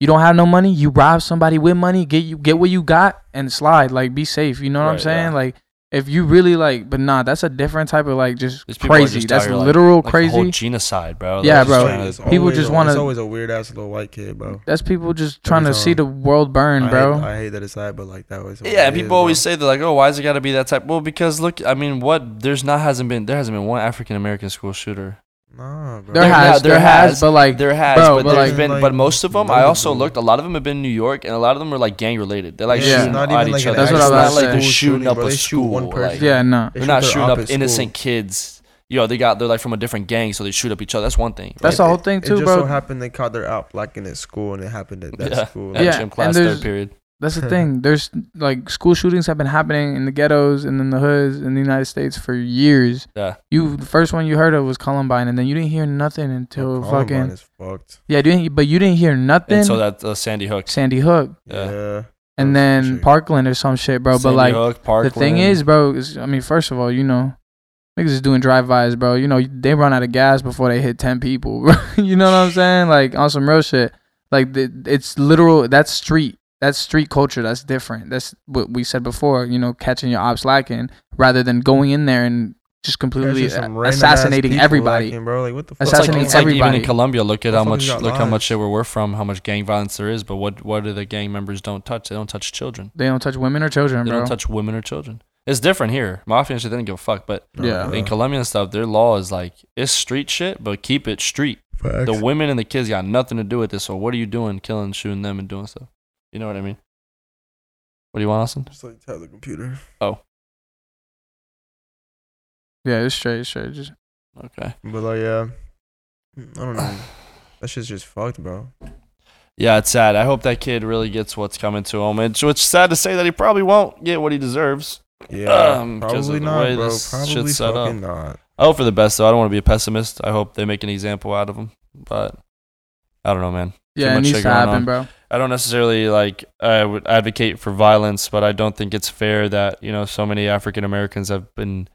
you don't have no money, you rob somebody with money. Get you get what you got and slide. Like be safe. You know what I'm
Right,
saying?
yeah.
Like if you really like, but nah, that's a different type of like just
These people are
crazy.
just out
that's
here, like-
literal
Like a
crazy.
whole genocide, bro.
Yeah,
Like, just
bro.
trying to-
It's
People
always
just
a-
wanna-
It's always a weird ass little white kid, bro.
that's people just
Every
trying to
time.
see the world burn,
I
bro.
Hate, I hate that it's sad, but like that was. what
Yeah,
it
people
is,
always
bro.
say they're like, "Oh, why's it got to be that type?" Well, because look, I mean, what there's not hasn't been there hasn't been one African American school shooter.
Nah, bro.
there
Yeah,
has,
there
there has,
has.
but like
There has,
Bro,
but,
but
there's
like-
been,
Like,
but most of them,
none
I
of
also
them.
looked. A lot of them have been in New York, and a lot of them are like gang related. They're like
Yeah.
shooting
Not
at
even,
each
like, an
other. That's
actual
it's not
school
like they're
shooting,
shooting up
bro.
a
They shoot
school.
one
like,
person.
yeah, no.
They
they're
shoot
not
their
shooting
op
up
at
innocent
school.
kids. Yo, they got they're like from a different gang, so they shoot up each other. That's one thing.
That's
right?
the whole thing
It
too,
just
bro.
so happened they caught their out blacking at school, and it happened at that
yeah.
school.
At
Yeah,
gym
and
class
there's-
third period.
That's the thing. There's like school shootings have been happening in the ghettos and in the hoods in the United States for years.
Yeah.
You the first one you heard of was Columbine, and then you didn't hear nothing until
Columbine
fucking
is fucked.
yeah. You didn't, but you didn't hear nothing.
And so that uh, Sandy Hook,
Sandy Hook,
Yeah.
Yeah.
and
That was
then
some shit.
Parkland or some shit, bro.
Sandy
but like
Hook,
the thing
Parkland.
is, bro. Is, I mean, first of all, you know, niggas is doing drive-bys, bro. You know, they run out of gas before they hit ten people. Bro. you know what I'm saying? Like on some real shit. Like the, it's literal. That's street. That's street culture. That's different. That's what we said before. You know, catching your ops lacking rather than going in there and
That's
just completely
just some
a-
random-ass
assassinating
people
everybody.
lacking, bro. Like what the fuck?
It's like,
Assassinate
it's like even in
everybody.
Colombia, look at how
Motherfuckers
much
got
look how much
lives.
shit where we're from, how much gang violence there is. But what what do the gang members don't touch? They don't touch children.
They don't touch women or children,
They
bro.
don't touch women or children. It's different here. Mafia and shit they didn't give a fuck. But
Yeah.
in Colombia and stuff, their law is like it's street shit, but keep it street.
Facts.
The women and the kids got nothing to do with this. So what are you doing, killing, shooting them, and doing stuff? You know what I mean? What do you want, Austin?
Just like tap the computer.
yeah, it's straight, it's straight. Just
Okay.
But like, yeah, I don't know. That shit's just fucked, bro.
Yeah, it's sad. I hope that kid really gets what's coming to him. It's, it's sad to say that he probably won't get what he deserves.
Yeah,
Um, 'cause of
probably
the
not,
way
bro.
this shit's
Probably
set up.
fucking not.
I hope for the best though. I don't want to be a pessimist. I hope they make an example out of him. But I don't know, man.
yeah, it
much
needs
shit
to
going
happen,
on.
bro.
I don't necessarily like I would advocate for violence, but I don't think it's fair that you know so many African Americans have been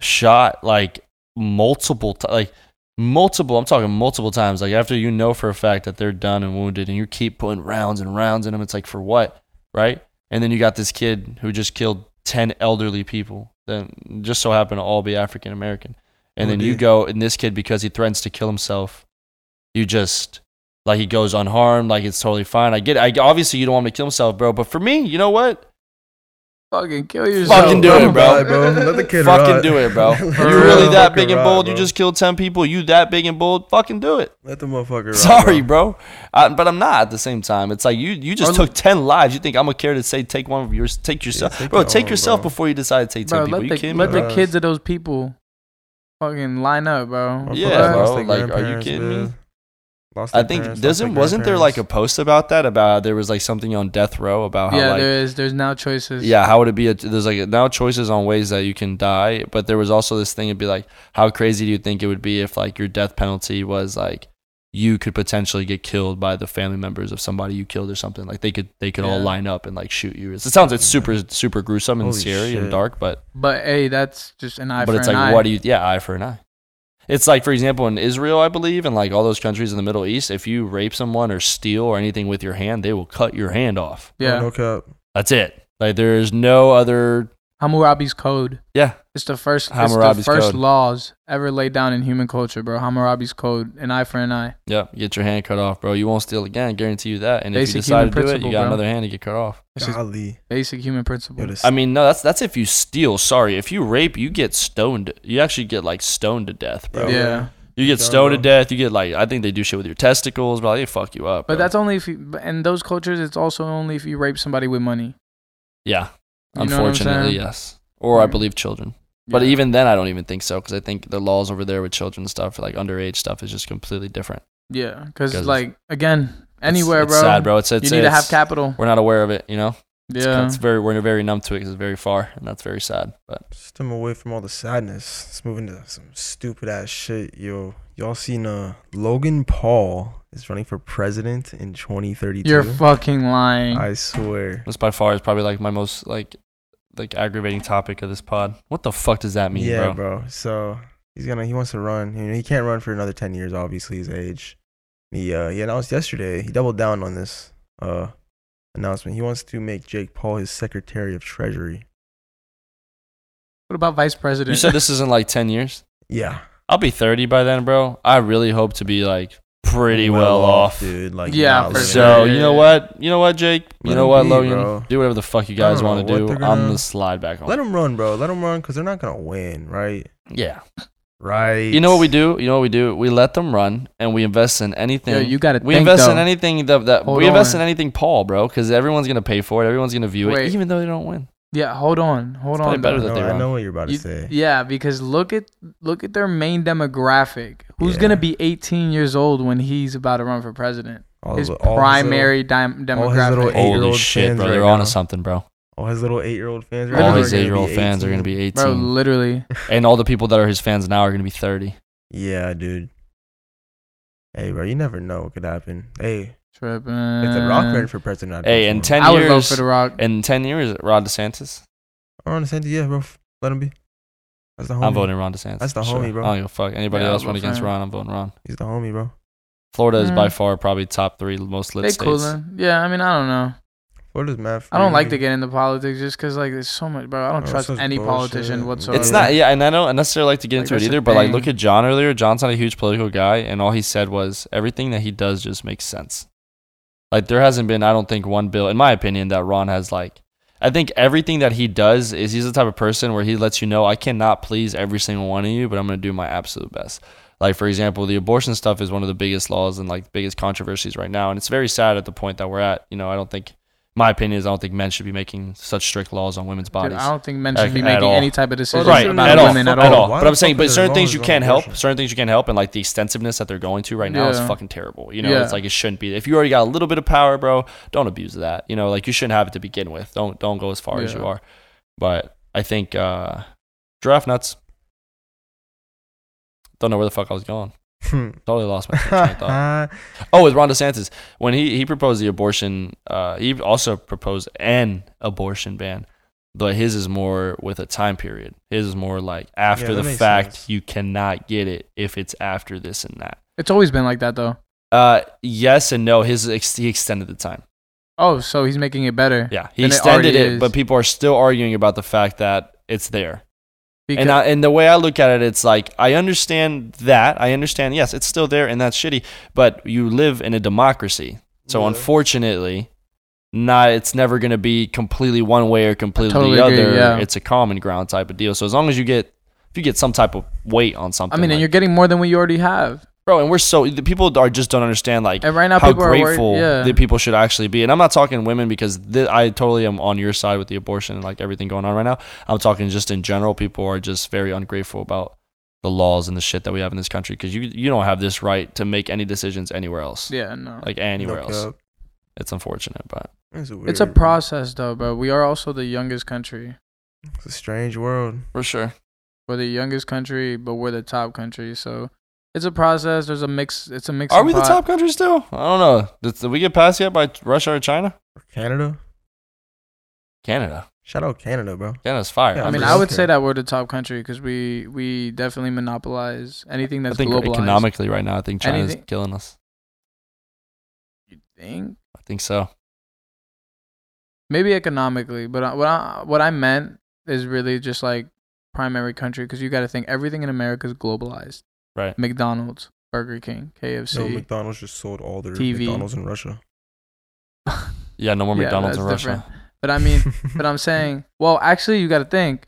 shot like multiple ti like multiple. I'm talking multiple times. Like after you know for a fact that they're done and wounded, and you keep putting rounds and rounds in them. It's like for what, right? And then you got this kid who just killed ten elderly people that just so happen to all be African American. And then you
Indeed.
go and this kid because he threatens to kill himself, you just like he goes unharmed, like it's totally fine. I get it. I, obviously you don't want him to kill himself, bro. But for me, you know what?
Fucking kill yourself.
Fucking do it, bro.
Ride, bro. Let the kid
fucking
ride.
do it, bro.
Let
you
the
really that
motherfucker
big and
ride,
bold? you
bro.
just killed ten people. You that big and bold? Fucking do it.
Let the motherfucker. ride,
Sorry, bro. I, but I'm not. At the same time, it's like you you just
Or-
took ten lives. You think I'm gonna care to say take one of yours? Take yourself,
take
bro.
your
Take
own,
yourself
bro.
before you decide to take
Bro,
ten people.
let,
you
the,
kidding me?
let
bro?
the
bro?
kids of those people fucking line up, bro.
My
Yeah,
brother
bro.
lost their
Like, are you
grandparents,
kidding me?
man. Lost
I
their
think
parents, lost
doesn't
their
wasn't there like a
grandparents.
post about that about there was like something on death row about how
yeah,
like
there is. There's now choices.
yeah how would it be a, there's like now choices on ways that you can die but there was also this thing it'd be like how crazy do you think it would be if like your death penalty was like you could potentially get killed by the family members of somebody you killed or something like they could they could all
Yeah.
line up and like shoot you it sounds it's super super gruesome and
Holy
scary and
shit.
dark but
But hey, that's just an eye
but
for
it's
an
like
eye.
what do you yeah eye for an eye it's like for example in israel i believe and like all those countries in the middle east if you rape someone or steal or anything with your hand they will cut your hand off
Oh,
yeah.
no cap.
that's it like there is no other
Hammurabi's Code.
Yeah.
It's the first.
Hammurabi's
it's the first
Code.
laws ever laid down in human culture, bro. Hammurabi's Code, an eye for an eye.
Yep. Get your hand cut off, bro. You won't steal again. Guarantee you that. And
Basic
if you decide to
human
do it,
principle,
you got
bro.
another hand to get cut off.
It's just
Golly.
basic human principle.
Yo, this-
I mean, no, that's that's if you steal. Sorry, if you rape, you get stoned. You actually get like stoned to death, bro.
Yo,
Yeah.
You get
Dumb,
stoned to
bro.
death. You get like I think they do shit with your testicles, bro. They fuck you up.
But
bro.
that's only if you. In those cultures, it's also only if you rape somebody with money.
yeah.
You know what I'm
Unfortunately,
saying?
yes. Or I
Yeah.
believe children. But
Yeah.
even then, I don't even think so because I think the laws over there with children and stuff, like underage stuff, is just completely different.
Yeah,
'Cause
because
it's-
like again,
It's-
anywhere,
it's
bro,
sad, bro. It's, it's
You need to have
it's-
capital.
We're not aware of it, you know.
Yeah,
It's very we're very numb to it because it's very far, and that's very sad. But
Just them away from all the sadness. Let's move into some stupid ass shit, yo. Y'all seen uh Logan Paul is running for president in 2032.
you're fucking lying.
I swear.
this by far is probably like my most like like aggravating topic of this pod. What the fuck does that mean,
yeah,
bro?
bro. So he's gonna he wants to run. You know, he can't run for another 10 years, obviously his age. He uh he announced yesterday. He doubled down on this uh announcement. He wants to make Jake Paul his Secretary of Treasury.
what about vice
You
president?
said this is in like ten years.
Yeah.
I'll be thirty by then, bro. I really hope to be like pretty well, off.
dude. Like
Yeah,
not
for
living-
sure.
So you know what? You know what, Jake? You
Let
know
him
what,
be,
Logan?
bro.
Do whatever the fuck you
I don't
guys
know
want to
what
do.
they're
I'm
gonna-
gonna slide back home.
Let him run, bro. Let him run because they're not gonna win, right?
yeah.
Right.
You know what we do? You know what we do? We let them run and we invest in anything.
Yo, you gotta
we
think,
invest in
though.
anything that, that
Hold
we invest
on.
in anything Paul, bro, because everyone's gonna pay for it. Everyone's gonna view
Wait.
it, even though they don't win.
yeah, hold on, hold
probably
on.
better
though.
that
No,
they
I
run.
know what you're about to
You-
say.
Yeah, because look at look at their main demographic. Who's
Yeah.
gonna be 18 years old when he's about to run for president?
All
His
the- all
primary dim-
all his little
demographic.
eight-year-old
Holy shit,
fans
bro!
right
They're
now.
onto something, bro.
all his little eight-year-old fans.
Right
All
now
his
they're gonna
eight-year-old fans are gonna be
Bro,
18,
literally.
and all the people that are his fans now are gonna be 30.
Yeah, dude. Hey, bro, you never know what could happen. Hey,
Tripping.
if the Rock ran for president, I'd
Uh, Hey,
vote
in
for him.
10
I would vote
years,
for the Rock.
in 10 years, Ron DeSantis.
I understand. Yeah, bro, f- let him be. That's the homie.
I'm voting Ron DeSantis.
That's the
for sure.
homie, bro.
I don't give a fuck. Anybody
Yeah, I'll
else run
vote for
against
him.
Ron? I'm voting Ron.
He's the homie, bro.
Florida is by
Mm.
far probably top three most lit
They
states.
coolin'. Yeah, I mean, I don't know.
Florida's mad.
I don't like to
free.
get into politics just because like there's so much, bro. I don't
Oh,
trust
this is
any
bullshit.
politician
It's
whatsoever.
It's not, yeah, and I don't necessarily like to get
Like,
into it
that's the
either, but like,
thing.
look at John earlier. John's not a huge political guy, and all he said was everything that he does just makes sense. Like, there hasn't been, I don't think, one bill, in my opinion, that Ron has like. I think everything that he does is he's the type of person where he lets you know, I cannot please every single one of you, but I'm going to do my absolute best. Like, for example, the abortion stuff is one of the biggest laws and like biggest controversies right now. And it's very sad at the point that we're at. You know, I don't think, my opinion is, I don't think men should be making such strict laws on women's
Dude,
bodies.
I don't think men should
Like,
be
at
making
all.
any type of decision
Right,
about
at,
women
all,
at
at
all.
all.
Why
But
the
I'm saying,
fuck
but
is
certain
there
things you
laws
can't
on
help.
abortion?
Certain things you can't help, and like the extensiveness that they're going to right now is
Yeah.
fucking terrible. You know, it's
Yeah.
like it shouldn't be. If you already got a little bit of power, bro, don't abuse that. You know, like you shouldn't have it to begin with. Don't don't go as far as
Yeah.
you are. But I think uh draft nuts. Don't know where the fuck I was going.
Hmm.
Totally lost my train of thought. Oh, with Ron DeSantis, when he, he proposed the abortion, uh, he also proposed an abortion ban, but his is more with a time period. His is more like after
that
the
makes
fact,
sense.
you cannot get it if it's after this and that.
It's always been like that though.
Uh, yes and no. His ex- he extended the time.
Oh, so he's making it better.
Yeah, he
Then it
extended
already
it,
is.
but people are still arguing about the fact that it's there.
Because,
And I, and the way I look at it, it's like I understand that. I understand. Yes, it's still there, and that's shitty. But you live in a democracy, so
Yeah.
unfortunately, not. It's never going to be completely one way or completely
totally
the
agree,
other.
yeah.
It's a common ground type of deal. So as long as you get, if you get some type of weight on
I
something,
mean, and
like-
you're getting more than what you already have.
bro, and we're so the people are just don't understand like
And right now,
how
people
grateful
are worried. Yeah.
the people should actually be. And I'm not talking women because thi- I totally am on your side with the abortion and like everything going on right now. I'm talking just in general. People are just very ungrateful about the laws and the shit that we have in this country because you you don't have this right to make any decisions anywhere else,
yeah, no.
like anywhere else. It's unfortunate, but
it's a process though, bro. We are also the youngest country.
It's a strange world.
for sure,
We're the youngest country, but we're the top country. So it's a process. There's a mix. It's a mix.
are we the top country still? I don't know. Did, did we get passed yet by Russia or China?
Canada.
Canada,
Shout out Canada, bro.
Canada's fire.
Yeah,
I mean,
I'm
I would
okay.
say that we're the top country because we we definitely monopolize anything
I
that's
think
globalized.
economically right now, I think China's
Anything-
killing us.
You think?
I think so.
Maybe economically, but uh, I- what I what I meant is really just like primary country because you got to think everything in America is globalized.
Right.
Mm. McDonald's, Burger King, KFC.
No, McDonald's just sold all their
TV.
McDonald's in Russia.
Yeah, no more
Yeah,
McDonald's in
that's
Russia.
but I mean, but I'm saying, well, actually, you got to think.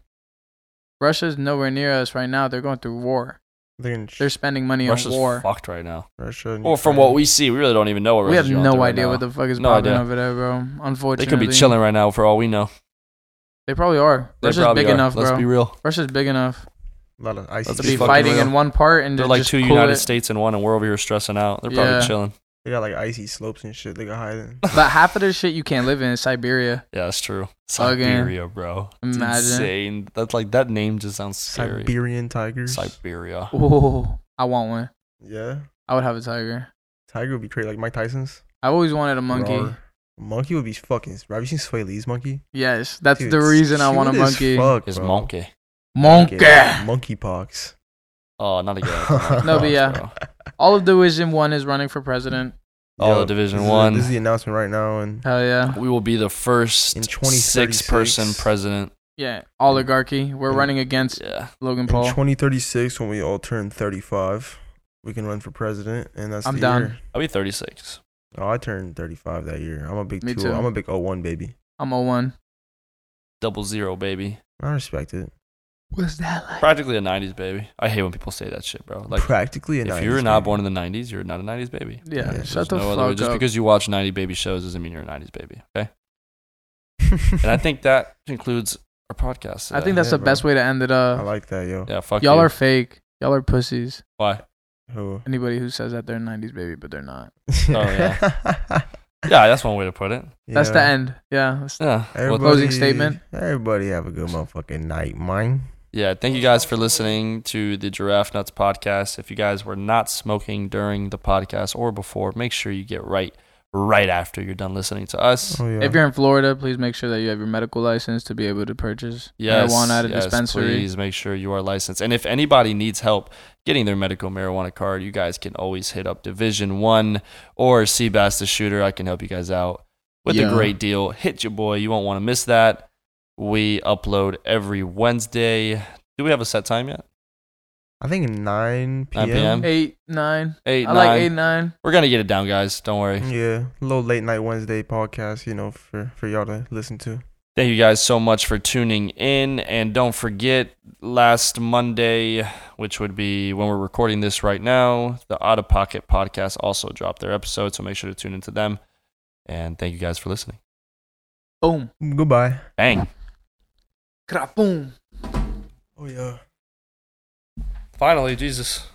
Russia's nowhere near us right now. They're going through war.
They're in sh-
They're spending money
Russia's
on war.
fucked right now.
Russia. and
Well, from
Ukraine.
what we see, we really don't even know what
we have
Russia's going
no
through right
idea
now.
what the fuck is
No
popping
idea.
over there, bro.
They
Unfortunately,
could be chilling right now for all we know.
They probably are.
They're
Russia's big enough,
Let's
bro.
be real.
Russia's big enough
a lot of ICE.
Let's
to
be
be
fucking
fighting
real.
in one part and
They're
to
like
just
two
cool
United
it.
States in one, and we're over here stressing out. They're probably
Yeah.
chilling.
They got like icy slopes and shit. They got high. in.
But half of the shit you can't live in is Siberia.
Yeah, that's true.
Fucking-
Siberia, bro. It's
Imagine.
insane. That's like that name just sounds scary.
Siberian tigers.
Siberia.
Oh, I want one.
yeah,
I would have a tiger.
tiger would be crazy. Like Mike Tyson's.
I've always wanted a monkey.
Roar. Monkey would be fucking. Have you seen Sway Lee's monkey?
Yes, that's
Dude,
the
it's
reason I want a
cute as
monkey.
Fuck,
Is
bro.
monkey.
Monkey.
Monkey pox.
Oh, not again. Come
No,
on,
but yeah.
bro.
All of Division One is running for president.
Oh, Division
this is-
One.
This is the announcement right now, and
Hell yeah.
We will be the first
In
six
2036.
person president.
Yeah, oligarchy. We're
Yeah.
running against
Yeah.
Logan
in
Paul.
2036, when we all turn 35, we can run for president, and that's
I'm
the
down.
year.
I'll be 36.
Oh, I turned 35 that year. I'm a big
Me
two.
too.
I'm a big 01 baby.
I'm a one.
Double zero, baby.
I respect it.
What's that like?
Practically a 90s baby. I hate when people say that shit, bro. Like,
Practically, a
if
90s
you're not
baby.
born in the 90s, you're not a 90s baby.
Yeah,
Yeah,
There's
shut the
no other way.
fuck
Just
up.
because you watch 90 baby shows doesn't mean you're a 90s baby, okay? And I think that concludes our podcast.
I
today.
think that's
Yeah,
the best
bro.
way to end it.
I
Uh,
like that, yo.
Yeah, fuck
y'all
you.
are fake. Y'all are pussies.
Why?
Who?
Anybody who says that they're a '90s baby, but they're not.
yeah.
Yeah, that's one way to put it.
That's the end. Yeah. that's-
Yeah. Well,
Everybody-
Closing statement.
Everybody have a good motherfucking night, mine.
Yeah, thank you guys for listening to the Giraffe Nuts podcast. If you guys were not smoking during the podcast or before, make sure you get right right after you're done listening to us.
Oh, yeah.
If you're in Florida, please make sure that you have your medical license to be able to purchase
Yes,
marijuana at a
yes,
dispensary.
Please make sure you are licensed. And if anybody needs help getting their medical marijuana card, you guys can always hit up Division One or Seabass the Shooter. I can help you guys out with
Yeah.
a great deal. Hit your boy. You won't want to miss that. We upload every Wednesday. Do we have a set time yet?
I think 9 p.m.
9 p.m.
Eight, nine.
Eight,
I like
nine.
eight, nine.
We're gonna get it down, guys. Don't worry.
Yeah, a little late night Wednesday podcast, you know, for for y'all to listen to.
Thank you guys so much for tuning in. And don't forget, last Monday, which would be when we're recording this right now, the Out of Pocket podcast also dropped their episode. So make sure to tune into them. And thank you guys for listening.
Boom.
Goodbye.
Bang.
Crapoom.
Oh yeah.
Finally, Jesus.